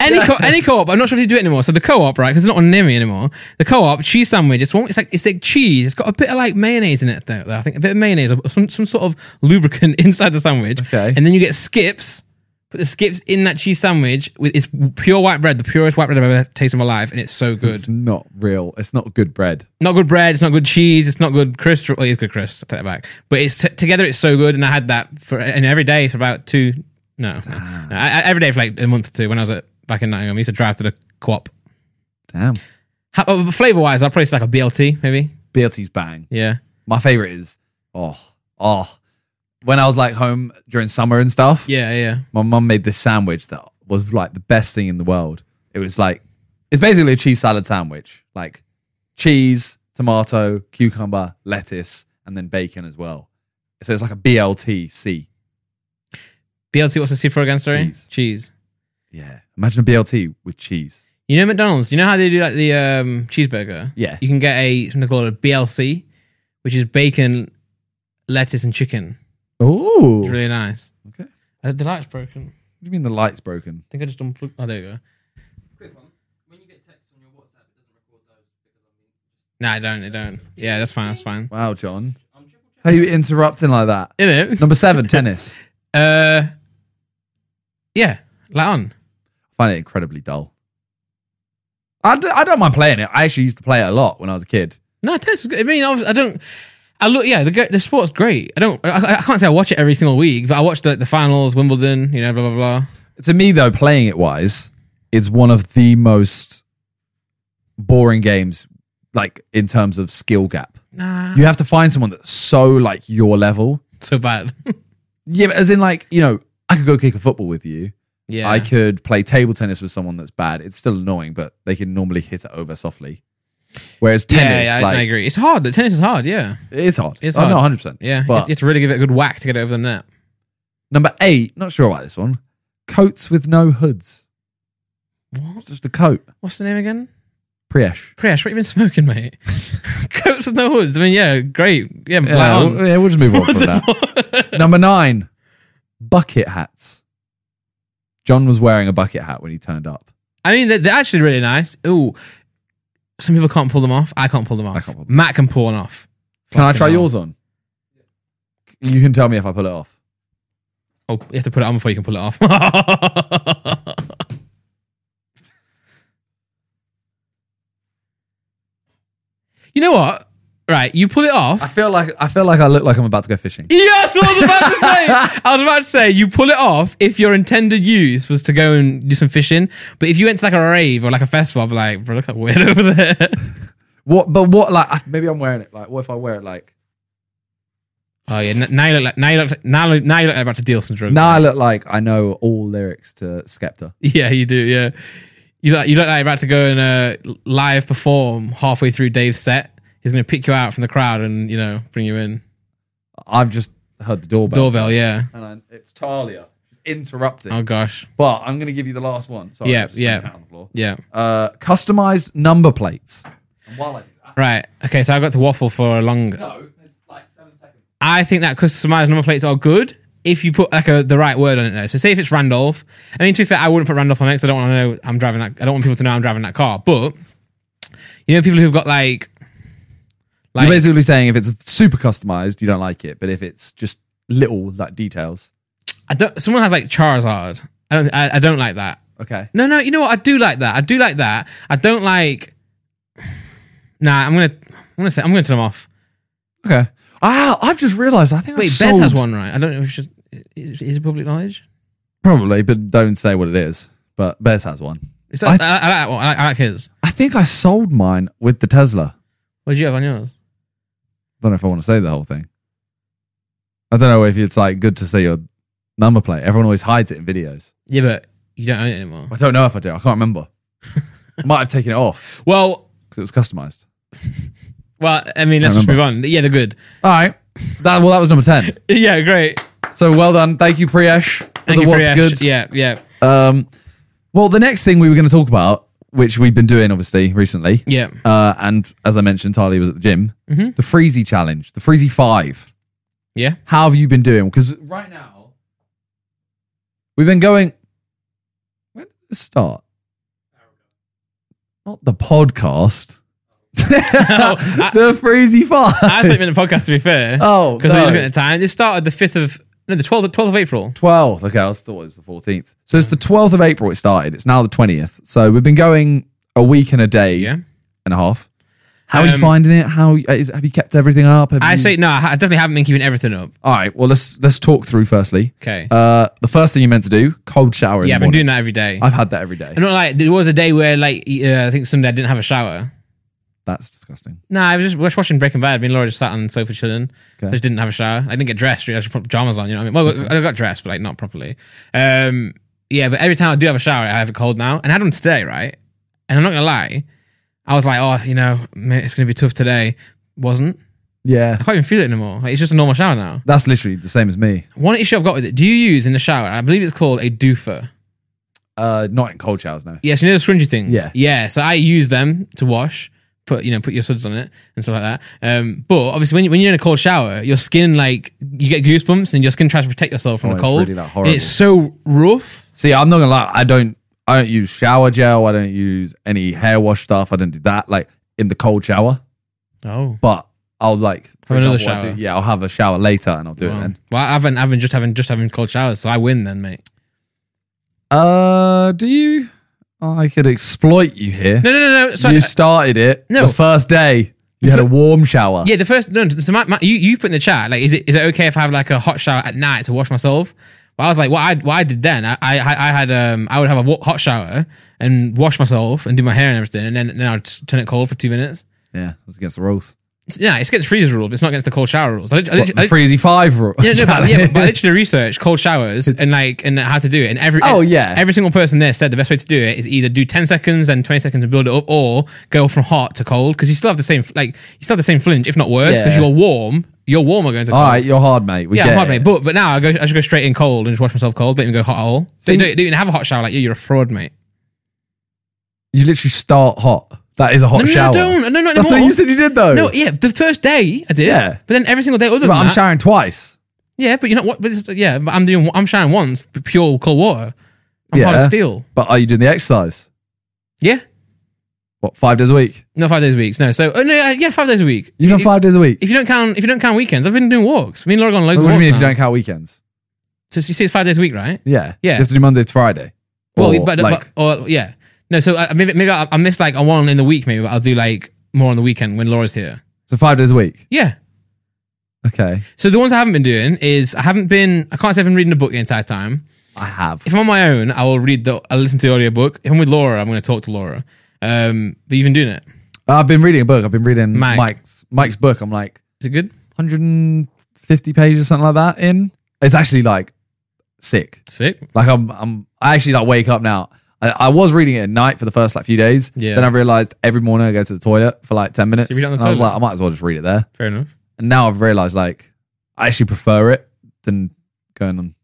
[SPEAKER 1] any co- any co-op. I'm not sure if you do it anymore. So the co-op, right? Because it's not one near me anymore. The co-op cheese sandwich. It's one. It's like it's like cheese. It's got a bit of like mayonnaise in it though. though. I think a bit of mayonnaise or some some sort of lubricant inside the sandwich.
[SPEAKER 2] Okay.
[SPEAKER 1] And then you get skips. Put the skips in that cheese sandwich with it's pure white bread, the purest white bread I've ever tasted in my life, and it's so good.
[SPEAKER 2] It's not real. It's not good bread.
[SPEAKER 1] not good bread, it's not good cheese, it's not good crisp. Well, it is good crisp. I take that back. But it's t- together, it's so good, and I had that for and every day for about two. No, no,
[SPEAKER 2] Ah.
[SPEAKER 1] No, I, I- every day for like a month or two when I was at, back in Nottingham. I used to drive to the co-op.
[SPEAKER 2] Damn.
[SPEAKER 1] flavor wise, I'd probably say like a BLT, maybe.
[SPEAKER 2] BLT's bang.
[SPEAKER 1] Yeah,
[SPEAKER 2] My favorite is oh oh. When I was like home during summer and stuff,
[SPEAKER 1] yeah, yeah.
[SPEAKER 2] my mum made this sandwich that was like the best thing in the world. It was like it's basically a cheese salad sandwich, like cheese, tomato, cucumber, lettuce, and then bacon as well. So it's like a BLTC.
[SPEAKER 1] BLT. What's the C for again? Sorry, cheese.
[SPEAKER 2] Cheese. Yeah, imagine a BLT with cheese.
[SPEAKER 1] You know McDonald's. You know how they do like the um, cheeseburger.
[SPEAKER 2] Yeah.
[SPEAKER 1] you can get a something called a BLC, which is bacon, lettuce, and chicken.
[SPEAKER 2] Oh,
[SPEAKER 1] It's really nice.
[SPEAKER 2] Okay.
[SPEAKER 1] Uh, the light's broken.
[SPEAKER 2] what do you mean the light's broken?
[SPEAKER 1] I think I just unplugged. Oh, there you go. Quick one. When you get texts on your WhatsApp, it doesn't record those. No, I don't. I don't. Yeah, that's fine. That's fine.
[SPEAKER 2] Wow, John, how are you interrupting like that?
[SPEAKER 1] In it.
[SPEAKER 2] Number seven, tennis.
[SPEAKER 1] Uh, yeah. Light on.
[SPEAKER 2] I find it incredibly dull. I d- I don't mind playing it. I actually used to play it a lot when I was a kid.
[SPEAKER 1] No, tennis is good. I mean, obvi- I don't. I look. Yeah, the g- the sport's great. I don't. I, I can't say I watch it every single week, but I watched like the finals, Wimbledon. You know, blah blah blah.
[SPEAKER 2] to me though playing it wise is one of the most boring games like in terms of skill gap
[SPEAKER 1] Nah,
[SPEAKER 2] you have to find someone that's so like your level
[SPEAKER 1] so bad.
[SPEAKER 2] yeah but as in like you know i could go kick a football with you
[SPEAKER 1] yeah,
[SPEAKER 2] i could play table tennis with someone that's bad it's still annoying but they can normally hit it over softly whereas
[SPEAKER 1] yeah,
[SPEAKER 2] tennis
[SPEAKER 1] yeah, I-
[SPEAKER 2] like
[SPEAKER 1] I agree. It's hard. The tennis is hard. Yeah,
[SPEAKER 2] it's hard
[SPEAKER 1] It's
[SPEAKER 2] oh, no,
[SPEAKER 1] hard.
[SPEAKER 2] 100%
[SPEAKER 1] yeah. You
[SPEAKER 2] But-
[SPEAKER 1] have to really give it a good whack to get it over the net.
[SPEAKER 2] number eight not sure about this one coats with no hoods
[SPEAKER 1] What?
[SPEAKER 2] just a coat
[SPEAKER 1] What's the name again?
[SPEAKER 2] priesh
[SPEAKER 1] Priyash, what you been smoking, mate? Coats with no hoods. I mean, yeah, great. Yeah,
[SPEAKER 2] yeah,
[SPEAKER 1] black
[SPEAKER 2] we'll- yeah we'll just move on from that
[SPEAKER 1] on.
[SPEAKER 2] Number nine, bucket hats. John was wearing a bucket hat when he turned up.
[SPEAKER 1] I mean, they're, they're actually really nice. Ooh, some people can't pull them off. I can't pull them off.
[SPEAKER 2] I can't pull them
[SPEAKER 1] Matt can pull one off.
[SPEAKER 2] Can I
[SPEAKER 1] Fucking
[SPEAKER 2] try
[SPEAKER 1] hell.
[SPEAKER 2] yours on? You can tell me if I pull it off.
[SPEAKER 1] Oh, you have to put it on before you can pull it off. That's You know what? Right, you pull it
[SPEAKER 2] I
[SPEAKER 1] off.
[SPEAKER 2] feel like I feel like I look like I'm about to go fishing.
[SPEAKER 1] Yes, I was about to say. I was about to say you pull it off if your intended use was to go and do some fishing. But if you went to like a rave or like a festival, I'd be like, bro, look at that weird over there.
[SPEAKER 2] What? But what? Like I- maybe I'm wearing it. Like what if I wear it? Like
[SPEAKER 1] Oh yeah, n- now you look like now you look like, now, now you look like about to deal some drugs.
[SPEAKER 2] now I look like I know all lyrics to Skepta.
[SPEAKER 1] Yeah, you do. Yeah, you look, you look like you're about to go and uh, live perform halfway through Dave's set. He's going to pick you out from the crowd and you know bring you in.
[SPEAKER 2] I've just heard the doorbell,
[SPEAKER 1] Doorbell, yeah.
[SPEAKER 2] and I, it's Talia She's interrupting.
[SPEAKER 1] Oh gosh,
[SPEAKER 2] But I'm gonna give you the last one. Sorry,
[SPEAKER 1] Yeah,
[SPEAKER 2] I just sat
[SPEAKER 1] yeah.
[SPEAKER 2] down on the floor.
[SPEAKER 1] yeah.
[SPEAKER 2] Uh, customized number plates. And while I do that,
[SPEAKER 1] Right. Okay, so I got to waffle for a long.
[SPEAKER 2] no, it's like seven seconds.
[SPEAKER 1] I think that customized number plates are good if you put like a, the right word on it though. So say if it's Randolph. I mean, to be fair, I wouldn't put Randolph on it because I don't want to know I'm driving that. I don't want people to know I'm driving that car. But you know, people who've got like, like
[SPEAKER 2] You're basically saying if it's super customized, you don't like it. But if it's just little like details,
[SPEAKER 1] I don't. Someone has like Charizard. I don't. I, I don't like that.
[SPEAKER 2] okay.
[SPEAKER 1] No, no. You know what? I do like that. I do like that. I don't like. Nah, I'm gonna. I'm gonna say. I'm gonna turn them off.
[SPEAKER 2] Okay. Ah, I've just realised. I think
[SPEAKER 1] Wait,
[SPEAKER 2] I sold,
[SPEAKER 1] Bez has one, right? I don't know. If we should, is, is it public knowledge?
[SPEAKER 2] probably, but don't say what it is. But Bez has one.
[SPEAKER 1] Is that,
[SPEAKER 2] I-
[SPEAKER 1] I, I like that one. I like, I like his.
[SPEAKER 2] I think I sold mine with the Tesla.
[SPEAKER 1] What do you have on yours?
[SPEAKER 2] don't know if I want to say the whole thing. I don't know if it's like good to say your number plate. Everyone always hides it in videos.
[SPEAKER 1] Yeah, but you don't own it anymore.
[SPEAKER 2] I don't know if I do. I can't remember. I might have taken it off
[SPEAKER 1] Well,
[SPEAKER 2] because it was customized.
[SPEAKER 1] well. I mean, let's
[SPEAKER 2] I
[SPEAKER 1] just move on. Yeah, they're good.
[SPEAKER 2] All right. That, well, that was number 10.
[SPEAKER 1] Yeah, great.
[SPEAKER 2] So well done. Thank you, Priyesh, for
[SPEAKER 1] Thank
[SPEAKER 2] the
[SPEAKER 1] you,
[SPEAKER 2] What's
[SPEAKER 1] Priyesh.
[SPEAKER 2] Good.
[SPEAKER 1] Yeah, yeah,
[SPEAKER 2] Um, well, the next thing we were going to talk about, which we've been doing obviously recently,
[SPEAKER 1] yeah.
[SPEAKER 2] uh, and as I mentioned, Tali was at the gym,
[SPEAKER 1] Mm-hmm.
[SPEAKER 2] the Freezy Challenge, the Freezy Five.
[SPEAKER 1] Yeah.
[SPEAKER 2] How have you been doing? Because right now, we've been going. When did this start? Not the podcast.
[SPEAKER 1] I-
[SPEAKER 2] the Freezy Five.
[SPEAKER 1] I thought you meant the podcast. To be fair,
[SPEAKER 2] oh,
[SPEAKER 1] because we're
[SPEAKER 2] no.
[SPEAKER 1] looking at the time. It started the fifth of no, the twelfth, twelfth of April.
[SPEAKER 2] 12th. Okay, I was thought it was the 14th. So it's the 12th of April it started. It's now the 20th. So we've been going a week and a day
[SPEAKER 1] Yeah.
[SPEAKER 2] and a half. How are you
[SPEAKER 1] Um,
[SPEAKER 2] finding it? How is, have you kept everything up? Have
[SPEAKER 1] I
[SPEAKER 2] you-
[SPEAKER 1] say no. I ha- I definitely haven't been keeping everything up.
[SPEAKER 2] All right. Well, let's let's talk through firstly.
[SPEAKER 1] Okay.
[SPEAKER 2] Uh, the first thing you meant to do: cold shower. In
[SPEAKER 1] yeah, I've been
[SPEAKER 2] the morning.
[SPEAKER 1] doing that every day.
[SPEAKER 2] I've had that every day.
[SPEAKER 1] And not like there was a day where like uh, I think Sunday I didn't have a shower.
[SPEAKER 2] That's disgusting.
[SPEAKER 1] Nah, I was just, was watching Breaking Bad. Me and Laura just sat on the sofa chilling.
[SPEAKER 2] Okay.
[SPEAKER 1] I just didn't have a shower. I didn't get dressed. Really. I just put pajamas on. You know what I mean? Well, I got dressed, but like not properly. Um, yeah, but every time I do have a shower, I have a cold now. And I had one today, right? And I'm not gonna lie, I was like, oh, you know, mate, it's gonna be tough today. Wasn't.
[SPEAKER 2] Yeah,
[SPEAKER 1] I can't even feel it anymore. Like, it's just a normal shower now.
[SPEAKER 2] that's literally the same as me.
[SPEAKER 1] One issue I've got with it: Do you use in the shower? I believe it's called a doofer.
[SPEAKER 2] Uh, not in cold showers now.
[SPEAKER 1] Yes, you know the scrungy things.
[SPEAKER 2] Yeah.
[SPEAKER 1] yeah. So I use them to wash, put you know put your suds on it and stuff like that. Um, but obviously when you, when you're in a cold shower, your skin like you get goosebumps and your skin tries to protect yourself from
[SPEAKER 2] Oh,
[SPEAKER 1] the
[SPEAKER 2] it's
[SPEAKER 1] cold.
[SPEAKER 2] really, like,
[SPEAKER 1] And
[SPEAKER 2] horrible.
[SPEAKER 1] it's so rough.
[SPEAKER 2] See, I'm not gonna lie. I don't. I don't use shower gel. I don't use any hair wash stuff. I don't do that. Like in the cold shower,
[SPEAKER 1] Oh.
[SPEAKER 2] but I'll like for
[SPEAKER 1] Have another
[SPEAKER 2] I
[SPEAKER 1] shower.
[SPEAKER 2] do- yeah, I'll have a shower later and I'll do it
[SPEAKER 1] Well,
[SPEAKER 2] then.
[SPEAKER 1] well, I've been, I've been just having just having cold showers, so I win then, mate.
[SPEAKER 2] Uh, do you? oh, I could exploit you here.
[SPEAKER 1] No, no, no, no. Sorry.
[SPEAKER 2] you started it
[SPEAKER 1] No.
[SPEAKER 2] the first day. You had a warm shower.
[SPEAKER 1] yeah, the first no. So my, my, you you put in the chat like, is it is it okay if I have like a hot shower at night to wash myself? But I was like, what I what I did then, I I, I had um I would have a wa- hot shower and wash myself and do my hair and everything, and then then I'd just turn it cold for two minutes.
[SPEAKER 2] yeah it was against the rules.
[SPEAKER 1] It's, yeah, it's against freezer rules, but it's not against the cold shower rules. I, lit- I,
[SPEAKER 2] What,
[SPEAKER 1] lit- I,
[SPEAKER 2] the Freezy Five rule.
[SPEAKER 1] yeah, no, but, yeah, but I literally researched cold showers and like and how to do it. And every
[SPEAKER 2] Oh,
[SPEAKER 1] and
[SPEAKER 2] yeah.
[SPEAKER 1] every single person there said the best way to do it is either do ten seconds and twenty seconds and build it up, or go from hot to cold because you still have the same like you still have the same flinch, if not worse, because
[SPEAKER 2] Yeah.
[SPEAKER 1] you're warm. You're warmer going to cold.
[SPEAKER 2] All right, you're hard, mate. We
[SPEAKER 1] Yeah,
[SPEAKER 2] get
[SPEAKER 1] I'm hard,
[SPEAKER 2] it.
[SPEAKER 1] mate. But but now I go, I just go straight in cold and just wash myself cold. Don't even go hot at all. They don't, they don't even have a hot shower like you. You're a fraud, mate.
[SPEAKER 2] You literally start hot. That is a hot
[SPEAKER 1] No, no, no,
[SPEAKER 2] shower.
[SPEAKER 1] don't. No, not
[SPEAKER 2] That's what
[SPEAKER 1] anymore.
[SPEAKER 2] you said you did though.
[SPEAKER 1] No, yeah, the first day I did.
[SPEAKER 2] Yeah.
[SPEAKER 1] but then every single day other than
[SPEAKER 2] but I'm
[SPEAKER 1] that,
[SPEAKER 2] showering twice.
[SPEAKER 1] yeah, but you know what? But it's, yeah, but I'm doing. I'm showering once p- pure cold water. I'm hard as
[SPEAKER 2] Yeah.
[SPEAKER 1] steel.
[SPEAKER 2] But are you doing the exercise?
[SPEAKER 1] Yeah,
[SPEAKER 2] What five days a week?
[SPEAKER 1] no, five days a week. No, so oh, no, yeah, yeah, five days a week.
[SPEAKER 2] You've done
[SPEAKER 1] If-
[SPEAKER 2] five days a week.
[SPEAKER 1] If you don't count, if you don't count weekends, I've been doing walks. Me and Laura gone
[SPEAKER 2] What
[SPEAKER 1] loads
[SPEAKER 2] do
[SPEAKER 1] of
[SPEAKER 2] you
[SPEAKER 1] walks
[SPEAKER 2] mean if you
[SPEAKER 1] now.
[SPEAKER 2] don't count weekends?
[SPEAKER 1] So you say it's five days a week, right?
[SPEAKER 2] Yeah.
[SPEAKER 1] Yeah.
[SPEAKER 2] You have to do Monday to Friday.
[SPEAKER 1] Well,
[SPEAKER 2] Or,
[SPEAKER 1] but,
[SPEAKER 2] like,
[SPEAKER 1] but or yeah, no. So uh, maybe maybe I, I miss like a one in the week. Maybe but I'll do like more on the weekend when Laura's here.
[SPEAKER 2] so five days a week.
[SPEAKER 1] Yeah.
[SPEAKER 2] Okay.
[SPEAKER 1] So the ones I haven't been doing is I haven't been. I can't say I've been reading a book the entire time.
[SPEAKER 2] I have.
[SPEAKER 1] If I'm on my own, I will read the. I will listen to the audiobook. If I'm with Laura, I'm going to talk to Laura. Um, but you've been doing it.
[SPEAKER 2] I've been reading a book. I've been reading
[SPEAKER 1] Mike.
[SPEAKER 2] Mike's Mike's book. I'm like
[SPEAKER 1] Is it good?
[SPEAKER 2] 150 pages or something like that in. It's actually like sick.
[SPEAKER 1] Sick.
[SPEAKER 2] Like I'm I'm I actually like wake up now. I, I was reading it at night for the first like few days.
[SPEAKER 1] Yeah.
[SPEAKER 2] Then I realized every morning I go to the toilet for like 10 minutes.
[SPEAKER 1] So you read it on the
[SPEAKER 2] and I was
[SPEAKER 1] toilet?
[SPEAKER 2] like, I might as well just read it there.
[SPEAKER 1] Fair enough.
[SPEAKER 2] And now I've realized like I actually prefer it than going on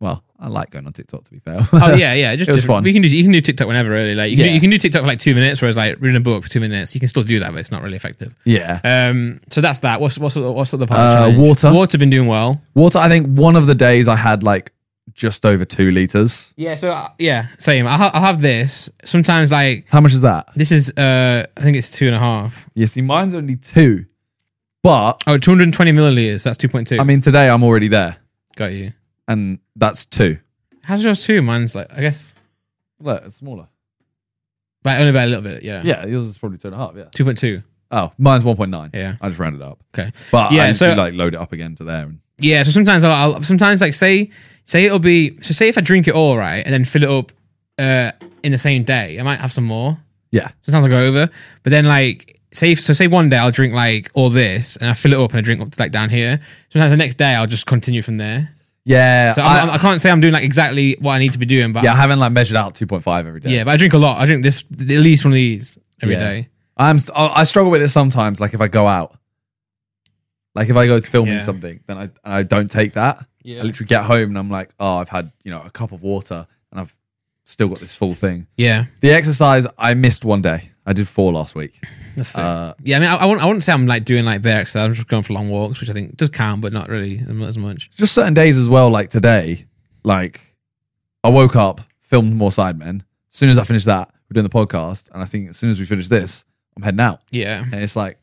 [SPEAKER 2] well, I like going on TikTok to be fair.
[SPEAKER 1] Oh yeah, yeah. Just,
[SPEAKER 2] It was
[SPEAKER 1] just
[SPEAKER 2] fun.
[SPEAKER 1] We can do you can do TikTok whenever really. Like you can, do,
[SPEAKER 2] Yeah.
[SPEAKER 1] you can do TikTok for like two minutes, whereas like reading a book for two minutes, you can still do that, but it's not really effective.
[SPEAKER 2] yeah.
[SPEAKER 1] Um, so that's that. What's what's the- what's the part?
[SPEAKER 2] Uh,
[SPEAKER 1] challenge?
[SPEAKER 2] water.
[SPEAKER 1] Water been doing well.
[SPEAKER 2] Water, I think one of the days I had like just over two liters.
[SPEAKER 1] Yeah. So uh, yeah, same. I ha- I have this sometimes. Like
[SPEAKER 2] How much is that?
[SPEAKER 1] this is uh, I think it's two and a half.
[SPEAKER 2] You see, mine's only two. But
[SPEAKER 1] Oh, 220 milliliters. That's two point two.
[SPEAKER 2] I mean, today I'm already there,
[SPEAKER 1] got you.
[SPEAKER 2] and that's two.
[SPEAKER 1] How's yours too? Mine's like I guess,
[SPEAKER 2] Look, it's smaller.
[SPEAKER 1] but only by a little bit. Yeah.
[SPEAKER 2] Yeah, yours is probably two and a half. Yeah.
[SPEAKER 1] Two point two.
[SPEAKER 2] Oh, mine's one point nine.
[SPEAKER 1] Yeah.
[SPEAKER 2] I just rounded up.
[SPEAKER 1] Okay.
[SPEAKER 2] But
[SPEAKER 1] Yeah,
[SPEAKER 2] I usually
[SPEAKER 1] so-
[SPEAKER 2] like load it up again to there. And,
[SPEAKER 1] Yeah, so sometimes I'll, I'll sometimes like say say it'll be so say if I drink it all right and then fill it up uh in the same day, I might have some more.
[SPEAKER 2] yeah.
[SPEAKER 1] Sometimes I'll go over, but then like say so say one day I'll drink like all this and I fill it up and I drink up to like down here. Sometimes the next day I'll just continue from there.
[SPEAKER 2] Yeah.
[SPEAKER 1] So I'm,
[SPEAKER 2] I,
[SPEAKER 1] I'm, I am i can not say I'm doing like exactly what I need to be doing, but
[SPEAKER 2] yeah,
[SPEAKER 1] yeah,
[SPEAKER 2] I haven't like measured out two point five every day.
[SPEAKER 1] but I drink a lot. I drink this at least one of these every day.
[SPEAKER 2] Yeah. I'm. st- I I struggle with it sometimes. Like if I go out, like if I go to filming
[SPEAKER 1] Yeah.
[SPEAKER 2] something, then I and I don't take that.
[SPEAKER 1] Yeah.
[SPEAKER 2] I literally get home and I'm like, oh, I've had you know a cup of water and I've still got this full thing.
[SPEAKER 1] Yeah,
[SPEAKER 2] The exercise I missed one day. I did four last week.
[SPEAKER 1] that's sick.
[SPEAKER 2] Uh,
[SPEAKER 1] yeah, I mean, I, I, wouldn't, I wouldn't say I'm like doing like there because I'm just going for long walks, which I think does count, but not really as much.
[SPEAKER 2] just certain days as well. Like today, like I woke up, filmed more Sidemen. As soon as I finished that, we're doing the podcast, and I think as soon as we finish this, I'm heading out.
[SPEAKER 1] Yeah,
[SPEAKER 2] And it's like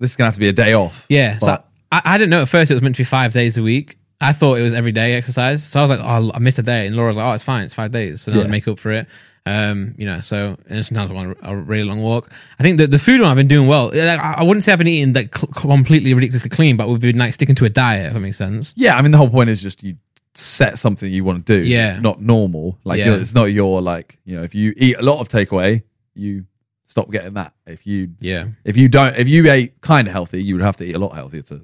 [SPEAKER 2] this is gonna have to be a day off.
[SPEAKER 1] Yeah. So
[SPEAKER 2] But-
[SPEAKER 1] I, I didn't know at first it was meant to be five days a week. I thought it was every day exercise. So I was like, oh, I missed a day. And Laura was like, oh, it's fine. It's five days. So then I'll
[SPEAKER 2] Yeah.
[SPEAKER 1] make up for it. Um, you know, so and sometimes I want a really long walk. I think that the food one I've been doing well. Like, I I wouldn't say I've been eating like cl- completely ridiculously clean, but we've been like sticking to a diet, if that makes sense.
[SPEAKER 2] Yeah, I mean the whole point is just you set something you want to do.
[SPEAKER 1] Yeah.
[SPEAKER 2] it's not normal. Like
[SPEAKER 1] Yeah.
[SPEAKER 2] you're- it's not your like you know if you eat a lot of takeaway, you stop getting that. If you
[SPEAKER 1] Yeah.
[SPEAKER 2] if you don't if you ate kind of healthy, you would have to eat a lot healthier to.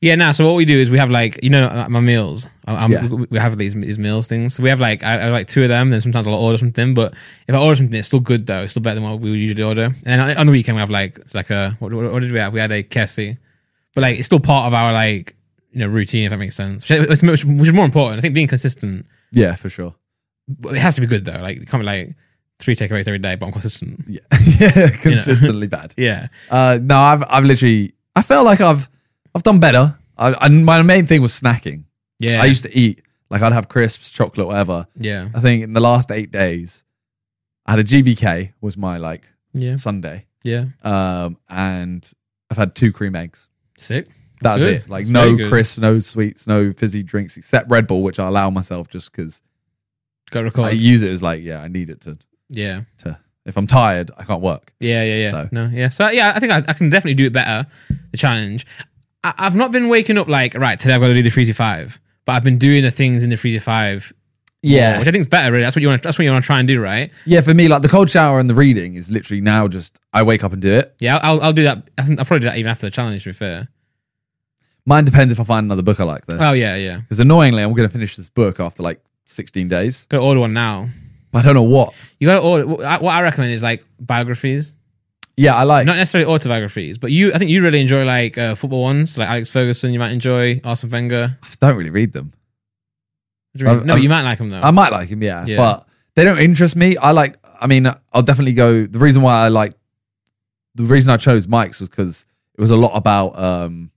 [SPEAKER 1] Yeah, now so what we do is we have like you know uh, my meals. I- I'm,
[SPEAKER 2] Yeah.
[SPEAKER 1] we- We have these these meals things. So we have like I, I have, like two of them. Then sometimes I'll order something, but if I order something, it's still good though. It's still better than what we would usually order. And then on- on the weekend we have like it's like a what, what, what did we have? We had a KFC, but like it's still part of our like you know routine if that makes sense. Which, is- which, which is more important. I think being consistent.
[SPEAKER 2] Yeah, for sure.
[SPEAKER 1] But it has to be good though. Like it can't be like three takeaways every day, but I'm consistent.
[SPEAKER 2] Yeah, yeah, consistently bad.
[SPEAKER 1] Yeah,
[SPEAKER 2] Uh, no, I've I've literally I felt like I've I've done better. I, I my main thing was snacking.
[SPEAKER 1] yeah,
[SPEAKER 2] I used to eat like I'd have crisps, chocolate, whatever.
[SPEAKER 1] yeah,
[SPEAKER 2] I think in the last eight days, I had a GBK was my like
[SPEAKER 1] yeah,
[SPEAKER 2] Sunday,
[SPEAKER 1] yeah.
[SPEAKER 2] um, and I've had two cream eggs.
[SPEAKER 1] Sick.
[SPEAKER 2] That's
[SPEAKER 1] good.
[SPEAKER 2] it. Like
[SPEAKER 1] That's very
[SPEAKER 2] no
[SPEAKER 1] good.
[SPEAKER 2] crisps, no sweets, no fizzy drinks except Red Bull, which I allow myself just because
[SPEAKER 1] Got
[SPEAKER 2] I
[SPEAKER 1] record.
[SPEAKER 2] use it as like yeah, I need it to
[SPEAKER 1] Yeah.
[SPEAKER 2] to. If I'm tired, I can't work.
[SPEAKER 1] Yeah, yeah, yeah.
[SPEAKER 2] So-
[SPEAKER 1] No, yeah. So yeah, I think I, I can definitely do it better. The challenge. I, I've not been waking up like right today. I've got to do the three to five, but I've been doing the things in the three to five. more, which I think is better. Really, that's what you want. That's what you want to try and do, right?
[SPEAKER 2] Yeah, for me, like the cold shower and the reading is literally now just I wake up and do it.
[SPEAKER 1] Yeah, I'll, I'll do that. I think I'll probably do that even after the challenge. To be fair.
[SPEAKER 2] Mine depends if I find another book I like though.
[SPEAKER 1] Oh yeah, yeah.
[SPEAKER 2] Because annoyingly, I'm going to finish this book after like 16 days.
[SPEAKER 1] Got to order one now.
[SPEAKER 2] But I don't know what.
[SPEAKER 1] You got to order. What I- what I recommend is like biographies,
[SPEAKER 2] Yeah, I like.
[SPEAKER 1] not necessarily autobiographies, but you. I think you really enjoy like uh, football ones, like Alex Ferguson. You might enjoy Arsene Wenger.
[SPEAKER 2] I don't really read them.
[SPEAKER 1] What do you mean?
[SPEAKER 2] I've-
[SPEAKER 1] no,
[SPEAKER 2] I've-
[SPEAKER 1] you might like them though.
[SPEAKER 2] I might like them, yeah,
[SPEAKER 1] Yeah.
[SPEAKER 2] But they don't interest me. I like. I mean, I'll definitely go. The reason why I like. The reason I chose Mike's was because it was a lot about. um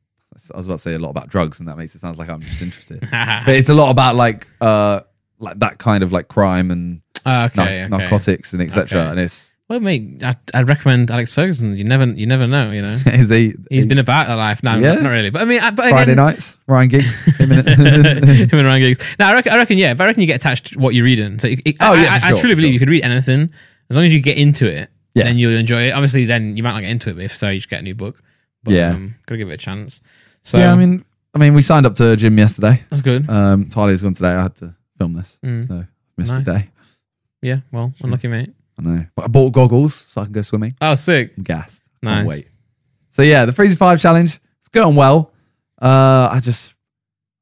[SPEAKER 2] I was about to say a lot about drugs, and that makes it sound like I'm just interested. but it's a lot about like uh like that kind of like crime and
[SPEAKER 1] Ah, okay,
[SPEAKER 2] nar-
[SPEAKER 1] okay.
[SPEAKER 2] narcotics and etc.
[SPEAKER 1] Okay.
[SPEAKER 2] And it's
[SPEAKER 1] Well, mate, I'd, I'd recommend Alex Ferguson. You never, you never know. You know,
[SPEAKER 2] Is he
[SPEAKER 1] he's been about that life. No,
[SPEAKER 2] Yeah.
[SPEAKER 1] not, not really. But I mean, I, but
[SPEAKER 2] Friday
[SPEAKER 1] again,
[SPEAKER 2] nights? Ryan Giggs. Him in it.
[SPEAKER 1] him and Ryan Giggs. No, I reckon, I reckon, yeah. But I reckon you get attached to what you're reading. So it, it-
[SPEAKER 2] Oh,
[SPEAKER 1] I,
[SPEAKER 2] yeah, for
[SPEAKER 1] I, I truly
[SPEAKER 2] sure, for
[SPEAKER 1] believe
[SPEAKER 2] sure.
[SPEAKER 1] you could read anything as long as you get into it.
[SPEAKER 2] Yeah.
[SPEAKER 1] Then you'll enjoy it. Obviously, then you might not get into it, but if so, you just get a new book. But,
[SPEAKER 2] Yeah.
[SPEAKER 1] um, gotta give it a chance. So
[SPEAKER 2] yeah, I mean, I mean, we signed up to a gym yesterday.
[SPEAKER 1] that's good.
[SPEAKER 2] Um, Tyler's gone today. I had to film this,
[SPEAKER 1] Mm.
[SPEAKER 2] so missed
[SPEAKER 1] Nice.
[SPEAKER 2] a day.
[SPEAKER 1] Yeah, well, unlucky mate.
[SPEAKER 2] I know, but I bought goggles so I can go swimming.
[SPEAKER 1] Oh, sick.
[SPEAKER 2] I'm gassed.
[SPEAKER 1] Nice.
[SPEAKER 2] Can't wait. So yeah, the Freezy Five challenge. It's going well. Uh, I just,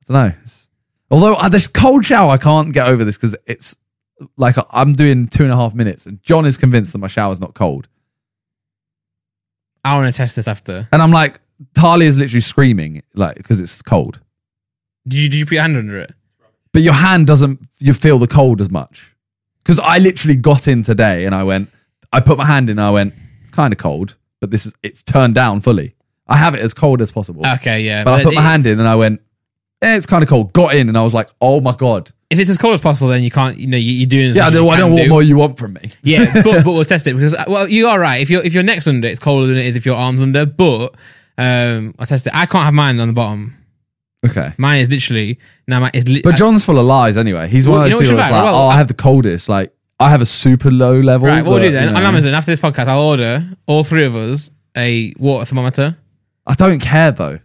[SPEAKER 2] I don't know. It's- although uh, this cold shower, I can't get over this because it's like I- I'm doing two and a half minutes, and John is convinced that my shower's not cold,
[SPEAKER 1] I want to test this after.
[SPEAKER 2] and I'm like, Talia is literally screaming like because it's cold,
[SPEAKER 1] Did you did you put your hand under it?
[SPEAKER 2] but your hand doesn't. You feel the cold as much because I literally got in today, and I went, I put my hand in, and I went, it's kind of cold, but this is it's turned down fully. I have it as cold as possible.
[SPEAKER 1] Okay, yeah.
[SPEAKER 2] But I put my
[SPEAKER 1] it-
[SPEAKER 2] hand in and I went, eh, it's kind of cold. Got in and I was like, oh my God.
[SPEAKER 1] If it's as cold as possible, then you can't. You know, you, you're doing. As
[SPEAKER 2] Yeah,
[SPEAKER 1] much
[SPEAKER 2] I
[SPEAKER 1] as
[SPEAKER 2] don't,
[SPEAKER 1] you
[SPEAKER 2] I don't
[SPEAKER 1] can
[SPEAKER 2] know what
[SPEAKER 1] do.
[SPEAKER 2] more you want from me.
[SPEAKER 1] Yeah, but, but we'll test it because uh, well, you are right. If your if your neck's under, it's colder than it is if your arms under. But um, I'll test it. I can't have mine on the bottom.
[SPEAKER 2] Okay.
[SPEAKER 1] Mine is literally now. Mine is li-
[SPEAKER 2] But John's full of lies anyway. He's
[SPEAKER 1] Well,
[SPEAKER 2] one
[SPEAKER 1] you
[SPEAKER 2] of
[SPEAKER 1] know what
[SPEAKER 2] those people
[SPEAKER 1] you
[SPEAKER 2] that's
[SPEAKER 1] should
[SPEAKER 2] like,
[SPEAKER 1] buy? Well,
[SPEAKER 2] oh, I have the coldest. Like, I have a super low level.
[SPEAKER 1] right. What we'll
[SPEAKER 2] that,
[SPEAKER 1] do then
[SPEAKER 2] you know,
[SPEAKER 1] on Amazon after this podcast, I'll order all three of us a water thermometer.
[SPEAKER 2] I don't care though.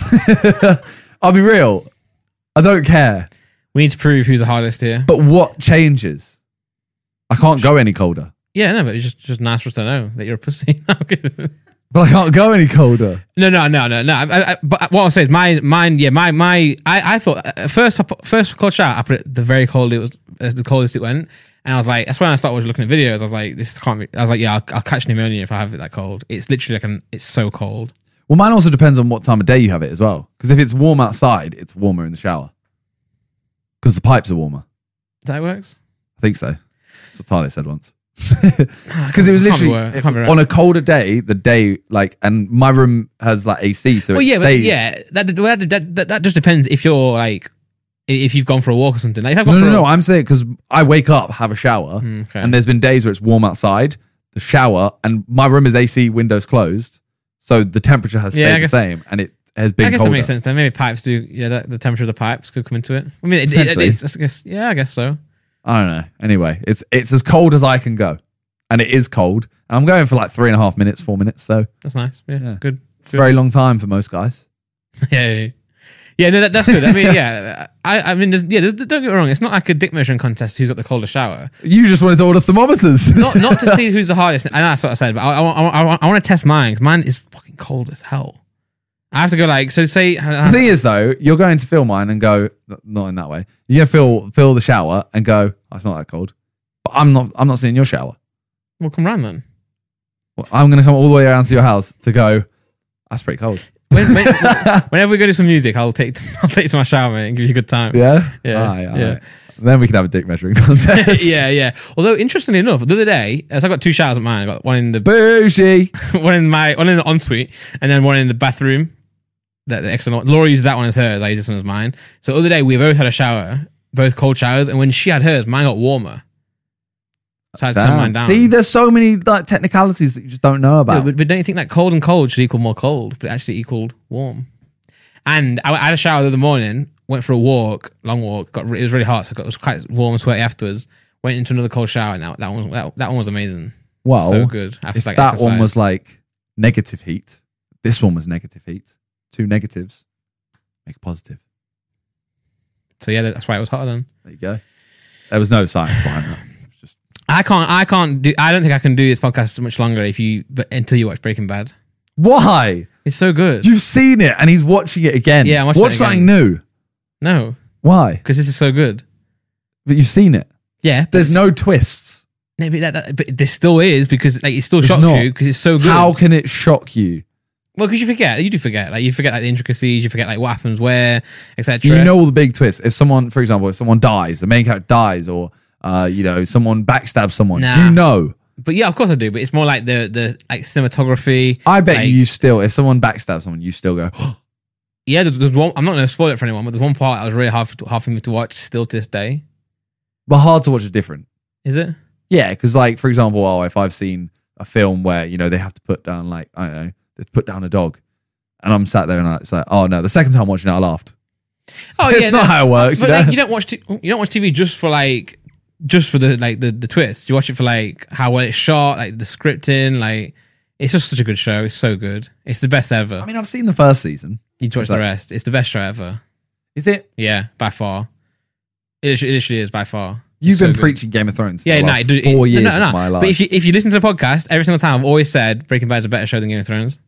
[SPEAKER 2] I'll be real. I don't care.
[SPEAKER 1] We need to prove who's the hardest here.
[SPEAKER 2] But what changes? I can't go any colder.
[SPEAKER 1] Yeah, no, but it's just just nice for us to know that you're a pussy. No, I'm kidding.
[SPEAKER 2] But I can't go any colder.
[SPEAKER 1] No, no, no, no, no. I, I, I- but what I'll say is my, mine, yeah, my, my, I, I thought at first, I put, first cold shower, I put it the very cold, it was uh, the coldest it went. And I was like, that's when I started watching- looking at videos. I was like, this can't be, I was like, yeah, I'll, I'll catch pneumonia if I have it that cold. It's literally like an, it's so cold.
[SPEAKER 2] Well, mine also depends on what time of day you have it as well. Because if it's warm outside, it's warmer in the shower. Because the pipes are warmer.
[SPEAKER 1] Is that how it works?
[SPEAKER 2] I think so. That's what Tyler said once. Because it was
[SPEAKER 1] Can't be
[SPEAKER 2] literally
[SPEAKER 1] right, can't be right.
[SPEAKER 2] on a colder day, the day like, and my room has like AC, so
[SPEAKER 1] Well,
[SPEAKER 2] it
[SPEAKER 1] yeah, but
[SPEAKER 2] stays.
[SPEAKER 1] yeah, that, that, that, that, that just depends if you're like, i- if you've gone for a walk or something. Like, if I've gone
[SPEAKER 2] No,
[SPEAKER 1] for
[SPEAKER 2] no,
[SPEAKER 1] a,
[SPEAKER 2] no. I'm saying because I wake up, have a shower,
[SPEAKER 1] Mm, okay.
[SPEAKER 2] and there's been days where it's warm outside. The shower and my room is AC, windows closed, so the temperature has stayed
[SPEAKER 1] Yeah, I
[SPEAKER 2] the
[SPEAKER 1] guess-
[SPEAKER 2] same, and it has been
[SPEAKER 1] I guess
[SPEAKER 2] colder.
[SPEAKER 1] that makes sense. Then maybe pipes do. Yeah, that, the temperature of the pipes could come into it. I mean, it, it, it,
[SPEAKER 2] Potentially.
[SPEAKER 1] it's, I guess, yeah, I guess so.
[SPEAKER 2] I don't know. Anyway, it's it's as cold as I can go, and it is cold. And I'm going for like three and a half minutes, four minutes, so
[SPEAKER 1] That's nice. Yeah,
[SPEAKER 2] Yeah.
[SPEAKER 1] good.
[SPEAKER 2] it's a very long time for most guys.
[SPEAKER 1] yeah, yeah, yeah. Yeah, no, that, that's good. I mean, yeah, I, I mean, there's, yeah, there's, don't get me wrong. It's not like a dick measuring contest. Who's got the colder shower?
[SPEAKER 2] You just wanted to order thermometers.
[SPEAKER 1] Not, not to see who's the hardest. I know that's what I said, but I, I, want- I, want- I, want- I want to test mine because mine is fucking cold as hell. I have to go like so. Say, uh,
[SPEAKER 2] The thing is, though, you're going to feel mine and go n- not in that way. You're gonna feel feel the shower and go, oh, it's not that cold. But I'm not I'm not seeing your shower.
[SPEAKER 1] we'll come round then.
[SPEAKER 2] Well, I'm gonna come all the way around to your house to go. That's pretty cold.
[SPEAKER 1] When, when, whenever we go to some music, I'll take I'll take to my shower mate, and give you a good time.
[SPEAKER 2] Yeah,
[SPEAKER 1] Yeah,
[SPEAKER 2] Aye, aye.
[SPEAKER 1] yeah.
[SPEAKER 2] Then we can have a dick measuring contest.
[SPEAKER 1] yeah, yeah. Although interestingly enough, the other day, so I got two showers at mine. I got one in the
[SPEAKER 2] Bougie.
[SPEAKER 1] one in my one in the ensuite and then one in the bathroom. That the external. Laura used that one as hers. I used this one as mine. So the other day we both had a shower, both cold showers, and when she had hers, mine got warmer. So I had to turn
[SPEAKER 2] Damn.
[SPEAKER 1] mine down.
[SPEAKER 2] See, there's so many like technicalities that you just don't know
[SPEAKER 1] Yeah,
[SPEAKER 2] about.
[SPEAKER 1] but, but don't you think that cold and cold should equal more cold? But it actually equaled warm. And I, I had a shower the other morning. Went for a walk, long walk. Got re- it was really hot, so I got, it was quite warm and sweaty afterwards. Went into another cold shower. Now that one was that, that one was amazing.
[SPEAKER 2] Well,
[SPEAKER 1] so good. After
[SPEAKER 2] if that one
[SPEAKER 1] exercise.
[SPEAKER 2] was like negative heat, this one was negative heat. Two negatives make a positive.
[SPEAKER 1] so yeah, that's why it was hotter then.
[SPEAKER 2] There you go. There was no science behind that. It was just
[SPEAKER 1] I can't. I can't do. I don't think I can do this podcast much longer if you, but until you watch Breaking Bad,
[SPEAKER 2] why
[SPEAKER 1] it's so good.
[SPEAKER 2] you've seen it and he's watching it again.
[SPEAKER 1] Yeah, I'm watching
[SPEAKER 2] watch
[SPEAKER 1] it
[SPEAKER 2] something
[SPEAKER 1] again.
[SPEAKER 2] new.
[SPEAKER 1] no,
[SPEAKER 2] Why?
[SPEAKER 1] because this is so good.
[SPEAKER 2] But you've seen it.
[SPEAKER 1] Yeah, but
[SPEAKER 2] There's
[SPEAKER 1] it's-
[SPEAKER 2] no twists.
[SPEAKER 1] No, but, that, that, but this still is because like it still
[SPEAKER 2] It's
[SPEAKER 1] shocks
[SPEAKER 2] not.
[SPEAKER 1] you because it's so good.
[SPEAKER 2] How can it shock you?
[SPEAKER 1] Well, because you forget. You do forget. Like you forget like the intricacies. You forget like what happens where, etc.
[SPEAKER 2] You know all the big twists. If someone, for example, if someone dies, the main character dies, or uh, you know, someone backstabs someone,
[SPEAKER 1] Nah.
[SPEAKER 2] you know.
[SPEAKER 1] But yeah, of course I do. But it's more like the the like cinematography.
[SPEAKER 2] I bet
[SPEAKER 1] like-
[SPEAKER 2] you, you still, if someone backstabs someone, you still go.
[SPEAKER 1] Yeah, there's, there's one. I'm not going to spoil it for anyone, but there's one part that was really hard for, hard for me to watch still to this day.
[SPEAKER 2] but hard to watch is different.
[SPEAKER 1] Is it?
[SPEAKER 2] Yeah, because like for example, oh, if I've seen a film where you know they have to put down like I don't know, they put down a dog, and I'm sat there and I, it's like, oh no, the second time watching it, I laughed.
[SPEAKER 1] Oh
[SPEAKER 2] it's
[SPEAKER 1] no,
[SPEAKER 2] not how it works.
[SPEAKER 1] But
[SPEAKER 2] you know?
[SPEAKER 1] like, you don't watch t- you don't watch TV just for like just for the like the, the twist. You watch it for like how well it's shot, like the scripting, like it's just such a good show. It's so good. It's the best ever.
[SPEAKER 2] I mean, I've seen the first season.
[SPEAKER 1] you need to watch
[SPEAKER 2] that-
[SPEAKER 1] the rest. It's the best show ever.
[SPEAKER 2] Is it?
[SPEAKER 1] Yeah, by far. It literally, it literally is by far.
[SPEAKER 2] You've
[SPEAKER 1] It's so
[SPEAKER 2] been
[SPEAKER 1] good.
[SPEAKER 2] preaching Game of Thrones for
[SPEAKER 1] Yeah,
[SPEAKER 2] the
[SPEAKER 1] no, it-
[SPEAKER 2] last
[SPEAKER 1] it-
[SPEAKER 2] four
[SPEAKER 1] no,
[SPEAKER 2] years
[SPEAKER 1] no, no.
[SPEAKER 2] of my life.
[SPEAKER 1] But if you if you listen to the podcast every single time, I've always said Breaking Bad is a better show than Game of Thrones.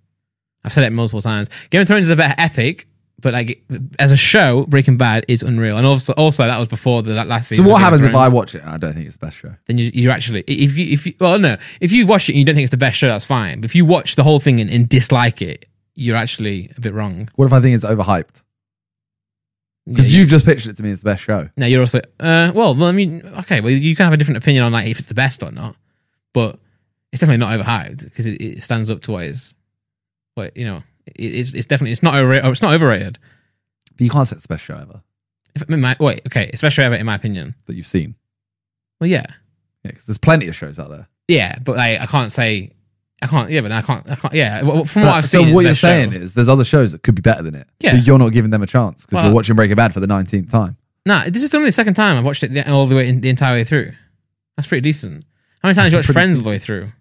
[SPEAKER 1] I've said it multiple times. Game of Thrones is a better epic, but like as a show, Breaking Bad is unreal. And also, also that was before the that last
[SPEAKER 2] so
[SPEAKER 1] season. of
[SPEAKER 2] what
[SPEAKER 1] Game of
[SPEAKER 2] happens if I
[SPEAKER 1] Thrones.
[SPEAKER 2] watch it? and I don't think it's the best show.
[SPEAKER 1] Then you, you're actually if you if you well no if you watch it and you don't think it's the best show, that's fine. But if you watch the whole thing and, and dislike it, you're actually a bit wrong.
[SPEAKER 2] What if I think it's overhyped? Because
[SPEAKER 1] Yeah, you-
[SPEAKER 2] you've just pictured it to me as the best show.
[SPEAKER 1] No, you're also uh, well. Well, I mean, okay. Well, you can have a different opinion on like if it's the best or not, but it's definitely not overhyped because it, it stands up to what is. But you know, it, it's it's definitely it's not overrated. Or it's not overrated.
[SPEAKER 2] But you can't say it's the best show ever
[SPEAKER 1] If, in my, wait, okay, especially ever in my opinion.
[SPEAKER 2] that you've seen.
[SPEAKER 1] Well, yeah,
[SPEAKER 2] Yeah, 'cause there's plenty of shows out there.
[SPEAKER 1] yeah, but like, I can't say, I can't. Yeah, but I can't. I can't. Yeah, well, from
[SPEAKER 2] so,
[SPEAKER 1] what I've
[SPEAKER 2] so
[SPEAKER 1] seen,
[SPEAKER 2] what you're
[SPEAKER 1] it's the best
[SPEAKER 2] saying
[SPEAKER 1] show.
[SPEAKER 2] is there's other shows that could be better than it.
[SPEAKER 1] Yeah.
[SPEAKER 2] But you're not giving them a chance because
[SPEAKER 1] Well-
[SPEAKER 2] you're watching Breaking Bad for the 19th time.
[SPEAKER 1] Nah, this is only the second time I've watched it the- all the way in, the entire way through. That's pretty decent. How many times you watch
[SPEAKER 2] Pretty
[SPEAKER 1] Friends all the way through?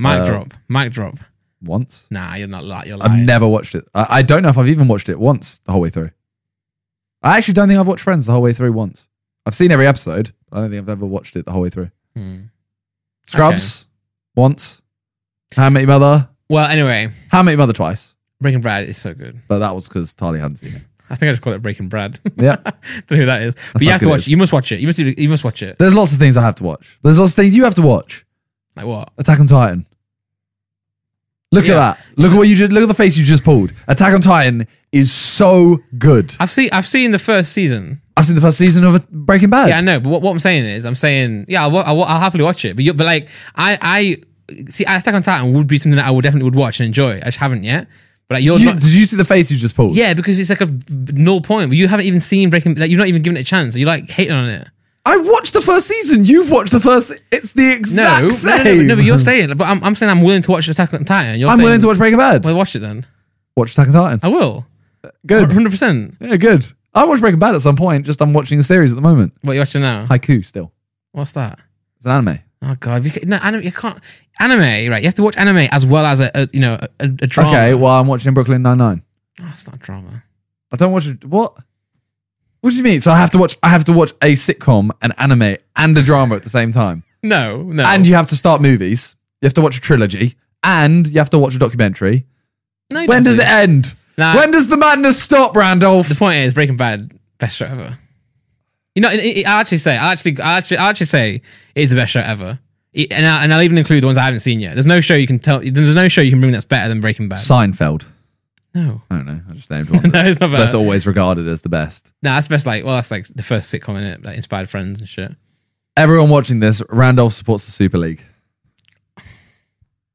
[SPEAKER 1] Mic
[SPEAKER 2] Uh,
[SPEAKER 1] drop, mic drop.
[SPEAKER 2] Once.
[SPEAKER 1] Nah, you're not. li- You're lying.
[SPEAKER 2] I've never watched it. I, I don't know if I've even watched it once the whole way through. I actually don't think I've watched Friends the whole way through once. I've seen every episode. I don't think I've ever watched it the whole way through.
[SPEAKER 1] Hmm.
[SPEAKER 2] Scrubs, once. How Met Your Mother.
[SPEAKER 1] Well, anyway,
[SPEAKER 2] How Met Your Mother twice.
[SPEAKER 1] Breaking Brad is so good.
[SPEAKER 2] But that was because Tali hadn't seen it.
[SPEAKER 1] I think I just call it Breaking Brad.
[SPEAKER 2] Yeah.
[SPEAKER 1] Don't know who that is. but
[SPEAKER 2] how
[SPEAKER 1] you have to
[SPEAKER 2] good it
[SPEAKER 1] watch.
[SPEAKER 2] is.
[SPEAKER 1] It. You must watch it. You must. Do, you must watch it.
[SPEAKER 2] There's lots of things I have to watch. There's lots of things you have to watch.
[SPEAKER 1] Like what?
[SPEAKER 2] Attack on Titan. Look
[SPEAKER 1] Yeah.
[SPEAKER 2] at that. Look at what you just look at the face you just pulled. Attack on Titan is so good.
[SPEAKER 1] I've seen. I've seen the first season.
[SPEAKER 2] I've seen the first season of Breaking Bad.
[SPEAKER 1] Yeah, I know. But what, what I'm saying is, I'm saying, yeah, I'll, wa- I'll, wa- I'll happily watch it. But you, but like, I, I see. Attack on Titan would be something that I would definitely would watch and enjoy. I just haven't yet. But like, you're
[SPEAKER 2] You-
[SPEAKER 1] not.
[SPEAKER 2] did you see the face you just pulled?
[SPEAKER 1] yeah, because it's like a null point. But you haven't even seen Breaking. Like, you've not even given it a chance. You're like hating on it.
[SPEAKER 2] I watched the first season. You've watched the first. It's the
[SPEAKER 1] No,
[SPEAKER 2] exact
[SPEAKER 1] no, no,
[SPEAKER 2] same.
[SPEAKER 1] no, no, But you're saying. But I'm, I'm saying I'm willing to watch Attack on Titan. You're
[SPEAKER 2] I'm
[SPEAKER 1] saying,
[SPEAKER 2] willing to watch Breaking Bad.
[SPEAKER 1] Well, Oh, watch it then.
[SPEAKER 2] Watch Attack on Titan.
[SPEAKER 1] I will.
[SPEAKER 2] Good.
[SPEAKER 1] Hundred percent.
[SPEAKER 2] Yeah, good. I watched Breaking Bad at some point. Just I'm watching a series at the moment.
[SPEAKER 1] What are you watching now?
[SPEAKER 2] Haiku still.
[SPEAKER 1] What's that?
[SPEAKER 2] It's an anime.
[SPEAKER 1] Oh god, you can, no, anime, you can't anime, right? You have to watch anime as well as a, a you know a, a drama.
[SPEAKER 2] Okay. Well, I'm watching Brooklyn Nine Nine.
[SPEAKER 1] oh, it's not drama.
[SPEAKER 2] I don't watch it. What? What do you mean? So I have to watch. I have to watch a sitcom, an anime, and a drama at the same time.
[SPEAKER 1] No, no.
[SPEAKER 2] And you have to start movies. You have to watch a trilogy, and you have to watch a documentary.
[SPEAKER 1] no, you
[SPEAKER 2] When
[SPEAKER 1] don't
[SPEAKER 2] does
[SPEAKER 1] do
[SPEAKER 2] it end?
[SPEAKER 1] Nah.
[SPEAKER 2] When does the madness stop, Randolph?
[SPEAKER 1] The point is, Breaking Bad best show ever. You know, I actually say, I actually, I actually, I actually say it is the best show ever. It- and, I, and I'll even include the ones I haven't seen yet. There's no show you can tell. There's no show you can bring that's better than Breaking Bad.
[SPEAKER 2] Seinfeld.
[SPEAKER 1] No,
[SPEAKER 2] I don't know. I just named one.
[SPEAKER 1] no, it's not
[SPEAKER 2] That's
[SPEAKER 1] better.
[SPEAKER 2] always regarded as the best.
[SPEAKER 1] No, that's best. Like, well, that's like the first sitcom in it that inspired Friends and shit.
[SPEAKER 2] Everyone watching this, Randolph supports the Super League.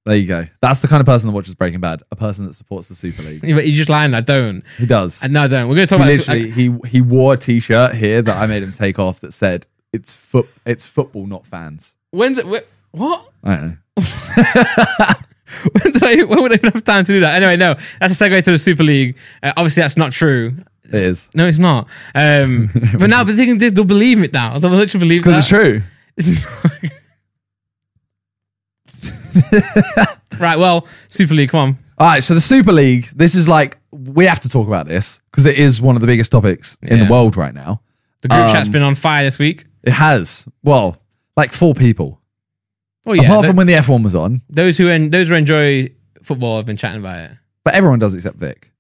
[SPEAKER 2] There you go. That's the kind of person that watches Breaking Bad. A person that supports the Super League.
[SPEAKER 1] But you're just lying. I don't.
[SPEAKER 2] He does.
[SPEAKER 1] I- No, I don't. We're gonna talk
[SPEAKER 2] He
[SPEAKER 1] about this.
[SPEAKER 2] literally he he wore a t-shirt here that I made him take off that said it's foot it's football, not fans.
[SPEAKER 1] When the, wh- what?
[SPEAKER 2] I don't know.
[SPEAKER 1] when, did I, when would I even have time to do that? Anyway, no, that's a segue to the Super League. Uh, obviously, that's not true.
[SPEAKER 2] It is
[SPEAKER 1] No, it's not. Um, but now, but they can, they'll believe it now. They'll literally believe
[SPEAKER 2] because it's
[SPEAKER 1] that.
[SPEAKER 2] true.
[SPEAKER 1] right. Well, Super League. Come on.
[SPEAKER 2] All right, so the Super League. This is like we have to talk about this because it is one of the biggest topics in
[SPEAKER 1] Yeah.
[SPEAKER 2] the world right now.
[SPEAKER 1] The group
[SPEAKER 2] Um,
[SPEAKER 1] chat's been on fire this week.
[SPEAKER 2] It has well, like four people.
[SPEAKER 1] Oh yeah.
[SPEAKER 2] Apart
[SPEAKER 1] th-
[SPEAKER 2] from when the F one was on,
[SPEAKER 1] those who en- those who enjoy football have been chatting about it.
[SPEAKER 2] but everyone does except Vic.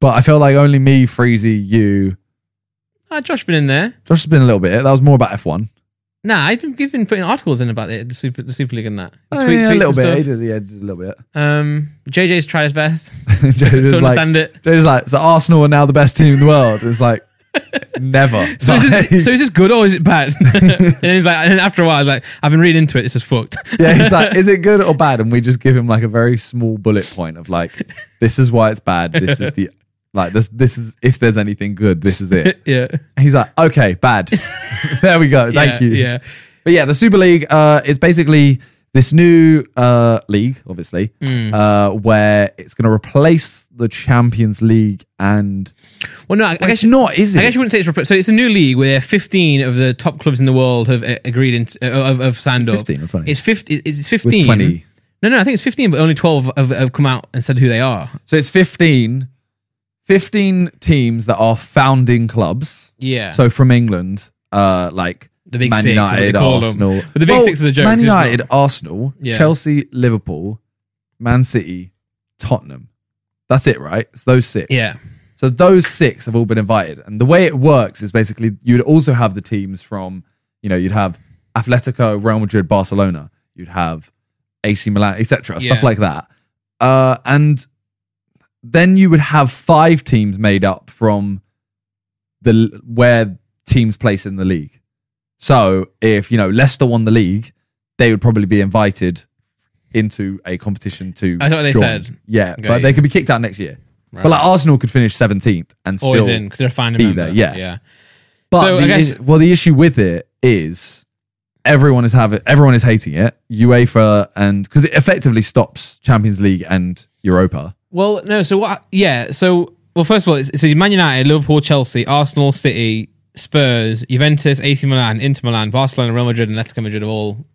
[SPEAKER 2] But I feel like only me, Freezy, you,
[SPEAKER 1] Ah, Josh been in there.
[SPEAKER 2] Josh has been a little bit. That was more about F one.
[SPEAKER 1] Nah, I've been, you've been putting articles in about the, the Super the Super League and that.
[SPEAKER 2] Oh,
[SPEAKER 1] Tweet-
[SPEAKER 2] yeah, a
[SPEAKER 1] tweets
[SPEAKER 2] little
[SPEAKER 1] and
[SPEAKER 2] bit. He
[SPEAKER 1] stuff.
[SPEAKER 2] did, yeah, he did a little bit.
[SPEAKER 1] Um, JJ's tried his best
[SPEAKER 2] Joe
[SPEAKER 1] to
[SPEAKER 2] was like-
[SPEAKER 1] understand it.
[SPEAKER 2] Joe's like, so Arsenal are now the best team in the world. It's like, never.
[SPEAKER 1] So is,
[SPEAKER 2] Like,
[SPEAKER 1] this, so is this good or is it bad? and he's like, and after a while, I was like, I've been reading into it. This is fucked.
[SPEAKER 2] yeah, he's like, is it good or bad? And we just give him like a very small bullet point of like, this is why it's bad. This is the, like, this, this is, if there's anything good, this is it.
[SPEAKER 1] yeah.
[SPEAKER 2] And he's like, okay, bad. there we go.
[SPEAKER 1] Yeah,
[SPEAKER 2] Thank you.
[SPEAKER 1] Yeah.
[SPEAKER 2] But yeah, the Super League uh, is basically this new uh, league, obviously,
[SPEAKER 1] Mm.
[SPEAKER 2] uh, where it's going to replace the Champions League. And
[SPEAKER 1] Well, no, I, I
[SPEAKER 2] Well,
[SPEAKER 1] guess
[SPEAKER 2] it's not, is it?
[SPEAKER 1] I guess you wouldn't say it's repre- so. It's a new league where 15 of the top clubs in the world have uh, agreed in, uh, of, of signed up.
[SPEAKER 2] 15 or 20?
[SPEAKER 1] It's 50. It's 15.
[SPEAKER 2] 20.
[SPEAKER 1] No, no, I think it's 15, but only 12 have, have come out and said who they are.
[SPEAKER 2] so it's 15, 15 teams that are founding clubs.
[SPEAKER 1] Yeah.
[SPEAKER 2] So from England, uh, like
[SPEAKER 1] The big
[SPEAKER 2] Man
[SPEAKER 1] six, is what they
[SPEAKER 2] United,
[SPEAKER 1] call them.
[SPEAKER 2] Arsenal.
[SPEAKER 1] But the big six is a joke,
[SPEAKER 2] Man
[SPEAKER 1] it's just
[SPEAKER 2] United, Arsenal,
[SPEAKER 1] Yeah.
[SPEAKER 2] Chelsea, Liverpool, Man City, Tottenham. That's it, right? It's those six.
[SPEAKER 1] yeah.
[SPEAKER 2] So those six have all been invited. And the way it works is basically you'd also have the teams from, you know, you'd have Atletico, Real Madrid, Barcelona, you'd have AC Milan, etc.,
[SPEAKER 1] Yeah.
[SPEAKER 2] stuff like that. Uh, and then you would have five teams made up from the l- where teams place in the league. So if you know Leicester won the league, they would probably be invited into a competition to.
[SPEAKER 1] That's what they
[SPEAKER 2] join.
[SPEAKER 1] said.
[SPEAKER 2] Yeah,
[SPEAKER 1] Okay.
[SPEAKER 2] but they could be kicked out next year. But like Arsenal could finish seventeenth and still.
[SPEAKER 1] Always in because they're finding
[SPEAKER 2] be
[SPEAKER 1] member.
[SPEAKER 2] there, yeah.
[SPEAKER 1] Yeah.
[SPEAKER 2] But
[SPEAKER 1] So,
[SPEAKER 2] the
[SPEAKER 1] I guess-
[SPEAKER 2] is- well, the issue with it is everyone is having everyone is hating it. UEFA and because it effectively stops Champions League and Europa.
[SPEAKER 1] Well, no. So what? Yeah. So well, first of all, it's, so it's Man United, Liverpool, Chelsea, Arsenal, City, Spurs, Juventus, AC Milan, Inter Milan, Barcelona, Real Madrid, and Atletico Madrid have all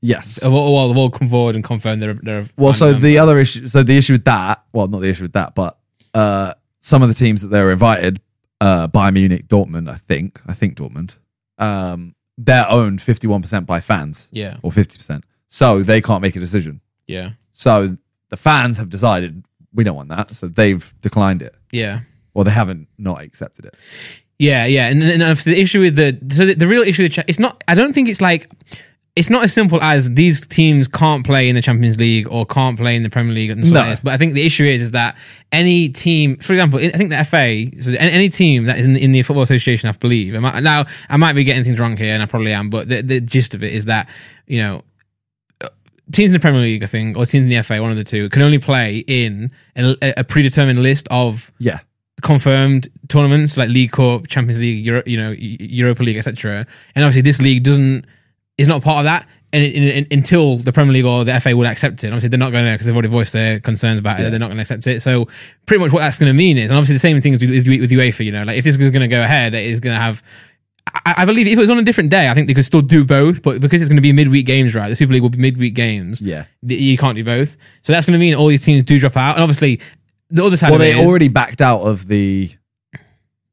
[SPEAKER 2] Yes.
[SPEAKER 1] have all, have all come forward and confirmed their their.
[SPEAKER 2] Oh, Well, so
[SPEAKER 1] um,
[SPEAKER 2] the other issue, so the issue with that, well, not the issue with that, but uh, some of the teams that they were invited, uh, Bayern Munich, Dortmund, I think, I think Dortmund, um, they're owned fifty-one percent by fans
[SPEAKER 1] yeah
[SPEAKER 2] or fifty percent, so they can't make a decision.
[SPEAKER 1] yeah
[SPEAKER 2] So the fans have decided we don't want that, so they've declined it.
[SPEAKER 1] yeah.
[SPEAKER 2] Well, they haven't not accepted it.
[SPEAKER 1] Yeah, yeah, and, and and the issue with the so the, the real issue with Ch- it's not. I don't think it's like it's not as simple as these teams can't play in the Champions League or can't play in the Premier League and stuff
[SPEAKER 2] No.
[SPEAKER 1] like this. But I think the issue is is that any team, for example, I think the FA, so any, any team that is in, in the Football Association, I believe. I might, now I might be getting things wrong here, and I probably am, but the, the gist of it is that you know teams in the Premier League, I think, or teams in the FA, one of the two, can only play in a, a predetermined list of
[SPEAKER 2] Yeah.
[SPEAKER 1] E,
[SPEAKER 2] Yeah.
[SPEAKER 1] Th- you E can't do both. So that's going to mean all these teams do drop out. And obviously the other side
[SPEAKER 2] Well,
[SPEAKER 1] of
[SPEAKER 2] they
[SPEAKER 1] it is-
[SPEAKER 2] already backed out of the.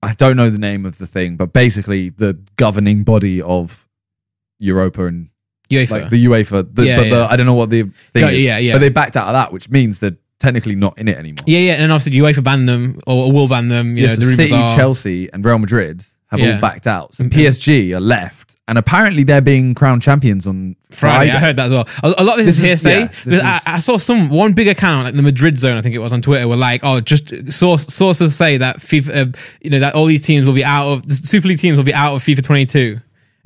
[SPEAKER 2] I don't know the name of the thing, but basically the governing body of Europa and
[SPEAKER 1] UEFA.
[SPEAKER 2] like the UEFA. The,
[SPEAKER 1] Yeah,
[SPEAKER 2] but
[SPEAKER 1] yeah.
[SPEAKER 2] The, I don't know what the thing
[SPEAKER 1] Yeah,
[SPEAKER 2] is.
[SPEAKER 1] yeah, yeah.
[SPEAKER 2] But they backed out of that, which means they're technically not in it anymore.
[SPEAKER 1] Yeah, yeah, and obviously UEFA banned them or will ban them. You
[SPEAKER 2] Yes,
[SPEAKER 1] know, the rumors
[SPEAKER 2] City,
[SPEAKER 1] are.
[SPEAKER 2] Chelsea, and Real Madrid have
[SPEAKER 1] Yeah. Mm-hmm.
[SPEAKER 2] all backed out. So PSG are left, and apparently they're being crowned champions on
[SPEAKER 1] Friday.
[SPEAKER 2] Friday.
[SPEAKER 1] I heard that as well. A, a lot of this,
[SPEAKER 2] This
[SPEAKER 1] is
[SPEAKER 2] is-
[SPEAKER 1] hearsay.
[SPEAKER 2] yeah, this
[SPEAKER 1] because I,
[SPEAKER 2] is-
[SPEAKER 1] I saw some one big account, like the Madrid Zone, I think it was on Twitter, were like, "Oh, just source, sources say that FIFA, uh, you know, that all these teams will be out of the Super League teams will be out of FIFA 22," and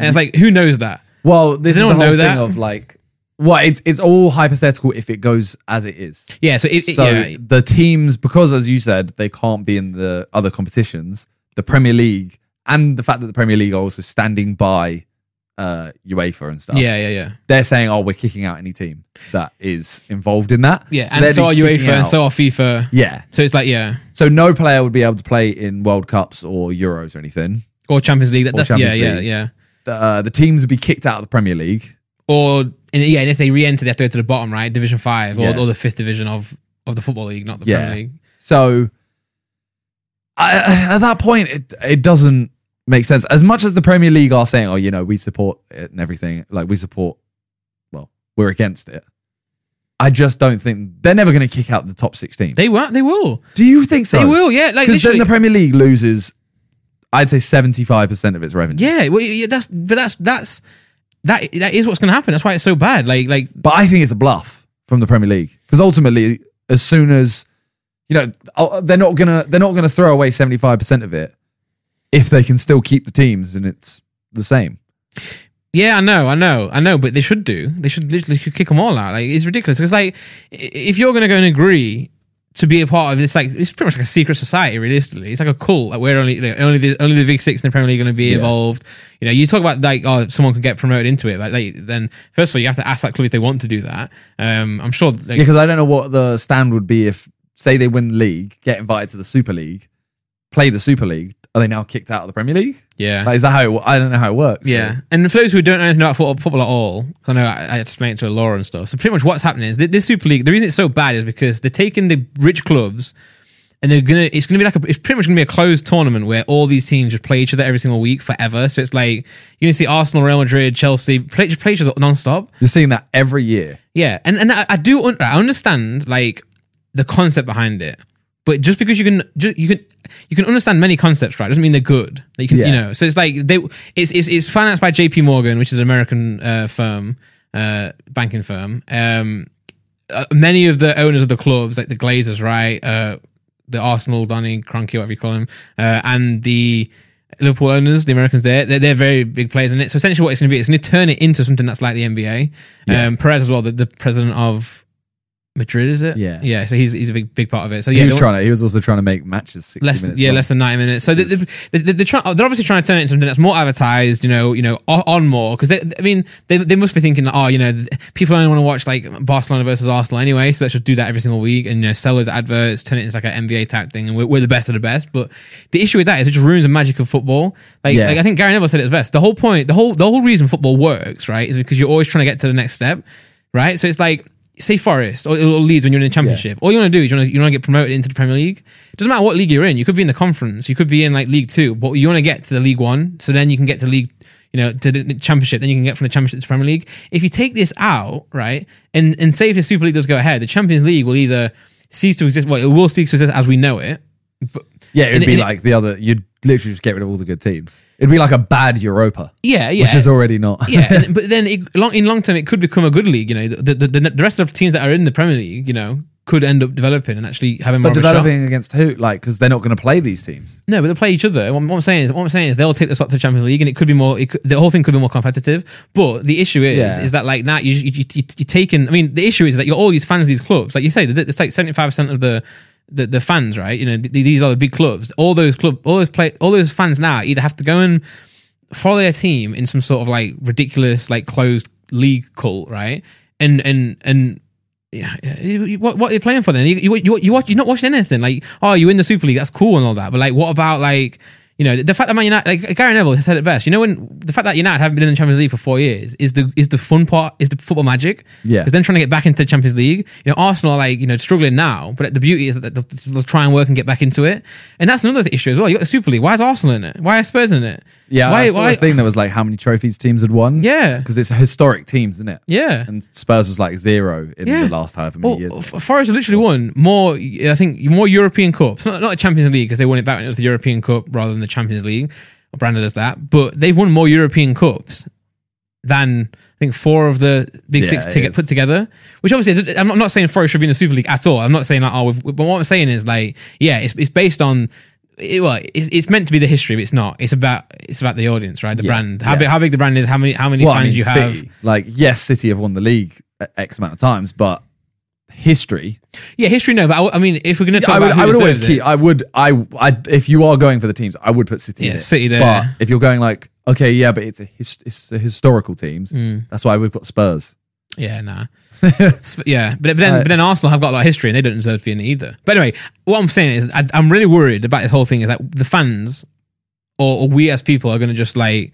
[SPEAKER 1] it's
[SPEAKER 2] Mm-hmm.
[SPEAKER 1] like, who knows that?
[SPEAKER 2] Well, this
[SPEAKER 1] Does
[SPEAKER 2] is the
[SPEAKER 1] anyone
[SPEAKER 2] whole
[SPEAKER 1] know
[SPEAKER 2] thing
[SPEAKER 1] that?
[SPEAKER 2] of like, well, it's it's all hypothetical if it goes as it is.
[SPEAKER 1] Yeah, so it, it-
[SPEAKER 2] So
[SPEAKER 1] yeah,
[SPEAKER 2] the teams, because as you said, they can't be in the other competitions, the Premier League, and the fact that the Premier League are also standing by uh, UEFA and stuff.
[SPEAKER 1] yeah, yeah, yeah.
[SPEAKER 2] they're saying, "Oh, we're kicking out any team that is involved in that."
[SPEAKER 1] Yeah,
[SPEAKER 2] they'd
[SPEAKER 1] and so
[SPEAKER 2] be
[SPEAKER 1] are
[SPEAKER 2] kicking
[SPEAKER 1] UEFA and
[SPEAKER 2] out-
[SPEAKER 1] so are FIFA.
[SPEAKER 2] yeah.
[SPEAKER 1] So it's like, yeah,
[SPEAKER 2] So no player would be able to play in World Cups or Euros or anything.
[SPEAKER 1] or Champions League. That, that's,
[SPEAKER 2] Champions
[SPEAKER 1] yeah,
[SPEAKER 2] League.
[SPEAKER 1] yeah, yeah.
[SPEAKER 2] The, uh, the teams would be kicked out of the Premier League.
[SPEAKER 1] Or and, yeah, and if they re-enter, they have to go to the bottom, right? Division five or,
[SPEAKER 2] Yeah.
[SPEAKER 1] or the fifth division of of the football league, not the
[SPEAKER 2] Yeah.
[SPEAKER 1] Premier League.
[SPEAKER 2] So I, at that point, it it doesn't make sense. As much as the Premier League are saying, "Oh, you know, we support it and everything," like we support, well, we're against it. I just don't think they're never going to kick out the top sixteen.
[SPEAKER 1] They will. They will.
[SPEAKER 2] Do you think so?
[SPEAKER 1] They will. Yeah. Like
[SPEAKER 2] because then
[SPEAKER 1] literally.
[SPEAKER 2] the Premier League loses. I'd say seventy-five percent of its revenue.
[SPEAKER 1] yeah. Well, yeah. That's. But that's. That's. That. That is what's going to happen. That's why it's so bad. Like. Like.
[SPEAKER 2] But I think it's a bluff from the Premier League because ultimately, as soon as you know, oh, they're not gonna they're not gonna throw away seventy five percent of it if they can still keep the teams and it's the same.
[SPEAKER 1] Yeah. I know. I know. I know. But they should do. They should literally kick them all out. Like it's ridiculous. Because like, i- if you're going to go and agree to be a part of this like it's pretty much like a secret society realistically it's like a cult like where only like, only the only the big six in the premier league are going to be involved you know you talk about like oh someone could get promoted into it but like then first of all you have to ask that club if they want to do that um i'm sure like,
[SPEAKER 2] because I don't know what the stand would be if, say, they win the league, get invited to the Super League, play the Super League. Are they now kicked out of the Premier League?
[SPEAKER 1] yeah
[SPEAKER 2] Like, is that how it, wo- I don't know how it works.
[SPEAKER 1] Yeah, and for those who don't know anything about football, football at all, 'cause I know I, I explained it to Laura and stuff. So pretty much what's happening is thi- this Super League. The reason it's so bad is because they're taking the rich clubs, and they're gonna. It's gonna be like a. It's pretty much gonna be a closed tournament where all these teams just play each other every single week forever. So it's like you're gonna see Arsenal, Real Madrid, Chelsea play just play each other non-stop.
[SPEAKER 2] You're seeing that every year.
[SPEAKER 1] Yeah, and and I, I do un- I understand like the concept behind it, but just because you can ju- you can you can understand many concepts, right? Doesn't mean they're good. Like you can, you
[SPEAKER 2] Yeah.
[SPEAKER 1] know. So it's like they it's it's, it's financed by J.P. Morgan, which is an American uh, firm, uh, banking firm. Um, uh, many of the owners of the clubs, like the Glazers, right, uh, the Arsenal, Donny Cronky, whatever you call him, uh, and the Liverpool owners, the Americans, there, they're, they're very big players in it. So essentially, what it's going to be, it's going to turn it into something that's like the NBA. Um, Perez as well, the, the president of Madrid, is it?
[SPEAKER 2] Yeah.
[SPEAKER 1] yeah. So he's he's a big big part of it. So
[SPEAKER 2] He
[SPEAKER 1] yeah,
[SPEAKER 2] was
[SPEAKER 1] they-
[SPEAKER 2] trying to, he was also trying to make matches 60
[SPEAKER 1] less
[SPEAKER 2] minutes.
[SPEAKER 1] yeah
[SPEAKER 2] long.
[SPEAKER 1] less than 90 minutes so they, they, they, they're, trying, they're obviously trying to turn it into something that's more advertised you know you know on, on more because i mean they, they must be thinking like, oh you know th- people only want to watch like barcelona versus arsenal anyway so let's just do that every single week and you know sell those adverts turn it into like an nba type thing and we're, we're the best of the best but the issue with that is it just ruins the magic of football like,
[SPEAKER 2] Yeah.
[SPEAKER 1] like i think gary neville said it was best the whole point the whole the whole reason football works right is because you're always trying to get to the next step right so it's like say Forest or, or Leeds when you're in the Championship. All you want to do is you want to, you want to get promoted into the Premier League. It doesn't matter what league you're in. You could be in the Conference. You could be in like League Two, but you want to get to the League One. So then you can get to League, you know, to the Championship. Then you can get from the Championship to Premier League. If you take this out, right, and and say if the Super League does go ahead, the Champions League will either cease to exist. Well, it will cease to exist as we know it. But
[SPEAKER 2] Yeah, it
[SPEAKER 1] And-
[SPEAKER 2] would be
[SPEAKER 1] and it-
[SPEAKER 2] like the other, you'd literally just get rid of all the good teams. It'd be like a bad Europa,
[SPEAKER 1] yeah, yeah.
[SPEAKER 2] which is already not.
[SPEAKER 1] yeah, and, but then it, long, in long term, it could become a good league. You know, the, the the the rest of the teams that are in the Premier League, you know, could end up developing and actually having more.
[SPEAKER 2] But
[SPEAKER 1] of a shot.
[SPEAKER 2] developing against who? Like, because they're not going to play these teams.
[SPEAKER 1] No, but they play each other. What I'm, what I'm saying is, what I'm saying is, they'll take the spot to the Champions League, and it could be more. It could, the whole thing could be more competitive. But the issue is,
[SPEAKER 2] Yeah.
[SPEAKER 1] is that like now you, you, you you're taking. I mean, the issue is that you're all these fans of these clubs. Like you say, that it's like 75 percent of the, the the fans, right? You know, th- these are the big clubs. All those club, all those play, all those fans now either have to go and follow their team in some sort of like ridiculous, like closed league cult, right? And and and yeah, yeah, you- you- what what are you playing for then? You you you, you watch, you're not watching anything. Like, oh, you win the Super League, that's cool and all that. But like, what about like you know the fact that Man United, like Gary Neville said it best. You know when the fact that United haven't been in the Champions League for four years is the is the fun part is the football magic.
[SPEAKER 2] Yeah.
[SPEAKER 1] Because then trying to get back into the Champions League, you know Arsenal are like you know struggling now, but the beauty is that they'll, they'll try and work and get back into it. And that's another issue as well. You got the Super League. Why is Arsenal in it? Why are Spurs in it?
[SPEAKER 2] Yeah,
[SPEAKER 1] Why
[SPEAKER 2] I saw a thing that was like how many trophies teams had won.
[SPEAKER 1] Yeah.
[SPEAKER 2] because it's historic teams, isn't it?
[SPEAKER 1] Yeah.
[SPEAKER 2] and Spurs was like zero in
[SPEAKER 1] Yeah.
[SPEAKER 2] the last however many
[SPEAKER 1] Well,
[SPEAKER 2] years.
[SPEAKER 1] F- Forest literally won more. I think more European cups, not not the Champions League because they won it back when it was the European Cup rather than the Champions League. Branded as that, but they've won more European cups than I think four of the big
[SPEAKER 2] Yeah,
[SPEAKER 1] six
[SPEAKER 2] it
[SPEAKER 1] ticket
[SPEAKER 2] is.
[SPEAKER 1] put together. Which obviously, I'm not, I'm not saying Forest should be in the Super League at all. I'm not saying that. Oh, we've, but what I'm saying is like, yeah, it's it's based on. It, well, it's, it's meant to be the history, but it's not. It's about it's about the audience, right? The
[SPEAKER 2] Yeah,
[SPEAKER 1] brand, how
[SPEAKER 2] yeah.
[SPEAKER 1] big how big the brand is, how many how many
[SPEAKER 2] Well, I
[SPEAKER 1] fans
[SPEAKER 2] mean,
[SPEAKER 1] you have.
[SPEAKER 2] City, like yes, City have won the league a- x amount of times, but history.
[SPEAKER 1] Yeah, history no, but I, w- I mean, if we're going to talk
[SPEAKER 2] I would,
[SPEAKER 1] about who
[SPEAKER 2] I would always
[SPEAKER 1] deserves it-
[SPEAKER 2] keep. I would. I, I. If you are going for the teams, I would put City.
[SPEAKER 1] Yeah,
[SPEAKER 2] in it.
[SPEAKER 1] City there.
[SPEAKER 2] But if you're going like okay, yeah, but it's a, his, it's a historical teams.
[SPEAKER 1] Mm.
[SPEAKER 2] That's why we've got Spurs.
[SPEAKER 1] Yeah, nah. Sp- yeah, but, but then but then Arsenal have got a lot of history and they don't deserve to be in it either. But anyway, what I'm saying is I, I'm really worried about this whole thing is that the fans or, or we as people are going to just like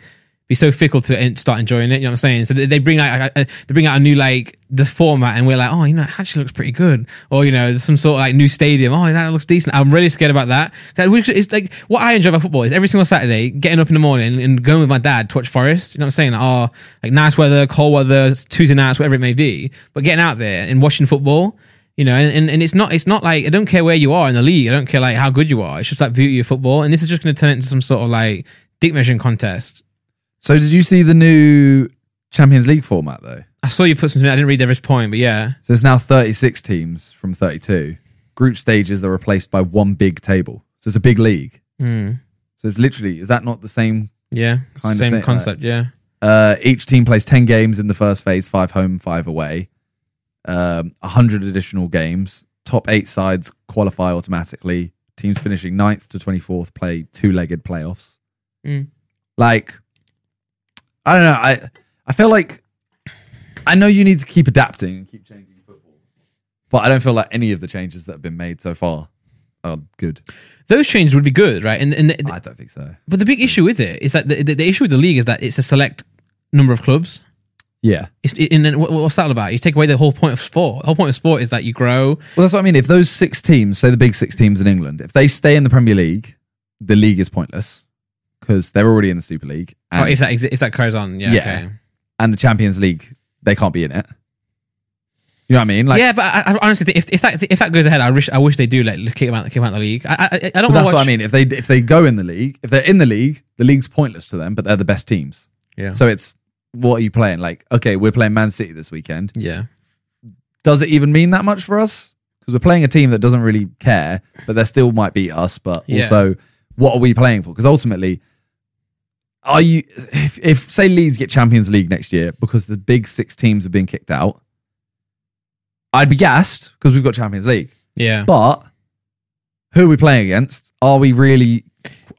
[SPEAKER 1] be so fickle to en- start enjoying it. You know what I'm saying? So they, they bring out like, a- they bring out a new like this format and we're like, oh, you know, it actually looks pretty good. Or you know, there's some sort of like new stadium. Oh, that looks decent. I'm really scared about that. Like, we should- It's like what I enjoy about football is every single Saturday getting up in the morning and going with my dad to watch Forest. You know what I'm saying? Like, oh, like nice weather, cold weather, Tuesday nights, whatever it may be. But getting out there and watching football. You know, and, and, and it's not it's not like I don't care where you are in the league, I don't care like how good you are. It's just that beauty of football, and this is just going to turn into some sort of like dick measuring contest.
[SPEAKER 2] So did you see the new Champions League format though?
[SPEAKER 1] I saw you put something. I didn't read every point, but yeah,
[SPEAKER 2] So it's now 36 teams from 32. Group stages are replaced by one big table. So it's a big league.
[SPEAKER 1] mm,
[SPEAKER 2] So it's literally, is that not the same?
[SPEAKER 1] yeah,
[SPEAKER 2] Kind
[SPEAKER 1] same
[SPEAKER 2] of thing, like-
[SPEAKER 1] concept. yeah,
[SPEAKER 2] Uh, each team plays 10 games in the first phase, five home, five away, um, 100 additional games, top eight sides qualify automatically. Teams finishing ninth to 24th play two legged playoffs.
[SPEAKER 1] Mm.
[SPEAKER 2] Like, I don't know. I, I feel like I know you need to keep adapting and keep changing football, but I don't feel like any of the changes that have been made so far are good.
[SPEAKER 1] Those changes would be good, right? And, and the,
[SPEAKER 2] I don't think so.
[SPEAKER 1] but the big issue with it is that the, the, the issue with the league is that it's a select number of clubs.
[SPEAKER 2] Yeah.
[SPEAKER 1] It's, it, and then what, what's that all about? You take away the whole point of sport. The whole point of sport is that you grow. Oh,
[SPEAKER 2] Well, that's what I mean. If those six teams, say the big six teams in England, if they stay in the Premier League, the league is pointless because they're already in the Super League.
[SPEAKER 1] Or
[SPEAKER 2] And,
[SPEAKER 1] if that exi- if that goes on, yeah,
[SPEAKER 2] Yeah.
[SPEAKER 1] okay.
[SPEAKER 2] and the Champions League, they can't be in it. You know what I mean? Like,
[SPEAKER 1] yeah. But I, I honestly, think if, if that if that goes ahead, I wish I wish they do like kick him out, kick him out the league. I I, I don't.
[SPEAKER 2] but
[SPEAKER 1] wanna
[SPEAKER 2] that's what I
[SPEAKER 1] watch-
[SPEAKER 2] mean. If they if they go in the league, if they're in the league, the league's pointless to them. But they're the best teams.
[SPEAKER 1] Yeah.
[SPEAKER 2] So it's what are you playing? Like, okay, we're playing Man City this weekend.
[SPEAKER 1] yeah.
[SPEAKER 2] Does it even mean that much for us? Because we're playing a team that doesn't really care, but they still might beat us. But
[SPEAKER 1] Yeah.
[SPEAKER 2] also, what are we playing for? Because ultimately, are you if, if say Leeds get Champions League next year because the big six teams have been kicked out? I'd be gassed because we've got Champions League.
[SPEAKER 1] Yeah.
[SPEAKER 2] But who are we playing against? Are we really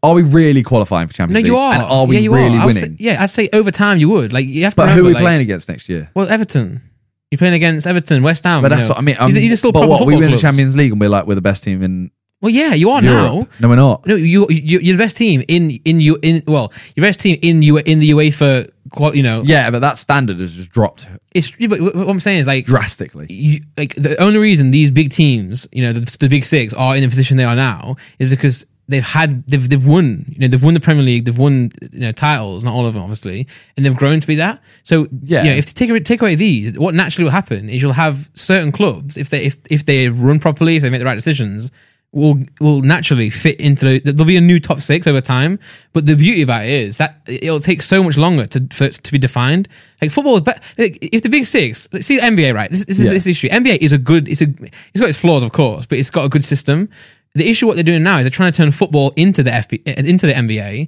[SPEAKER 2] are we really qualifying for
[SPEAKER 1] no,
[SPEAKER 2] Champions
[SPEAKER 1] you
[SPEAKER 2] League?
[SPEAKER 1] are.
[SPEAKER 2] And are we
[SPEAKER 1] yeah, you
[SPEAKER 2] really
[SPEAKER 1] are. I would say-
[SPEAKER 2] winning?
[SPEAKER 1] yeah, I'd say over time you would like you have to.
[SPEAKER 2] but who are we
[SPEAKER 1] remember, like-
[SPEAKER 2] playing against next year?
[SPEAKER 1] Well, Everton. You're playing against Everton, West Ham.
[SPEAKER 2] But that's
[SPEAKER 1] you know.
[SPEAKER 2] what I mean.
[SPEAKER 1] These are-
[SPEAKER 2] um,
[SPEAKER 1] these are still
[SPEAKER 2] but
[SPEAKER 1] proper
[SPEAKER 2] what, we
[SPEAKER 1] football
[SPEAKER 2] win the
[SPEAKER 1] clubs.
[SPEAKER 2] Champions League and we're like we're the best team in
[SPEAKER 1] Well, yeah, you are now.
[SPEAKER 2] Europe. No, we're not.
[SPEAKER 1] No, you, you you're the best team in in you in well, your best team in you in the UEFA. qual- You know,
[SPEAKER 2] Yeah, but that standard has just dropped
[SPEAKER 1] it's but what what I'm saying is like
[SPEAKER 2] drastically.
[SPEAKER 1] you, like the only reason these big teams, you know, the, the big six are in the position they are now is because they've had they've they've won, you know, they've won the Premier League, they've won you know titles, not all of them obviously, and they've grown to be that. So yeah,
[SPEAKER 2] Yeah.
[SPEAKER 1] you know, if you take away- take away these, what naturally will happen is you'll have certain clubs if they if if they run properly, if they make the right decisions. Will will naturally fit into the, there'll be a new top six over time, but the beauty about it is that it'll take so much longer to for, it to be defined. Like football, but like, if the big six, like, see NBA right, this, this is
[SPEAKER 2] Yeah.
[SPEAKER 1] this issue. NBA is a good, it's a, it's got its flaws, of course, but it's got a good system. The issue what they're doing now is they're trying to turn football into the FB, uh, into the NBA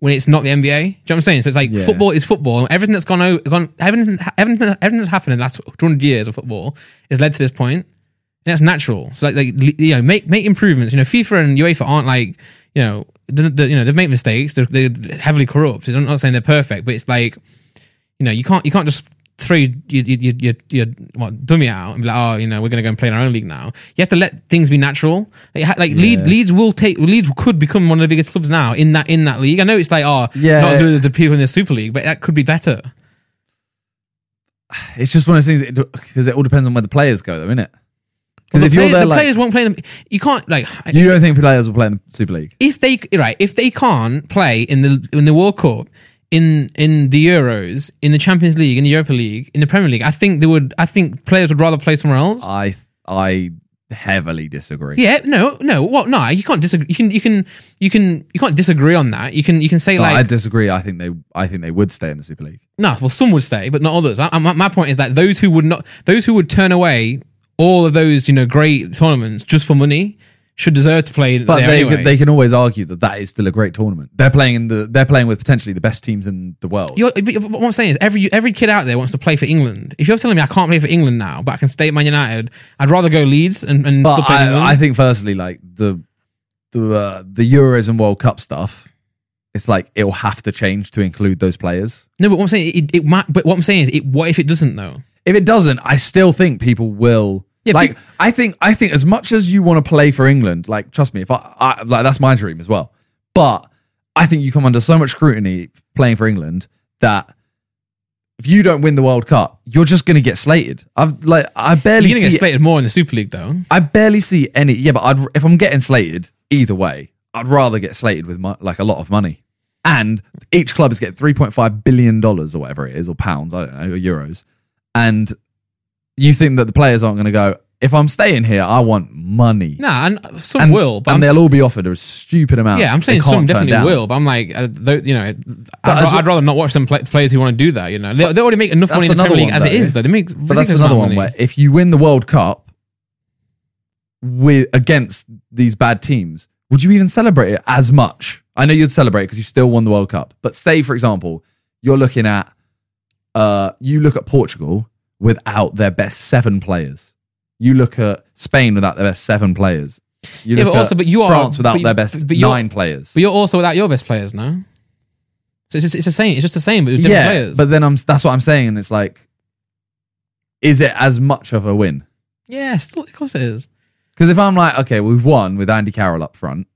[SPEAKER 1] when it's not the NBA. Do you know what I'm saying? So it's like
[SPEAKER 2] Yeah.
[SPEAKER 1] football is football, and everything that's gone over, gone, everything, everything, everything that's happened in the last 200 years of football has led to this point. And that's natural. So like, like li- you know, make make improvements. You know, FIFA and UEFA aren't like you know, the, the, you know, they've made mistakes. They're, they're heavily corrupt. I'm not saying they're perfect, but it's like you know, you can't you can't just throw your your your, your, your what, dummy out and be like, oh, you know, we're gonna go and play in our own league now. You have to let things be natural. Like, ha- like Leeds,
[SPEAKER 2] Yeah.
[SPEAKER 1] Leeds will take Leeds could become one of the biggest clubs now in that in that league. I know it's like, oh,
[SPEAKER 2] Yeah.
[SPEAKER 1] not as good as the people in the Super League, but that could be better.
[SPEAKER 2] It's just one of those things because it all depends on where the players go, though, innit? Because
[SPEAKER 1] the
[SPEAKER 2] if you're
[SPEAKER 1] play-
[SPEAKER 2] there,
[SPEAKER 1] the
[SPEAKER 2] like
[SPEAKER 1] players won't play them. You can't like
[SPEAKER 2] you don't think players will play in the Super League?
[SPEAKER 1] if they right if they can't play in the in the World Cup. In in the Euros, in the Champions League, in the Europa League, in the Premier League, I think they would. I think players would rather play somewhere else.
[SPEAKER 2] I I heavily disagree.
[SPEAKER 1] Yeah, no, no. What? No, you can't disagree. You can, you can, you can, you can't disagree on that. You can, you can say
[SPEAKER 2] No, I
[SPEAKER 1] like,
[SPEAKER 2] disagree. I think they I think they would stay in the Super League.
[SPEAKER 1] no. Well, some would stay, but not others. I, I, my my point is that those who would not, those who would turn away all of those, you know, great tournaments just for money, should deserve to play
[SPEAKER 2] But
[SPEAKER 1] there
[SPEAKER 2] they
[SPEAKER 1] anyway.
[SPEAKER 2] can, they can always argue that that is still a great tournament. They're playing in the they're playing with potentially the best teams in the world.
[SPEAKER 1] You're, but what I'm saying is, every every kid out there wants to play for England. If you're telling me I can't play for England now, but I can stay at Man United, I'd rather go Leeds and, and still
[SPEAKER 2] but
[SPEAKER 1] play for England.
[SPEAKER 2] I, I think firstly, like the the uh, the Euros and World Cup stuff, it's like it'll have to change to include those players.
[SPEAKER 1] no, but what I'm saying, it, it might. But what I'm saying is, it, what if it doesn't though?
[SPEAKER 2] If it doesn't, I still think people will.
[SPEAKER 1] Yeah,
[SPEAKER 2] like
[SPEAKER 1] peop-
[SPEAKER 2] I think I think as much as you want to play for England, like trust me, if I, I like that's my dream as well. But I think you come under so much scrutiny playing for England that if you don't win the World Cup, you're just going to get slated. I've like I barely
[SPEAKER 1] You're gonna get
[SPEAKER 2] see
[SPEAKER 1] slated more in the Super League though.
[SPEAKER 2] I barely see any. Yeah, but I'd, if I'm getting slated either way, I'd rather get slated with my, like a lot of money. And each club is getting 3.5 billion dollars or whatever it is, or pounds, I don't know, or euros. And you think that the players aren't going to go? If I'm staying here, I want money.
[SPEAKER 1] Nah, and some
[SPEAKER 2] and
[SPEAKER 1] will, but
[SPEAKER 2] and
[SPEAKER 1] I'm
[SPEAKER 2] they'll all be offered a stupid amount.
[SPEAKER 1] Yeah, I'm saying
[SPEAKER 2] They can't
[SPEAKER 1] some
[SPEAKER 2] turn
[SPEAKER 1] definitely
[SPEAKER 2] down.
[SPEAKER 1] will, but I'm like, uh, th- you know, I'd,
[SPEAKER 2] as
[SPEAKER 1] ra-
[SPEAKER 2] well-
[SPEAKER 1] I'd rather not watch them play, players who want to do that. You know, they, they already make enough
[SPEAKER 2] that's
[SPEAKER 1] money in the
[SPEAKER 2] another
[SPEAKER 1] Premier League
[SPEAKER 2] one,
[SPEAKER 1] as it
[SPEAKER 2] though.
[SPEAKER 1] is, though. They make
[SPEAKER 2] But that's another one where if you win the World Cup with against these bad teams, would you even celebrate it as much? I know you'd celebrate because you still won the World Cup. But say, for example, you're looking at uh, you look at Portugal without their best seven players. You look at Spain without their best seven players. You
[SPEAKER 1] Yeah,
[SPEAKER 2] look
[SPEAKER 1] but also-
[SPEAKER 2] at
[SPEAKER 1] but you are-
[SPEAKER 2] France without
[SPEAKER 1] but you-
[SPEAKER 2] their best
[SPEAKER 1] but you're-
[SPEAKER 2] nine players.
[SPEAKER 1] But you're also without your best players now. So it's just, it's the same. It's just the same, but with different
[SPEAKER 2] yeah,
[SPEAKER 1] players.
[SPEAKER 2] but then I'm that's what I'm saying. and It's like, is it as much of a win?
[SPEAKER 1] yeah, still, of course it is.
[SPEAKER 2] Because if I'm like, okay, we've won with Andy Carroll up front,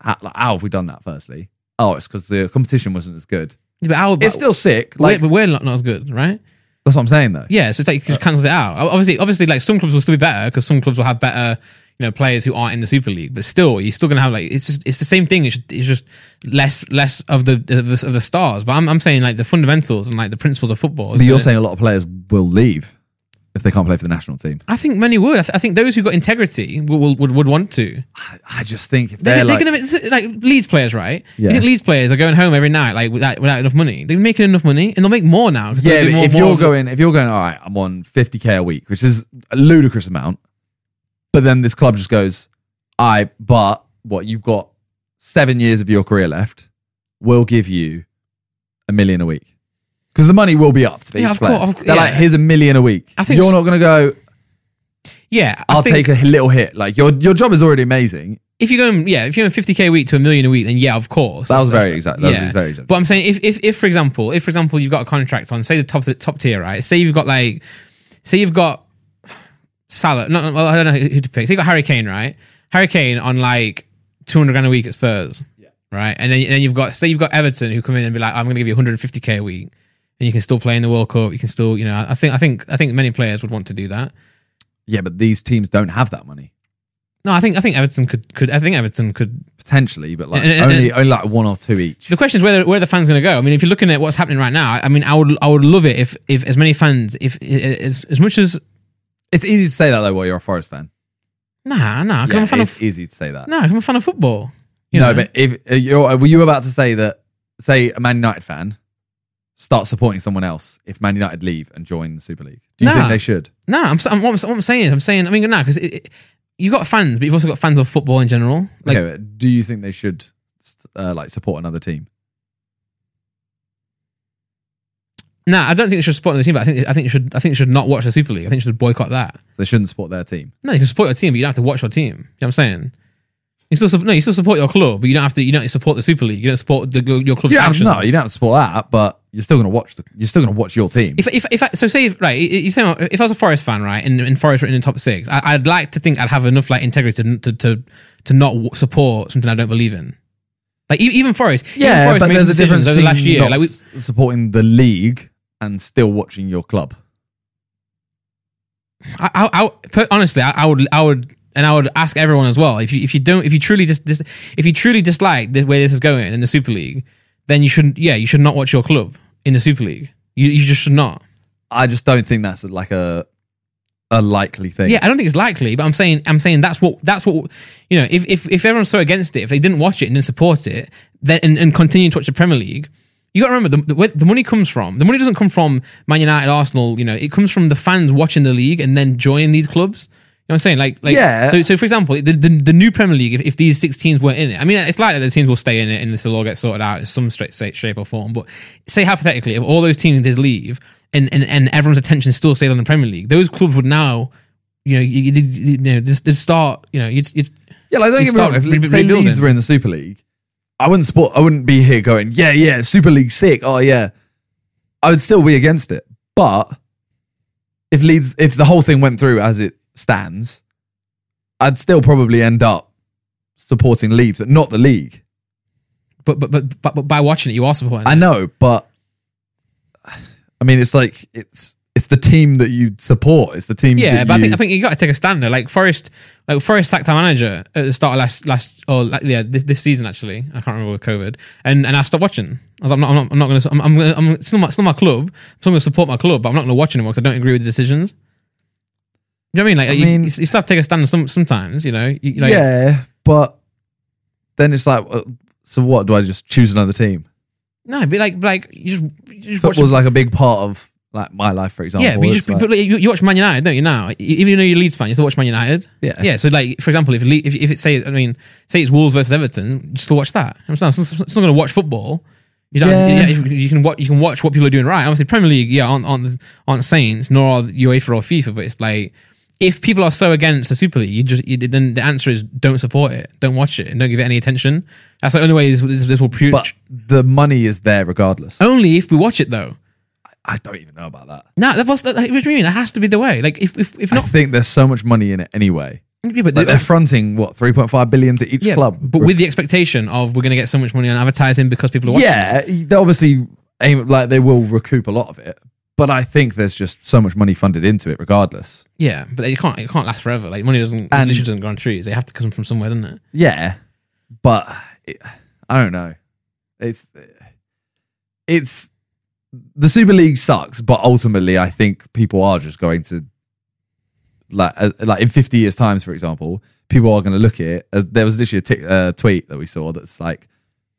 [SPEAKER 2] how, like, how have we done that? Firstly, oh, it's because the competition wasn't as good.
[SPEAKER 1] Yeah, But our,
[SPEAKER 2] It's still sick.
[SPEAKER 1] like,
[SPEAKER 2] Like
[SPEAKER 1] but we're not, not as good, right?
[SPEAKER 2] that's what I'm saying though.
[SPEAKER 1] Yeah, so it's like you just cancels it out. Obviously, obviously, like some clubs will still be better because some clubs will have better, you know, players who aren't in the Super League. But still, you're still gonna have like it's just it's the same thing. It's just, it's just less less of the of the, of the stars. But I'm, I'm saying like the fundamentals and like the principles of football.
[SPEAKER 2] But
[SPEAKER 1] isn't
[SPEAKER 2] you're
[SPEAKER 1] it?
[SPEAKER 2] saying a lot of players will leave if they can't play for the national team.
[SPEAKER 1] I think many would. I, th- I think those who got integrity would would, would, would want to.
[SPEAKER 2] I, I just think if
[SPEAKER 1] They're,
[SPEAKER 2] they're, like,
[SPEAKER 1] they're gonna be, like Leeds players, right?
[SPEAKER 2] Yeah.
[SPEAKER 1] You think Leeds players are going home every night like without, without enough money? They're making enough money, and they'll make more now. 'cause
[SPEAKER 2] yeah,
[SPEAKER 1] they'll do
[SPEAKER 2] but
[SPEAKER 1] more-
[SPEAKER 2] if
[SPEAKER 1] more
[SPEAKER 2] you're
[SPEAKER 1] of-
[SPEAKER 2] going, if you're going, all right, I'm on 50k a week, which is a ludicrous amount. But then this club just goes, I, but what you've got seven years of your career left, we'll give you a million a week because the money will be up to
[SPEAKER 1] Yeah,
[SPEAKER 2] each
[SPEAKER 1] of
[SPEAKER 2] player.
[SPEAKER 1] course, of-
[SPEAKER 2] They're
[SPEAKER 1] yeah.
[SPEAKER 2] like, here's a million a week.
[SPEAKER 1] I think
[SPEAKER 2] you're
[SPEAKER 1] s-
[SPEAKER 2] not going to go.
[SPEAKER 1] yeah, I
[SPEAKER 2] I'll
[SPEAKER 1] think-
[SPEAKER 2] take a little hit. Like your your job is already amazing.
[SPEAKER 1] if you're going, yeah, if you're going 50k a week to a million a week, then yeah, of course.
[SPEAKER 2] That was
[SPEAKER 1] That's-
[SPEAKER 2] very exact. That was very exact.
[SPEAKER 1] But I'm saying if, if, if for example, if for example, you've got a contract on, say the top the top tier, right? Say you've got like, say you've got Salah. No, well, I don't know who to pick. Say you got Harry Kane, right? Harry Kane on like 200 grand a week at Spurs, right? And then and then you've got say you've got Everton who come in and be like, I'm going to give you 150k a week, and you can still play in the World Cup. You can still, you know, I think I think I think many players would want to do that.
[SPEAKER 2] Yeah, but these teams don't have that money
[SPEAKER 1] No, I think I think Everton could could I think Everton could
[SPEAKER 2] potentially, but like
[SPEAKER 1] And- and-
[SPEAKER 2] only only like one or two each.
[SPEAKER 1] The question is where the, where the fans going to go. I mean, if you're looking at what's happening right now, I mean, I would I would love it if if as many fans, if as as much as
[SPEAKER 2] It's easy to say that though while you're a Forest fan.
[SPEAKER 1] nah nah, because
[SPEAKER 2] Yeah,
[SPEAKER 1] I'm a fan
[SPEAKER 2] it's
[SPEAKER 1] of
[SPEAKER 2] easy to say that.
[SPEAKER 1] nah, 'cause I'm a fan of football. You
[SPEAKER 2] no,
[SPEAKER 1] know?
[SPEAKER 2] but if uh, you're, were you about to say that, say a Man United fan starts supporting someone else if Man United leave and join the Super League? Do you
[SPEAKER 1] Nah.
[SPEAKER 2] think they should?
[SPEAKER 1] nah, I'm, s- I'm what, I'm, s- what I'm saying is I'm saying I mean nah because you got fans, but you've also got fans of football in general. Like
[SPEAKER 2] okay, but do you think they should uh, like support another team?
[SPEAKER 1] nah, I don't think they should support the team, but I think I think they should I think they should not watch the Super League. I think they should boycott that.
[SPEAKER 2] They shouldn't support their team.
[SPEAKER 1] No, you can support your team, but you don't have to watch your team. You know what I'm saying? You still sup- no, you still support your club, but you don't have to. You don't support the Super League. You don't support the, your club's
[SPEAKER 2] You don't have,
[SPEAKER 1] actions.
[SPEAKER 2] no, you don't have to support that, but you're still gonna watch. The, you're still gonna watch your team.
[SPEAKER 1] If if if I, so, say if, right, you say if I was a Forest fan, right, and, and Forest were in the top six, I, I'd like to think I'd have enough like integrity to to to, to not w- support something I don't believe in. Like e- even Forest, even
[SPEAKER 2] yeah,
[SPEAKER 1] Forest
[SPEAKER 2] but
[SPEAKER 1] made
[SPEAKER 2] there's
[SPEAKER 1] some
[SPEAKER 2] a
[SPEAKER 1] decisions
[SPEAKER 2] difference
[SPEAKER 1] over
[SPEAKER 2] between
[SPEAKER 1] last year.
[SPEAKER 2] not
[SPEAKER 1] Like we,
[SPEAKER 2] s- supporting the league and still watching your club.
[SPEAKER 1] I, I, I per- honestly, I, I would, I would, and I would ask everyone as well. If you, if you don't, if you truly just, dis, if you truly dislike the way this is going in the Super League, then you shouldn't. Yeah, you should not watch your club in the Super League. You, you just should not.
[SPEAKER 2] I just don't think that's like a a likely thing.
[SPEAKER 1] Yeah, I don't think it's likely, but I'm saying I'm saying that's what that's what you know. If if if everyone's so against it, if they didn't watch it and didn't support it, then and, and continue to watch the Premier League, you got to remember the, the where the money comes from. The money doesn't come from Man United, Arsenal. You know, it comes from the fans watching the league and then joining these clubs. You know what I'm saying? Like, like
[SPEAKER 2] Yeah.
[SPEAKER 1] So, so for example, the, the the new Premier League, if, if these six teams weren't in it, I mean, it's likely the teams will stay in it and this will all get sorted out in some straight, shape, shape or form. But say hypothetically, if all those teams did leave and, and, and everyone's attention still stayed on the Premier League, those clubs would now, you know, you, you, you know, just, just start, you know, it's it's
[SPEAKER 2] Yeah, like don't
[SPEAKER 1] You
[SPEAKER 2] get me wrong.
[SPEAKER 1] start
[SPEAKER 2] If
[SPEAKER 1] re-
[SPEAKER 2] say
[SPEAKER 1] rebuilding.
[SPEAKER 2] Leeds were in the Super League, I wouldn't support. I wouldn't be here going, yeah, yeah, Super League sick. Oh yeah, I would still be against it. But if Leeds, if the whole thing went through as it stands, I'd still probably end up supporting Leeds, but not the league.
[SPEAKER 1] but but but but, but by watching it, you are supporting.
[SPEAKER 2] I
[SPEAKER 1] it.
[SPEAKER 2] know, but I mean, it's like it's it's the team that you support. It's the team.
[SPEAKER 1] Yeah,
[SPEAKER 2] that
[SPEAKER 1] but I
[SPEAKER 2] you,
[SPEAKER 1] think I think you got to take a stand there. Like Forest, like Forest sacked our manager at the start of last last or like, yeah this, this season actually. I can't remember with COVID, and and I stopped watching. I was like, I'm not I'm not, I'm not going to I'm, I'm, gonna, I'm it's not my, it's not my club. So I'm going to support my club, but I'm not going to watch anymore because I don't agree with the decisions. Do you know what I mean? Like
[SPEAKER 2] I
[SPEAKER 1] you,
[SPEAKER 2] mean-
[SPEAKER 1] you still have to take a stand some, sometimes. You know, you, like,
[SPEAKER 2] yeah, but then it's like, uh, so what? Do I just choose another team?
[SPEAKER 1] No, but like like you just you just watch.
[SPEAKER 2] football's like a big part of like my life, for example.
[SPEAKER 1] Yeah, but you
[SPEAKER 2] It's
[SPEAKER 1] just
[SPEAKER 2] like-
[SPEAKER 1] but like, you, you watch Man United, don't you? Now, E, even though you're a Leeds fan, you still watch Man United.
[SPEAKER 2] yeah,
[SPEAKER 1] Yeah, so like for example, if Le- if if it's say I mean say it's Wolves versus Everton, you still watch that. I'm saying it's not, it's not going to watch football. You don't.
[SPEAKER 2] Yeah.
[SPEAKER 1] Yeah. You, you can watch. You can watch what people are doing right. Obviously, Premier League, yeah, aren't aren't, aren't Saints nor are UEFA or FIFA, but it's like if people are so against the Super League, you just you, then the answer is don't support it, don't watch it, and don't give it any attention. That's the only way this, this, this will preach.
[SPEAKER 2] But the money is there regardless.
[SPEAKER 1] only if we watch it though.
[SPEAKER 2] I don't even know about that.
[SPEAKER 1] No, that was that, like, what do you mean? That has to be the way. Like if if if
[SPEAKER 2] I
[SPEAKER 1] not,
[SPEAKER 2] think there's so much money in it anyway.
[SPEAKER 1] yeah, but
[SPEAKER 2] Like they're fronting what 3.5 billion to each
[SPEAKER 1] yeah,
[SPEAKER 2] club.
[SPEAKER 1] but with the expectation of we're going to get so much money on advertising because people are watching.
[SPEAKER 2] yeah, they obviously aim like they will recoup a lot of it. But I think there's just so much money funded into it regardless.
[SPEAKER 1] Yeah, but it can't it can't last forever. Like money doesn't
[SPEAKER 2] And-
[SPEAKER 1] literally doesn't grow on trees. They have to come from somewhere, doesn't it?
[SPEAKER 2] Yeah, but it, I don't know. It's it's the Super League sucks, but ultimately, I think people are just going to like uh, like in fifty years' times, for example, people are going to look at it. Uh, there was literally a tick uh, tweet that we saw that's like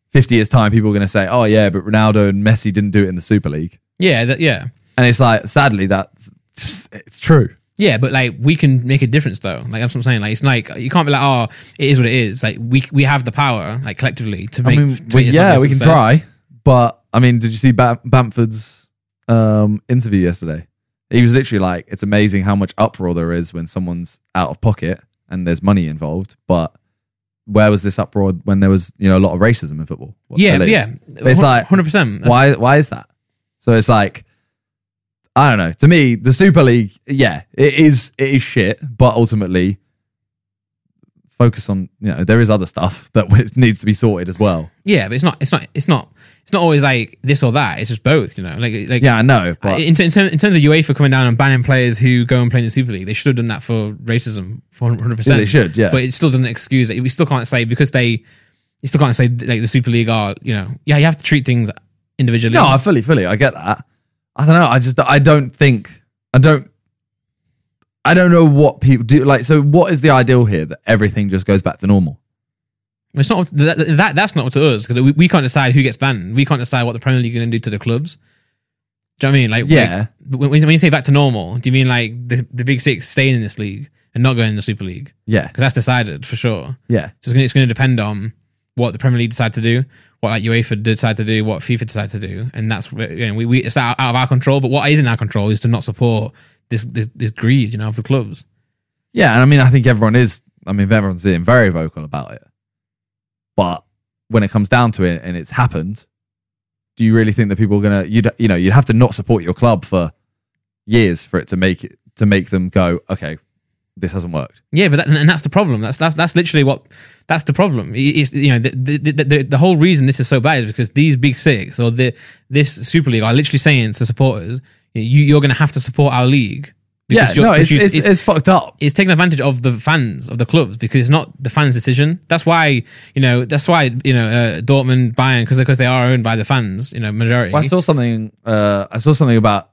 [SPEAKER 2] fifty years' time, people are going to say, "Oh yeah, but Ronaldo and Messi didn't do it in the Super League,"
[SPEAKER 1] Yeah, that, yeah,
[SPEAKER 2] and it's like sadly that's just it's true.
[SPEAKER 1] yeah. But like we can make a difference though. Like that's what I'm saying. Like it's like you can't be like oh it is what it is. Like we we have the power like collectively to
[SPEAKER 2] I
[SPEAKER 1] make.
[SPEAKER 2] mean,
[SPEAKER 1] to
[SPEAKER 2] we,
[SPEAKER 1] make it not
[SPEAKER 2] yeah,
[SPEAKER 1] be a
[SPEAKER 2] we can
[SPEAKER 1] success.
[SPEAKER 2] try, but I mean, did you see Ba- Bamford's um, interview yesterday? He was literally like, "It's amazing how much uproar there is when someone's out of pocket and there's money involved." But where was this uproar when there was you know a lot of racism in football? What's
[SPEAKER 1] Yeah,
[SPEAKER 2] the least?
[SPEAKER 1] yeah.
[SPEAKER 2] But it's like
[SPEAKER 1] hundred percent.
[SPEAKER 2] why why is that? So it's like I don't know. To me, the Super League, yeah, it is it is shit, but ultimately focus on you know there is other stuff that needs to be sorted as well.
[SPEAKER 1] Yeah, but it's not. It's not. It's not. It's not always like this or that. It's just both. You know, like like
[SPEAKER 2] Yeah, I know,
[SPEAKER 1] I-
[SPEAKER 2] but
[SPEAKER 1] in, ter- in, ter- in terms of UEFA coming down and banning players who go and play in the Super League, they should have done that for racism, for hundred percent.
[SPEAKER 2] Yeah, they should, yeah.
[SPEAKER 1] but it still doesn't excuse it. We still can't say because they, you still can't say like the Super League are. You know, yeah, you have to treat things individually.
[SPEAKER 2] no, I fully, fully, I get that. I don't know. I just, I don't think, I don't, I don't know what people do. Like, so what is the ideal here that everything just goes back to normal?
[SPEAKER 1] it's not that, that that's not up to us because we, we can't decide who gets banned. We can't decide what the Premier League are going to do to the clubs. Do you know what I mean? Like,
[SPEAKER 2] Yeah.
[SPEAKER 1] like, when, when you say back to normal, do you mean like the, the big six staying in this league and not going in the Super League?
[SPEAKER 2] Yeah,
[SPEAKER 1] Because that's decided for sure.
[SPEAKER 2] yeah,
[SPEAKER 1] So it's going, to, it's going to depend on what the Premier League decide to do, what like UEFA decide to do, what FIFA decide to do, and that's where, you know, we, we it's out, out of our control. But what is in our control is to not support this this, this greed, you know, of the clubs.
[SPEAKER 2] yeah. And I mean, I think everyone is. I mean, everyone's being very vocal about it. But when it comes down to it, and it's happened, do you really think that people are gonna? You would you know, you'd have to not support your club for years for it to make it to make them go, okay, this hasn't worked.
[SPEAKER 1] Yeah, but that, and that's the problem. That's that's that's literally what that's the problem. It- It's you know the the, the the whole reason this is so bad is because these big six or the this Super League are literally saying to supporters, you you're going to have to support our league.
[SPEAKER 2] Yeah,
[SPEAKER 1] you're-
[SPEAKER 2] no, it's,
[SPEAKER 1] because
[SPEAKER 2] it's, it's, fucked up.
[SPEAKER 1] it's taking advantage of the fans of the clubs because it's not the fans' decision. That's why you know. That's why you know uh, Dortmund, Bayern, because because they are owned by the fans. You know, majority.
[SPEAKER 2] Well, I saw something. Uh, I saw something about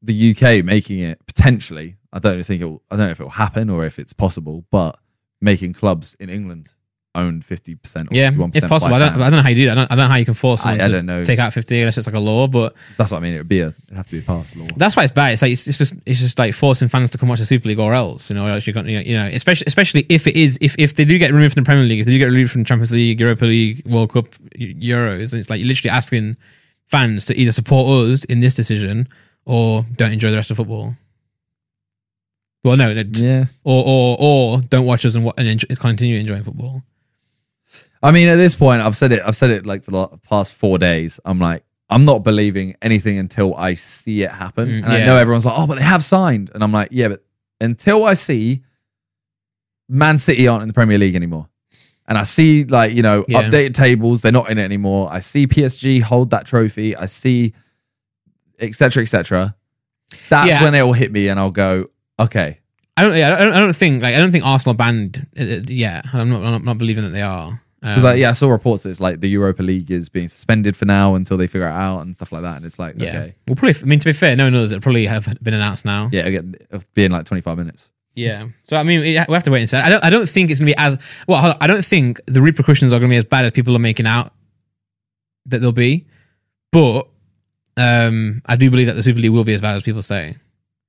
[SPEAKER 2] the UK making it potentially. I don't think it. Will, I don't know if it will happen or if it's possible, but making clubs in England own fifty percent.
[SPEAKER 1] yeah, if possible. I don't. I don't know how you do that. I don't, I don't know how you can force
[SPEAKER 2] I-
[SPEAKER 1] someone
[SPEAKER 2] I
[SPEAKER 1] to
[SPEAKER 2] don't know.
[SPEAKER 1] take out fifty unless it's like a law. But
[SPEAKER 2] That's what I mean. It would be a. It have to be a passed law.
[SPEAKER 1] that's why it's bad. It's like it's, it's just it's just like forcing fans to come watch the Super League or else. You know, or else you're gonna, you know, you know, especially especially if it is if if they do get removed from the Premier League, if they do get removed from Champions League, Europa League, World Cup, Eu- Euros, and it's like you're literally asking fans to either support us in this decision or don't enjoy the rest of football. Well, no, that-
[SPEAKER 2] Yeah.
[SPEAKER 1] or or or don't watch us and wa- and enjoy, continue enjoying football.
[SPEAKER 2] I mean, at this point, I've said it. I've said it like for the past four days. I'm like, I'm not believing anything until I see it happen.
[SPEAKER 1] Mm,
[SPEAKER 2] and I
[SPEAKER 1] yeah.
[SPEAKER 2] know everyone's like, oh, but they have signed, and I'm like, yeah, but until I see Man City aren't in the Premier League anymore, and I see like you know
[SPEAKER 1] Yeah.
[SPEAKER 2] updated tables, they're not in it anymore. I see PSG hold that trophy. I see, etc. etc. That's
[SPEAKER 1] Yeah.
[SPEAKER 2] when it will hit me, and I'll go, okay,
[SPEAKER 1] I don't. Yeah, I don't. I don't think like I don't think Arsenal banned. Uh, uh, yeah, I'm not. I'm not- not believing that they are. Um,
[SPEAKER 2] Because like, yeah, I saw reports that it's like the Europa League is being suspended for now until they figure it out and stuff like that. And it's like,
[SPEAKER 1] Yeah.
[SPEAKER 2] okay,
[SPEAKER 1] Well, probably. I mean, to be fair, no one knows. It probably have been announced now.
[SPEAKER 2] yeah, again, it'll be in like 25 minutes.
[SPEAKER 1] Yeah. So I mean, it- we have to wait and see. I don't. I don't think it's gonna be as well. hold on, I don't think the repercussions are gonna be as bad as people are making out that they'll be. But um, I do believe that the Super League will be as bad as people say.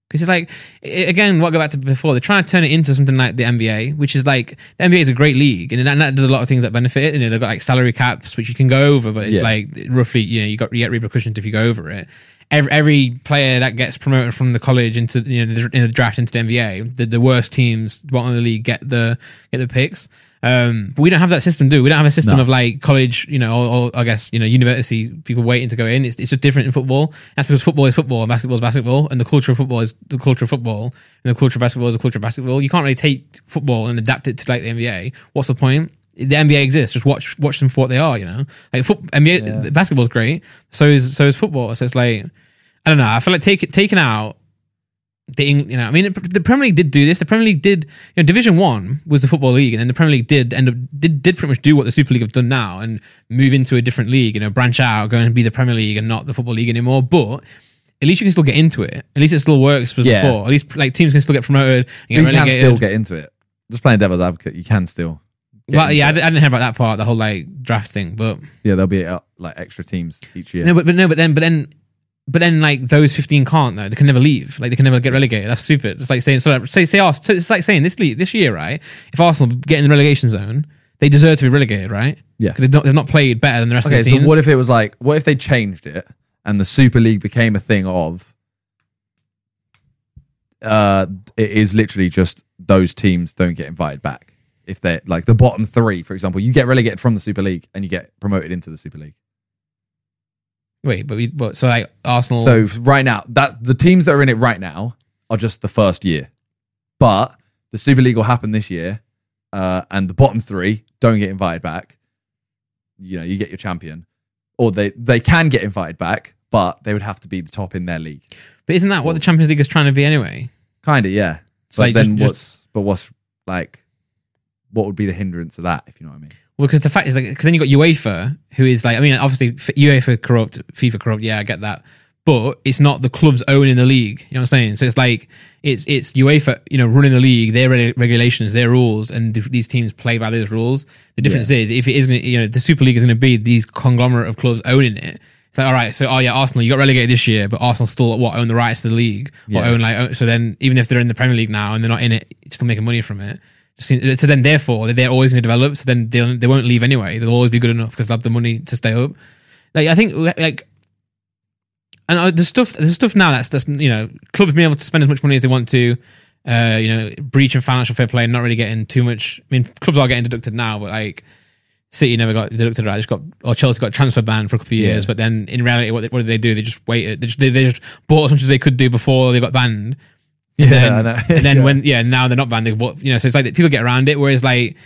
[SPEAKER 1] Because it's like i- again, what I go back to before, they're trying to turn it into something like the NBA, which is like the NBA is a great league, and that, and that does a lot of things that benefit. it. You know, they've got like salary caps, which you can go over, but it's
[SPEAKER 2] Yeah.
[SPEAKER 1] like roughly, you know, you got you get repercussions if you go over it. every, every player that gets promoted from the college into you know the- in the draft into the NBA, the, the worst teams bottom of the league get the get the picks. Um, but we don't have that system, do we? We don't have a system
[SPEAKER 2] No.
[SPEAKER 1] of like college, you know, or, or I guess you know university people waiting to go in. It's it's just different in football. That's because football is football, and basketball is basketball, and the culture of football is the culture of football, and the culture of basketball is the culture of basketball. You can't really take football and adapt it to like the NBA. What's the point? the NBA exists. Just watch watch them for what they are. You know, like foot, NBA, basketball's great. So is so is football. So it's like I don't know. I feel like take taken out the Eng- you know I mean the Premier League did do this. The Premier League did you know Division One was the football league, and then the Premier League did end up did, did pretty much do what the Super League have done now and move into a different league. You know, branch out, go and be the Premier League and not the football league anymore. But at least you can still get into it. At least it still works as
[SPEAKER 2] Yeah.
[SPEAKER 1] before. At least like teams can still get promoted. And get
[SPEAKER 2] you can
[SPEAKER 1] relegated.
[SPEAKER 2] still get into it. Just playing devil's advocate, you can still. get
[SPEAKER 1] Well,
[SPEAKER 2] into
[SPEAKER 1] yeah, I
[SPEAKER 2] it.
[SPEAKER 1] d- I didn't hear about that part, the whole like draft thing, but.
[SPEAKER 2] yeah. There'll be uh, like extra teams each year.
[SPEAKER 1] No, but, but no, but then, but then, but then, like those fifteen can't though. They can never leave. Like they can never get relegated. That's stupid. It's like saying so. Say say Arsenal. So it's like saying this league, this year, right? If Arsenal get in the relegation zone, they deserve to be relegated, right?
[SPEAKER 2] Yeah.
[SPEAKER 1] 'Cause They've not, they've not played better than the rest
[SPEAKER 2] okay,
[SPEAKER 1] of the teams.
[SPEAKER 2] so what if it was like, what if they changed it and the Super League became a thing of? Uh, it is literally just those teams don't get invited back. If they're like the bottom three, for example, you get relegated from the Super League and you get promoted into the Super League.
[SPEAKER 1] Wait, but we, but so like Arsenal.
[SPEAKER 2] So right now, that the teams that are in it right now are just the first year, but the Super League will happen this year, uh, and the bottom three don't get invited back. You know, you get your champion, or they they can get invited back, but they would have to be the top in their league.
[SPEAKER 1] but isn't that what the Champions League is trying to be anyway?
[SPEAKER 2] Kind of, yeah.
[SPEAKER 1] It's
[SPEAKER 2] But
[SPEAKER 1] like
[SPEAKER 2] then
[SPEAKER 1] just-
[SPEAKER 2] what's but what's like, what would be the hindrance of that? If you know what I mean?
[SPEAKER 1] Well, because the fact is, like, because then you got UEFA, who is like, I mean, obviously f- UEFA corrupt, FIFA corrupt. Yeah, I get that, but it's not the clubs owning the league. You know what I'm saying? So it's like it's it's UEFA, you know, running the league, their reg- regulations, their rules, and th- these teams play by those rules. The difference is if it is, gonna, you know, the Super League is going to be these conglomerate of clubs owning it. It's like, all right, so oh yeah, Arsenal, you got relegated this year, but Arsenal still what own the rights to the league, or
[SPEAKER 2] Yeah.
[SPEAKER 1] own like own, so then even if they're in the Premier League now and they're not in it, you're still making money from it. So so then, therefore, they're always going to develop. So then they'll, they won't leave anyway. They'll always be good enough because they'll have the money to stay up. Like I think, like, and uh, there's stuff, there's stuff now that's that's you know clubs being able to spend as much money as they want to, uh, you know, breach and financial fair play, and not really getting too much. I mean, clubs are getting deducted now, but like City never got deducted right. They just got or Chelsea got a transfer ban for a couple of years,
[SPEAKER 2] Yeah.
[SPEAKER 1] but then in reality, what, they, what did they do? They just waited. They just, they, they just bought as much as they could do before they got banned. And
[SPEAKER 2] Yeah, I
[SPEAKER 1] then,
[SPEAKER 2] know.
[SPEAKER 1] and then
[SPEAKER 2] Yeah.
[SPEAKER 1] when yeah, now they're not banned. They bought, you know, so it's like that people get around it. Whereas like,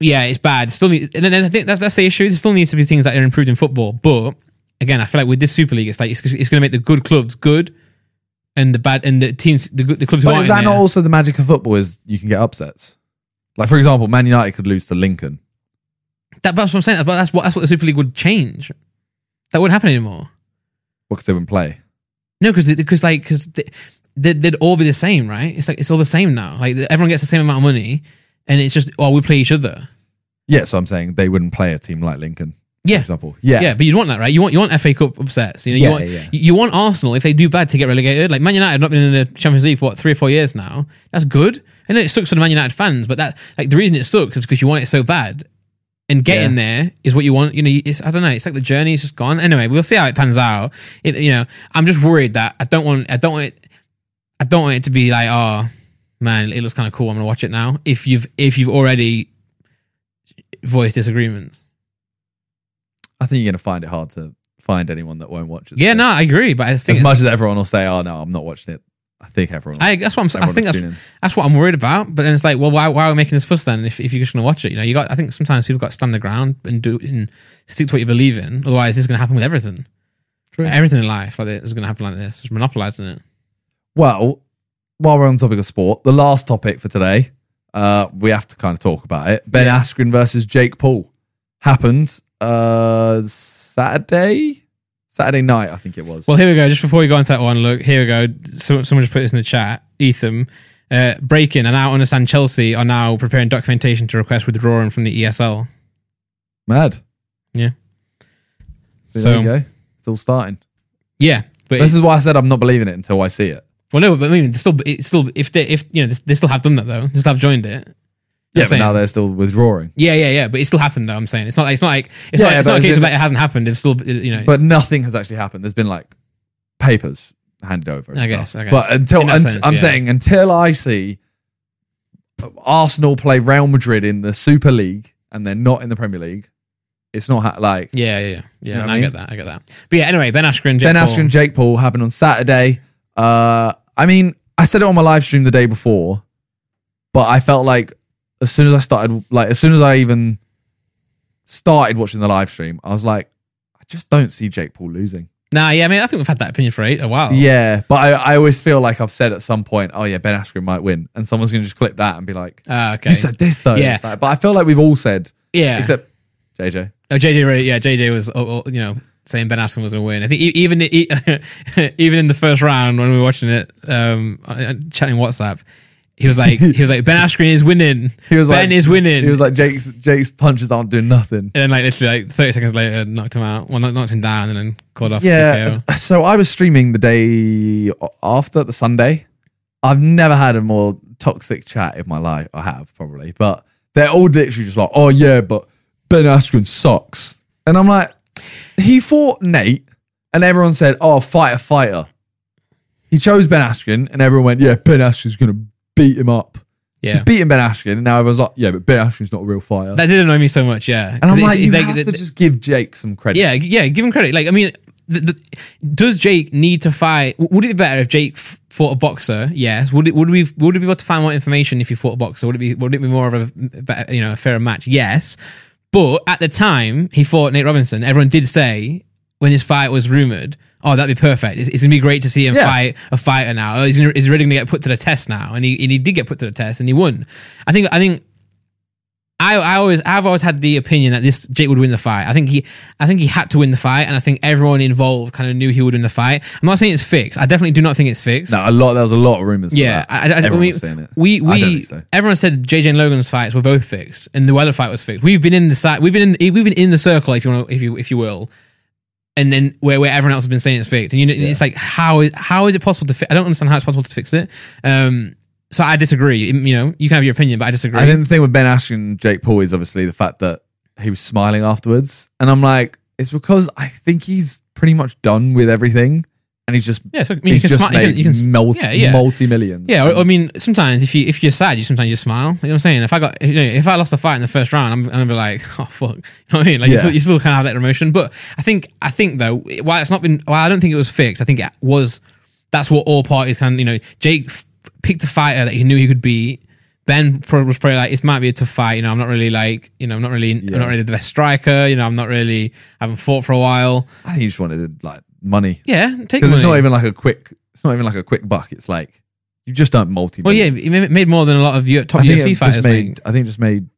[SPEAKER 1] yeah, it's bad. Still, need, and then I think that's that's the issue. There still needs to be things that are improved in football. But again, I feel like with this Super League, it's like it's, it's going to make the good clubs good, and the bad and the teams the, good- the clubs who
[SPEAKER 2] But
[SPEAKER 1] aren't
[SPEAKER 2] is
[SPEAKER 1] in
[SPEAKER 2] that not
[SPEAKER 1] there-
[SPEAKER 2] also the magic of football? Is you can get upsets. Like for example, Man United could lose to Lincoln.
[SPEAKER 1] That, that's what I'm saying. That's what, that's what that's what the Super League would change. That wouldn't happen anymore.
[SPEAKER 2] What could they wouldn't play?
[SPEAKER 1] No, because because like because they, they, they'd all be the same, right? It's like it's all the same now. Like everyone gets the same amount of money, and it's just oh we play each other.
[SPEAKER 2] Yeah, so I'm saying they wouldn't play a team like Lincoln. For
[SPEAKER 1] Yeah.
[SPEAKER 2] example.
[SPEAKER 1] Yeah.
[SPEAKER 2] Yeah.
[SPEAKER 1] but you'd want that, right? You want you want FA Cup upsets. You know, you
[SPEAKER 2] Yeah,
[SPEAKER 1] want
[SPEAKER 2] yeah.
[SPEAKER 1] you want Arsenal if they do bad to get relegated. Like Man United have not been in the Champions League for what three or four years now. That's good. I know it sucks for the Man United fans, but that like the reason it sucks is because you want it so bad. And getting there is what you want. You know, it's I don't know. It's like the journey is just gone. Anyway, we'll see how it pans out. It, you know, I'm just worried that I don't want I don't want it I don't want it to be like oh man it looks kind of cool I'm gonna watch it now. If you've if you've already voiced disagreements.
[SPEAKER 2] I think you're gonna find it hard to find anyone that won't watch it.
[SPEAKER 1] Yeah,
[SPEAKER 2] So,
[SPEAKER 1] no, I agree, but I think
[SPEAKER 2] As much as everyone will say, "Oh no, I'm not watching it," I think everyone.
[SPEAKER 1] I, that's what I'm. I
[SPEAKER 2] everyone
[SPEAKER 1] think
[SPEAKER 2] will
[SPEAKER 1] that's
[SPEAKER 2] tune in.
[SPEAKER 1] that's what I'm worried about. But then it's like, well, why, why are we making this fuss then? If, if you're just going to watch it, you know, you got. I think sometimes people got to stand the ground and do and stick to what you believe in. Otherwise, this is going to happen with everything.
[SPEAKER 2] True.
[SPEAKER 1] Everything in life like this is going to happen like this. It's monopolizing it.
[SPEAKER 2] Well, while we're on the topic of sport, the last topic for today, uh, we have to kind of talk about it. Ben Askren versus Jake Paul happened uh, Saturday, Saturday night, I think it was.
[SPEAKER 1] Well, here we go. Just before we go into that one, look, here we go. So, someone just put this in the chat. Ethan, uh, breaking. I now understand Chelsea are now preparing documentation to request withdrawing from the E ESL.
[SPEAKER 2] Mad.
[SPEAKER 1] Yeah.
[SPEAKER 2] So,
[SPEAKER 1] So-
[SPEAKER 2] there you go. It's all starting.
[SPEAKER 1] Yeah, but
[SPEAKER 2] This is why I said I'm not believing it until I see it.
[SPEAKER 1] Well, no, but I mean, it's still, it's still, if they, if you know, they, they still have done that though, they still have joined it.
[SPEAKER 2] Yeah, but
[SPEAKER 1] saying-
[SPEAKER 2] now they're still withdrawing.
[SPEAKER 1] Yeah, yeah, yeah, but it still happened though. I'm saying it's not, it's not like it's
[SPEAKER 2] Yeah,
[SPEAKER 1] not, it's
[SPEAKER 2] but
[SPEAKER 1] not a
[SPEAKER 2] it's
[SPEAKER 1] case of
[SPEAKER 2] in-
[SPEAKER 1] like it hasn't happened. It's still, you know,
[SPEAKER 2] But nothing has actually happened. There's been like papers handed over. and
[SPEAKER 1] I
[SPEAKER 2] stuff.
[SPEAKER 1] guess, I guess.
[SPEAKER 2] But until
[SPEAKER 1] In that
[SPEAKER 2] unt-
[SPEAKER 1] sense,
[SPEAKER 2] I'm
[SPEAKER 1] yeah.
[SPEAKER 2] saying until I see uh, Arsenal play Real Madrid in the Super League and they're not in the Premier League, it's not ha- like
[SPEAKER 1] Yeah, yeah, yeah. yeah no,
[SPEAKER 2] know what
[SPEAKER 1] I,
[SPEAKER 2] I mean?
[SPEAKER 1] get that. I get that. But yeah, anyway, Ben Askren, Jake
[SPEAKER 2] Ben
[SPEAKER 1] Paul.
[SPEAKER 2] Askren and Jake Paul happened on Saturday. Uh, I mean, I said it on my live stream the day before, but I felt like as soon as I started, like as soon as I even started watching the live stream, I was like, I just don't see Jake Paul losing.
[SPEAKER 1] Nah, yeah. I mean, I think we've had that opinion for eight, a while.
[SPEAKER 2] Yeah, but I, I always feel like I've said at some point, oh yeah, Ben Askren might win, and someone's gonna just clip that and be like,
[SPEAKER 1] Ah, okay.
[SPEAKER 2] you said this though.
[SPEAKER 1] Yeah.
[SPEAKER 2] It's like- but I feel like we've all said,
[SPEAKER 1] yeah.
[SPEAKER 2] except JJ.
[SPEAKER 1] Oh, JJ, really, yeah, JJ was, oh, oh, you know, saying Ben Askren was going to win. I think e- even e- even in the first round when we were watching it, um, uh, chatting WhatsApp, he was like, he was like, Ben Askren is winning.
[SPEAKER 2] He was
[SPEAKER 1] ben
[SPEAKER 2] like-
[SPEAKER 1] is winning.
[SPEAKER 2] It was like Jake's Jake's punches aren't doing nothing.
[SPEAKER 1] and then like literally like 30 seconds later, knocked him out. Well, knock- knocked him down and then called off.
[SPEAKER 2] Yeah.
[SPEAKER 1] Yeah.
[SPEAKER 2] So I was streaming the day after the Sunday. I've never had a more toxic chat in my life. I have probably, but they're all literally just like, "Oh yeah, but Ben Askren sucks," and I'm like, he fought Nate, and everyone said, "Oh, fighter, fighter." He chose Ben Askren, and everyone went, "Yeah, Ben Askren's gonna beat him up."
[SPEAKER 1] Yeah.
[SPEAKER 2] He's beating Ben Askren, and now everyone's like, "Yeah, but Ben Askren's not a real fighter."
[SPEAKER 1] That did annoy me so much. Yeah.
[SPEAKER 2] and
[SPEAKER 1] 'Cause
[SPEAKER 2] I'm
[SPEAKER 1] it's-
[SPEAKER 2] like,
[SPEAKER 1] it's
[SPEAKER 2] you have
[SPEAKER 1] th-
[SPEAKER 2] to just give Jake some credit.
[SPEAKER 1] Yeah, g- yeah. Give him credit. Like, I mean, the, the, does Jake need to fight? w- Would it be better if Jake f- fought a boxer? Yes. Would it? Would we? Would we be able to find more information if he fought a boxer? Would it be? Would it be more of a better, you know a fairer match? Yes. But at the time he fought Nate Robinson, everyone did say when this fight was rumored, "Oh, that'd be perfect. It's, it's gonna be great to see him
[SPEAKER 2] Yeah.
[SPEAKER 1] fight a fighter now. Oh, he's, gonna- he's really gonna get put to the test now." And he and he did get put to the test, and he won. I think. I think I, I always I've always had the opinion that this Jake would win the fight. I think he I think he had to win the fight, and I think everyone involved kind of knew he would win the fight. I'm not saying it's fixed. I definitely do not think it's fixed.
[SPEAKER 2] No, a lot. There was a lot of rumors.
[SPEAKER 1] Yeah,
[SPEAKER 2] for that.
[SPEAKER 1] I, I, I,
[SPEAKER 2] Everyone
[SPEAKER 1] we,
[SPEAKER 2] was saying it.
[SPEAKER 1] we
[SPEAKER 2] I don't
[SPEAKER 1] we
[SPEAKER 2] think so.
[SPEAKER 1] everyone said JJ and Logan's fights were both fixed, and the Weller fight was fixed. We've been in the side, we've been in, we've been in the circle, if you want, if you if you will, and then where where everyone else has been saying it's fixed, and you know, it's like how is how is it possible to? Fi- I don't understand how it's possible to fix it. Um, so I disagree. You know, you can have your opinion, but I disagree.
[SPEAKER 2] I think the thing with Ben Askren and Jake Paul is obviously the fact that he was smiling afterwards, and I'm like, it's because I think he's pretty much done with everything, and he's just
[SPEAKER 1] yeah, so I mean, you
[SPEAKER 2] he's
[SPEAKER 1] can,
[SPEAKER 2] just
[SPEAKER 1] smile, you
[SPEAKER 2] made
[SPEAKER 1] can, you can
[SPEAKER 2] multi
[SPEAKER 1] yeah, yeah.
[SPEAKER 2] multi millions.
[SPEAKER 1] Yeah, I- I mean, sometimes if you if you're sad, you sometimes just smile. You know what I'm saying? If I got you know, if I lost a fight in the first round, I'm, I'm gonna be like, oh fuck, you know what I mean? Like you,
[SPEAKER 2] Yeah.
[SPEAKER 1] still, you still can't have that emotion. But I think I think though, while it's not been, while I don't think it was fixed, I think it was. That's what all parties can. You know, Jake f- picked a fighter that he knew he could beat. Ben pro- was probably like, "This might be a tough fight. You know, I'm not really like, you know, I'm not really, I'm not really the best striker. You know, I'm not really, I haven't fought for a while.
[SPEAKER 2] I think he just wanted like money
[SPEAKER 1] Yeah, take
[SPEAKER 2] because it's
[SPEAKER 1] money.
[SPEAKER 2] not even like a quick. It's not even like a quick buck. It's like you just don't multi.
[SPEAKER 1] Well, yeah, it ma- made more than a lot of U- top
[SPEAKER 2] I think
[SPEAKER 1] UFC
[SPEAKER 2] it
[SPEAKER 1] fighters
[SPEAKER 2] just
[SPEAKER 1] make.
[SPEAKER 2] made. I think it just made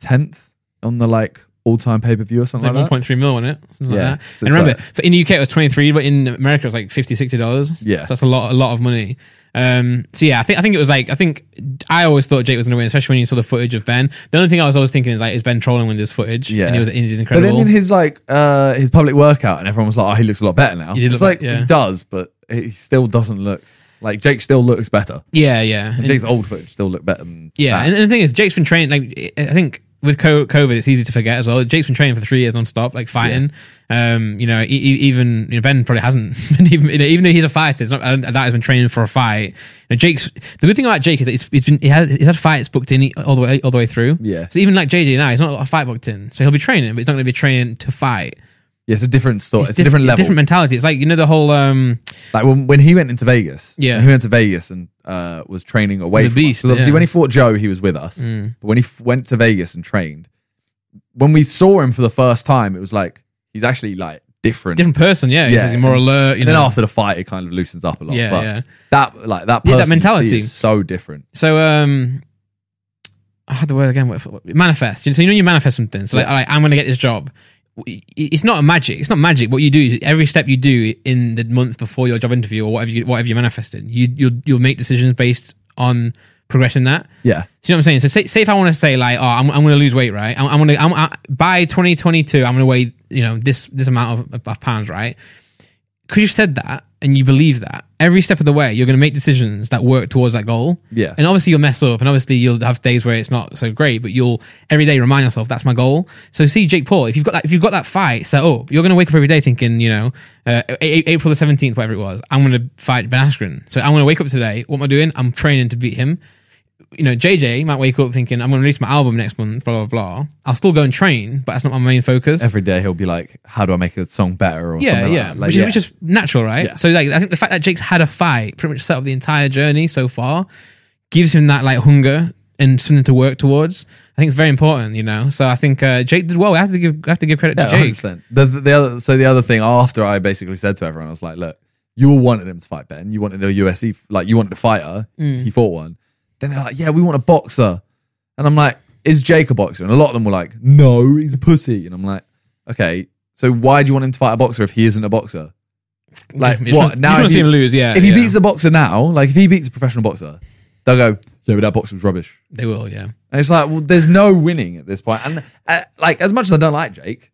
[SPEAKER 2] tenth on the like all time pay per view or something
[SPEAKER 1] It's like
[SPEAKER 2] like that.
[SPEAKER 1] 1.3 mil on it. Something
[SPEAKER 2] Yeah.
[SPEAKER 1] Like that.
[SPEAKER 2] So
[SPEAKER 1] and
[SPEAKER 2] it's
[SPEAKER 1] remember, for- in the UK it was 23, but in America it was like 50, 60 dollars.
[SPEAKER 2] Yeah.
[SPEAKER 1] So that's a lot, a lot of money. Um, so yeah, I think I think it was like I think I always thought Jake was gonna win, especially when you saw the footage of Ben. The only thing I was always thinking is like, is Ben trolling with this footage?
[SPEAKER 2] Yeah.
[SPEAKER 1] and he was, he was
[SPEAKER 2] But then
[SPEAKER 1] incredible.
[SPEAKER 2] in his like uh his public workout, and everyone was like, "Oh, he looks a lot better now."
[SPEAKER 1] He did
[SPEAKER 2] it's
[SPEAKER 1] look
[SPEAKER 2] like
[SPEAKER 1] be- yeah.
[SPEAKER 2] he does, but he still doesn't look like Jake. Still looks better.
[SPEAKER 1] yeah, yeah, And-
[SPEAKER 2] Jake's old footage still look better than
[SPEAKER 1] yeah.
[SPEAKER 2] that.
[SPEAKER 1] And, and the thing is, Jake's been training. Like I think with co- COVID, it's easy to forget as well. Jake's been training for three years nonstop, like fighting. Um, you know, e- e- even you know, Ben probably hasn't. been even you know, even though he's a fighter, it's not. I don't- I doubt he's been training for a fight. You know, Jake's the good thing about Jake is that he's, he's been he has he's had fights booked in all the way all the way through.
[SPEAKER 2] Yeah.
[SPEAKER 1] So even like JJ now, he's not got a fight booked in, so he'll be training, but he's not going to be training to fight.
[SPEAKER 2] yeah, it's a different sort. It's, a different level.
[SPEAKER 1] different mentality. It's like you know the whole um
[SPEAKER 2] Like when, when he went into Vegas.
[SPEAKER 1] Yeah.
[SPEAKER 2] when he went to Vegas and uh was training away.
[SPEAKER 1] He's a
[SPEAKER 2] from us.
[SPEAKER 1] beast,
[SPEAKER 2] 'Cause
[SPEAKER 1] yeah.
[SPEAKER 2] obviously
[SPEAKER 1] Mm.
[SPEAKER 2] when he fought Joe, he was with us. But when he f- went to Vegas and trained, when we saw him for the first time, it was like he's actually like different.
[SPEAKER 1] different person. Yeah, he's
[SPEAKER 2] Yeah.
[SPEAKER 1] more alert. You
[SPEAKER 2] and then
[SPEAKER 1] know,
[SPEAKER 2] after the fight, it kind of loosens up a lot.
[SPEAKER 1] Yeah,
[SPEAKER 2] but
[SPEAKER 1] yeah.
[SPEAKER 2] that like that
[SPEAKER 1] Yeah,
[SPEAKER 2] person
[SPEAKER 1] that
[SPEAKER 2] you see
[SPEAKER 1] mentality.
[SPEAKER 2] is so different.
[SPEAKER 1] So um, I had the word again. what- what- Manifest. You know, so you know you manifest something. So like, all right, I'm going to get this job. It- It's not a magic. It's not magic. What you do is every step you do in the months before your job interview or whatever you whatever you manifested, you you'll you'll make decisions based on progressing that.
[SPEAKER 2] Yeah,
[SPEAKER 1] So you know what I'm saying? So say, say if I want to say like, oh, I'm, I'm going to lose weight, right? I'm, I'm going to I'm, I, by 2022, I'm going to weigh you know this this amount of, of pounds, right? Because you said that and you believe that, every step of the way, you're going to make decisions that work towards that goal.
[SPEAKER 2] Yeah.
[SPEAKER 1] And obviously you'll mess up and obviously you'll have days where it's not so great, but you'll every day remind yourself that's my goal. So see Jake Paul, if you've got that, if you've got that fight set up, you're going to wake up every day thinking, you know, uh, A- A- April the 17th, whatever it was, I'm going to fight Ben Askren. So I'm going to wake up today. What am I doing? I'm training to beat him. You know, JJ might wake up thinking, I'm going to release my album next month, blah, blah, blah. I'll still go and train, but that's not my main focus
[SPEAKER 2] Every day he'll be like, "How do I make a song better?" Or
[SPEAKER 1] yeah,
[SPEAKER 2] something
[SPEAKER 1] yeah,
[SPEAKER 2] like that. Like,
[SPEAKER 1] which,
[SPEAKER 2] yeah.
[SPEAKER 1] Is, which is natural, right?
[SPEAKER 2] Yeah.
[SPEAKER 1] So like, I think the fact that Jake's had a fight pretty much set up the entire journey so far gives him that like hunger and something to work towards. I think it's very important, you know. So I think uh, Jake did well. I have to give I have to give credit
[SPEAKER 2] Yeah,
[SPEAKER 1] to Jake.
[SPEAKER 2] 100%. The, the, the other, so the other thing after I basically said to everyone, I was like, look, you all wanted him to fight Ben. You wanted a USC, like you wanted a fighter.
[SPEAKER 1] Mm.
[SPEAKER 2] He fought one. Then they're like, yeah, we want a boxer. And I'm like, is Jake a boxer? And a lot of them were like, no, he's a pussy. And I'm like, okay, so why do you want him to fight a boxer if he isn't a boxer? Like,
[SPEAKER 1] You just
[SPEAKER 2] what?
[SPEAKER 1] wanna- you
[SPEAKER 2] now,
[SPEAKER 1] just want
[SPEAKER 2] if
[SPEAKER 1] to see
[SPEAKER 2] he,
[SPEAKER 1] him lose, yeah.
[SPEAKER 2] if he
[SPEAKER 1] yeah.
[SPEAKER 2] beats a boxer now, like if he beats a professional boxer, they'll go, yeah, but that boxer was rubbish.
[SPEAKER 1] they will, yeah.
[SPEAKER 2] And it's like, well, there's no winning at this point. And uh, like, as much as I don't like Jake,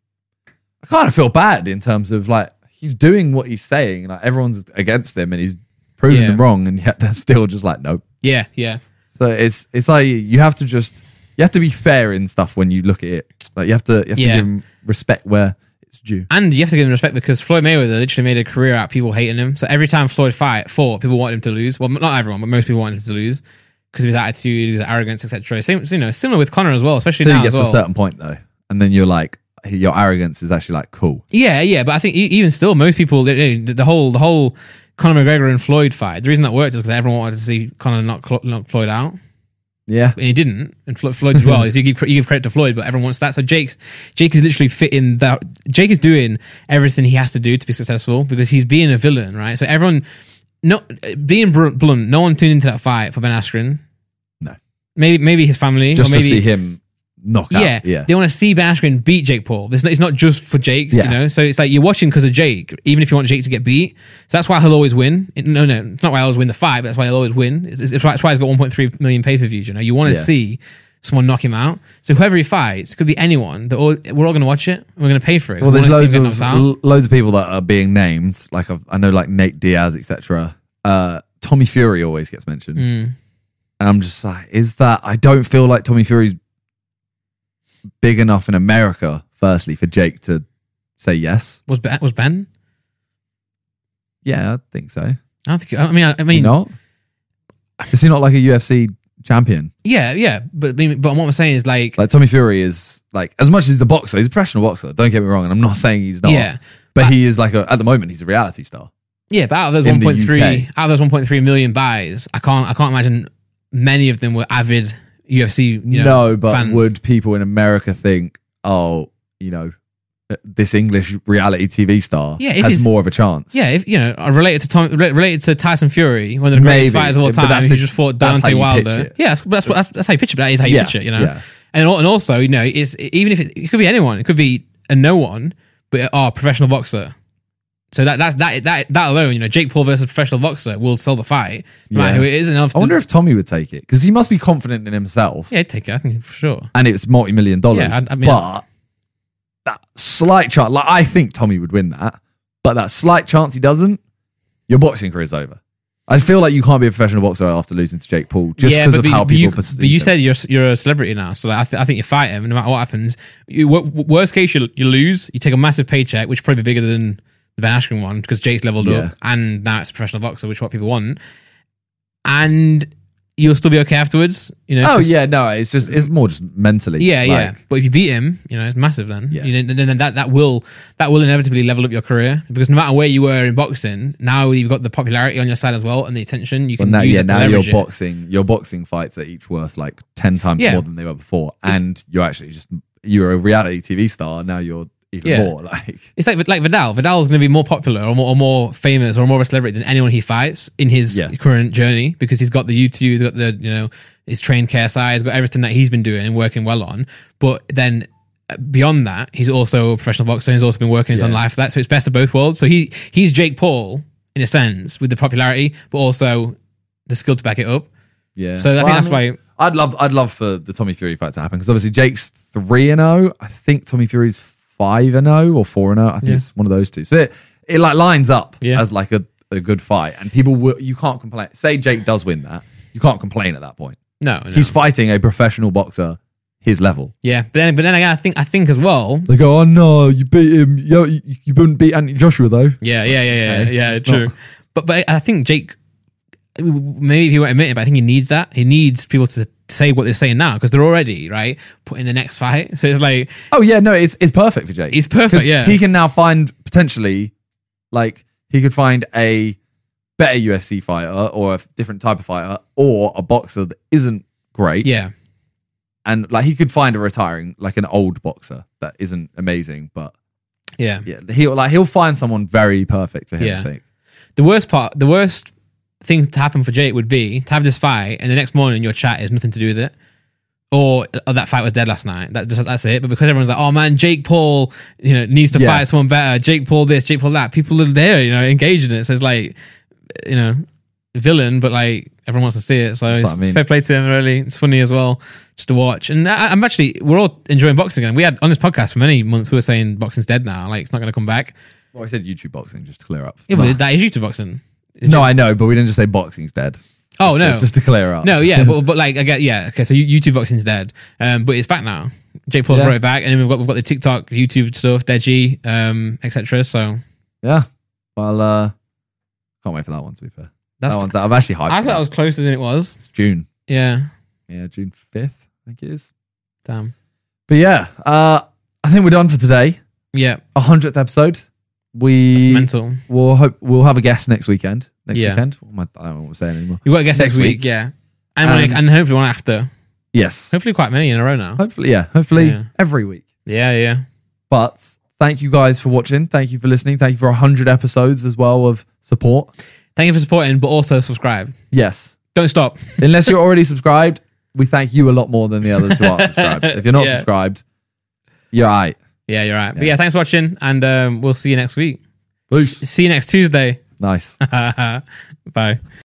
[SPEAKER 2] I kind of feel bad in terms of like he's doing what he's saying. Like everyone's against him, and he's proving
[SPEAKER 1] Yeah.
[SPEAKER 2] them wrong, and yet they're still just like, nope.
[SPEAKER 1] Yeah, yeah.
[SPEAKER 2] So it's it's like you have to just you have to be fair in stuff when you look at it. Like you have to you have
[SPEAKER 1] Yeah.
[SPEAKER 2] to give him respect where it's due.
[SPEAKER 1] And you have to give him respect because Floyd Mayweather literally made a career out of people hating him. So every time Floyd fight fought, people wanted him to lose. Well, not everyone, but most people wanted him to lose because of his attitude, his arrogance, etc. Same, you know, similar with Connor as well, especially
[SPEAKER 2] Until
[SPEAKER 1] now
[SPEAKER 2] he gets
[SPEAKER 1] as
[SPEAKER 2] to a
[SPEAKER 1] well.
[SPEAKER 2] certain point though, and then you're like, your arrogance is actually like cool.
[SPEAKER 1] Yeah, yeah, but I think e- even still, most people the, the- the whole the whole Conor McGregor and Floyd fight. The reason that worked is because everyone wanted to see Conor knock, Clo- knock Floyd out,
[SPEAKER 2] Yeah.
[SPEAKER 1] and he didn't, and Flo- Floyd as well. so you give cre- you give credit to Floyd, but everyone wants that. So Jake's Jake is literally fitting that. Jake is doing everything he has to do to be successful because he's being a villain, right? So everyone, no, being br- blunt, no one tuned into that fight for Ben Askren.
[SPEAKER 2] No.
[SPEAKER 1] maybe maybe his family,
[SPEAKER 2] Just
[SPEAKER 1] or maybe
[SPEAKER 2] to see him knock
[SPEAKER 1] yeah,
[SPEAKER 2] out. Yeah.
[SPEAKER 1] They want to see Ben Askren beat Jake Paul. It's not, it's not just for Jake's, you
[SPEAKER 2] Yeah.
[SPEAKER 1] know. So it's like you're watching because of Jake, even if you want Jake to get beat. So that's why he'll always win. It- No, no, it's not why I always win the fight, but that's why he'll always win. It's, it's, it's why it's why he's got 1.3 million pay per views. You know, you want to
[SPEAKER 2] Yeah.
[SPEAKER 1] see someone knock him out. So whoever he fights could be anyone. They're all, we're all going to watch it. We're going to pay for it.
[SPEAKER 2] Well,
[SPEAKER 1] We
[SPEAKER 2] there's
[SPEAKER 1] wanna
[SPEAKER 2] loads
[SPEAKER 1] see him get
[SPEAKER 2] of
[SPEAKER 1] knocked out.
[SPEAKER 2] lo- loads of people that are being named. Like I've, I know, like Nate Diaz, etc. Uh, Tommy Fury always gets mentioned,
[SPEAKER 1] Hmm.
[SPEAKER 2] and I'm just like, is that? I don't feel like Tommy Fury's big enough in America. Firstly, for Jake to say yes.
[SPEAKER 1] was ben, was Ben?
[SPEAKER 2] Yeah, I think so.
[SPEAKER 1] I don't think. I mean, I, I
[SPEAKER 2] Is he
[SPEAKER 1] mean,
[SPEAKER 2] not? Is he not like a UFC champion?
[SPEAKER 1] yeah, yeah. But I mean, but what I'm saying is like,
[SPEAKER 2] Like Tommy Fury is like as much as he's a boxer, he's a professional boxer. Don't get me wrong, and I'm not saying he's not.
[SPEAKER 1] yeah.
[SPEAKER 2] but he is like a, at the moment he's a reality star.
[SPEAKER 1] Yeah, but out of those
[SPEAKER 2] in
[SPEAKER 1] one
[SPEAKER 2] the
[SPEAKER 1] point three,
[SPEAKER 2] UK.
[SPEAKER 1] out of those one point three million buys, I can't, I can't imagine many of them were avid UFC. You know,
[SPEAKER 2] no, but
[SPEAKER 1] fans.
[SPEAKER 2] would people in America think, oh, you know, uh, this English reality TV star
[SPEAKER 1] Yeah, if
[SPEAKER 2] has
[SPEAKER 1] he's-
[SPEAKER 2] more of a chance?
[SPEAKER 1] yeah, if you know, uh, related to Tom, re- related to Tyson Fury, one of the greatest
[SPEAKER 2] Maybe,
[SPEAKER 1] fighters of all
[SPEAKER 2] but
[SPEAKER 1] time,
[SPEAKER 2] that's
[SPEAKER 1] who
[SPEAKER 2] it-
[SPEAKER 1] just fought
[SPEAKER 2] that's how
[SPEAKER 1] Deontay
[SPEAKER 2] you
[SPEAKER 1] Wilder.
[SPEAKER 2] pitch it.
[SPEAKER 1] Yeah, that's, that's, that's, that's how you picture, it, but that is how you
[SPEAKER 2] Yeah,
[SPEAKER 1] picture it. You know,
[SPEAKER 2] yeah.
[SPEAKER 1] and al- and also, you know, it's even if it, it could be anyone, it could be a no one, but oh, professional boxer. So that that's that that that alone, you know, Jake Paul versus professional boxer will sell the fight, no matter
[SPEAKER 2] Yeah.
[SPEAKER 1] who it is. And
[SPEAKER 2] I wonder if Tommy would take it because he must be confident in himself,
[SPEAKER 1] yeah, take it. I think for sure.
[SPEAKER 2] and it's multi-million dollars.
[SPEAKER 1] Yeah, I- I mean-
[SPEAKER 2] but that slight chance, like I think Tommy would win that, but that slight chance he doesn't, your boxing career's over. I feel like you can't be a professional boxer after losing to Jake Paul just because of
[SPEAKER 1] but,
[SPEAKER 2] how
[SPEAKER 1] but you,
[SPEAKER 2] people perceive
[SPEAKER 1] but you
[SPEAKER 2] him.
[SPEAKER 1] said you're you're a celebrity now, so like, I, th- I think you fight him no matter what happens. You, w- w- worst case, you, you lose, you take a massive paycheck, which probably bigger than the Van Askren one because Jake's leveled
[SPEAKER 2] Yeah.
[SPEAKER 1] up and now it's a professional boxer, which is what people want, and you'll still be okay afterwards. You know?
[SPEAKER 2] Oh
[SPEAKER 1] 'cause-
[SPEAKER 2] yeah, no, it's just it's more just mentally.
[SPEAKER 1] Yeah,
[SPEAKER 2] Like,
[SPEAKER 1] yeah, but if you beat him, you know it's massive. Then,
[SPEAKER 2] Yeah.
[SPEAKER 1] you know, then then that, that will that will inevitably level up your career because no matter where you were in boxing, now you've got the popularity on your side as well and the attention you
[SPEAKER 2] Well,
[SPEAKER 1] can
[SPEAKER 2] now,
[SPEAKER 1] use.
[SPEAKER 2] yeah,
[SPEAKER 1] it to
[SPEAKER 2] now your
[SPEAKER 1] leverage it.
[SPEAKER 2] boxing, your boxing fights are each worth like ten times
[SPEAKER 1] Yeah.
[SPEAKER 2] more than they were before, and you're actually just you're a reality TV star now. You're even
[SPEAKER 1] Yeah.
[SPEAKER 2] more like
[SPEAKER 1] It's like like Vidal. Vidal's going to be more popular or more, or more famous or more of a celebrity than anyone he fights in his
[SPEAKER 2] Yeah.
[SPEAKER 1] current journey because he's got the YouTube, he's got the you know his trained KSI, he's got everything that he's been doing and working well on. But then uh, beyond that, he's also a professional boxer. and He's also been working his own
[SPEAKER 2] Yeah.
[SPEAKER 1] life for that, so it's best of both worlds. So he he's Jake Paul in a sense with the popularity, but also the skill to back it up.
[SPEAKER 2] yeah.
[SPEAKER 1] So I think that's why-
[SPEAKER 2] I'd love I'd love for the Tommy Fury fight to happen because obviously Jake's three and zero. I think Tommy Fury's oh five and zero or four and zero. I think it's one of those two. So it it like lines up
[SPEAKER 1] Yeah.
[SPEAKER 2] as like a, a the good fight, and people will, you can't complain. Say Jake does win that, you can't complain at that point.
[SPEAKER 1] No, no.
[SPEAKER 2] He's fighting a professional boxer his level.
[SPEAKER 1] yeah, but then but then again, I think I think as well.
[SPEAKER 2] They go, oh no, you beat him. You, you, you wouldn't beat Anthony Joshua though.
[SPEAKER 1] Yeah, yeah, yeah, yeah,
[SPEAKER 2] okay,
[SPEAKER 1] yeah.
[SPEAKER 2] it's
[SPEAKER 1] True,
[SPEAKER 2] not-
[SPEAKER 1] but but I think Jake maybe he won't admit it, but I think he needs that. He needs people to say what they're saying now because they're already right putting the next fight. So it's like
[SPEAKER 2] Oh yeah, no, it's it's perfect for Jake.
[SPEAKER 1] It's perfect,
[SPEAKER 2] 'Cause
[SPEAKER 1] yeah.
[SPEAKER 2] he can now find potentially, like he could find a better UFC fighter or a different type of fighter or a boxer that isn't great.
[SPEAKER 1] yeah,
[SPEAKER 2] and like he could find a retiring like an old boxer that isn't amazing, but
[SPEAKER 1] yeah,
[SPEAKER 2] yeah, he'll like he'll find someone very perfect for him.
[SPEAKER 1] Yeah.
[SPEAKER 2] I think.
[SPEAKER 1] The worst part, the worst thing to happen for Jake would be to have this fight and the next morning your chat has nothing to do with it. Or oh, that fight was dead last night. That just that's it. But because everyone's like, oh man, Jake Paul, you know, needs to
[SPEAKER 2] Yeah.
[SPEAKER 1] fight someone better. Jake Paul this, Jake Paul that. People are there, you know, engaged in it. So it's like, you know, villain, but like everyone wants to see it. So
[SPEAKER 2] That's
[SPEAKER 1] it's
[SPEAKER 2] what I mean.
[SPEAKER 1] fair play to him. Really, it's funny as well just to watch. And I, I'm actually we're all enjoying boxing again. We had on this podcast for many months we were saying boxing's dead now. Like it's not going to come back.
[SPEAKER 2] Well, I said YouTube boxing just to clear up.
[SPEAKER 1] Yeah, but that is YouTube boxing.
[SPEAKER 2] no, I know, but we didn't just say boxing's dead.
[SPEAKER 1] Oh
[SPEAKER 2] Just-
[SPEAKER 1] no,
[SPEAKER 2] just to clear up.
[SPEAKER 1] No, yeah, but but like I get yeah. Okay, so you- YouTube boxing's dead, um, but it's back now. Jake Paul
[SPEAKER 2] Yeah.
[SPEAKER 1] brought it back, and then we've got we've got the TikTok, YouTube stuff, Deji, um, etc. So
[SPEAKER 2] yeah. Well, uh, can't wait for that one. To be fair,
[SPEAKER 1] that's
[SPEAKER 2] that one's out. I'm actually
[SPEAKER 1] I
[SPEAKER 2] hyped. for
[SPEAKER 1] thought
[SPEAKER 2] that.
[SPEAKER 1] that was closer than it was.
[SPEAKER 2] It's June.
[SPEAKER 1] Yeah,
[SPEAKER 2] Yeah, June fifth, I think it is.
[SPEAKER 1] damn.
[SPEAKER 2] But yeah, uh, I think we're done for today.
[SPEAKER 1] Yeah,
[SPEAKER 2] A hundredth episode.
[SPEAKER 1] it's
[SPEAKER 2] We
[SPEAKER 1] mental.
[SPEAKER 2] will hope we'll have a guest next weekend. Next
[SPEAKER 1] Yeah.
[SPEAKER 2] weekend. What am I, I don't know what I'm saying anymore.
[SPEAKER 1] You got a guest next
[SPEAKER 2] Next
[SPEAKER 1] week,
[SPEAKER 2] week.
[SPEAKER 1] yeah, and one-
[SPEAKER 2] And-
[SPEAKER 1] and hopefully one after.
[SPEAKER 2] Yes.
[SPEAKER 1] Hopefully, quite many in a row now.
[SPEAKER 2] Hopefully, yeah. Hopefully
[SPEAKER 1] Yeah.
[SPEAKER 2] every week.
[SPEAKER 1] Yeah, yeah,
[SPEAKER 2] But thank you guys for watching. Thank you for listening. Thank you for 100 episodes as well of support.
[SPEAKER 1] thank you for supporting, but also subscribe.
[SPEAKER 2] Yes.
[SPEAKER 1] Don't stop.
[SPEAKER 2] Unless you're already subscribed, we thank you a lot more than the others who aren't subscribed. If you're not
[SPEAKER 1] Yeah.
[SPEAKER 2] subscribed, you're all right.
[SPEAKER 1] Yeah, you're right. But
[SPEAKER 2] Yeah.
[SPEAKER 1] yeah, thanks for watching, and um, we'll see you next week. S- See you next Tuesday.
[SPEAKER 2] Nice.
[SPEAKER 1] Bye.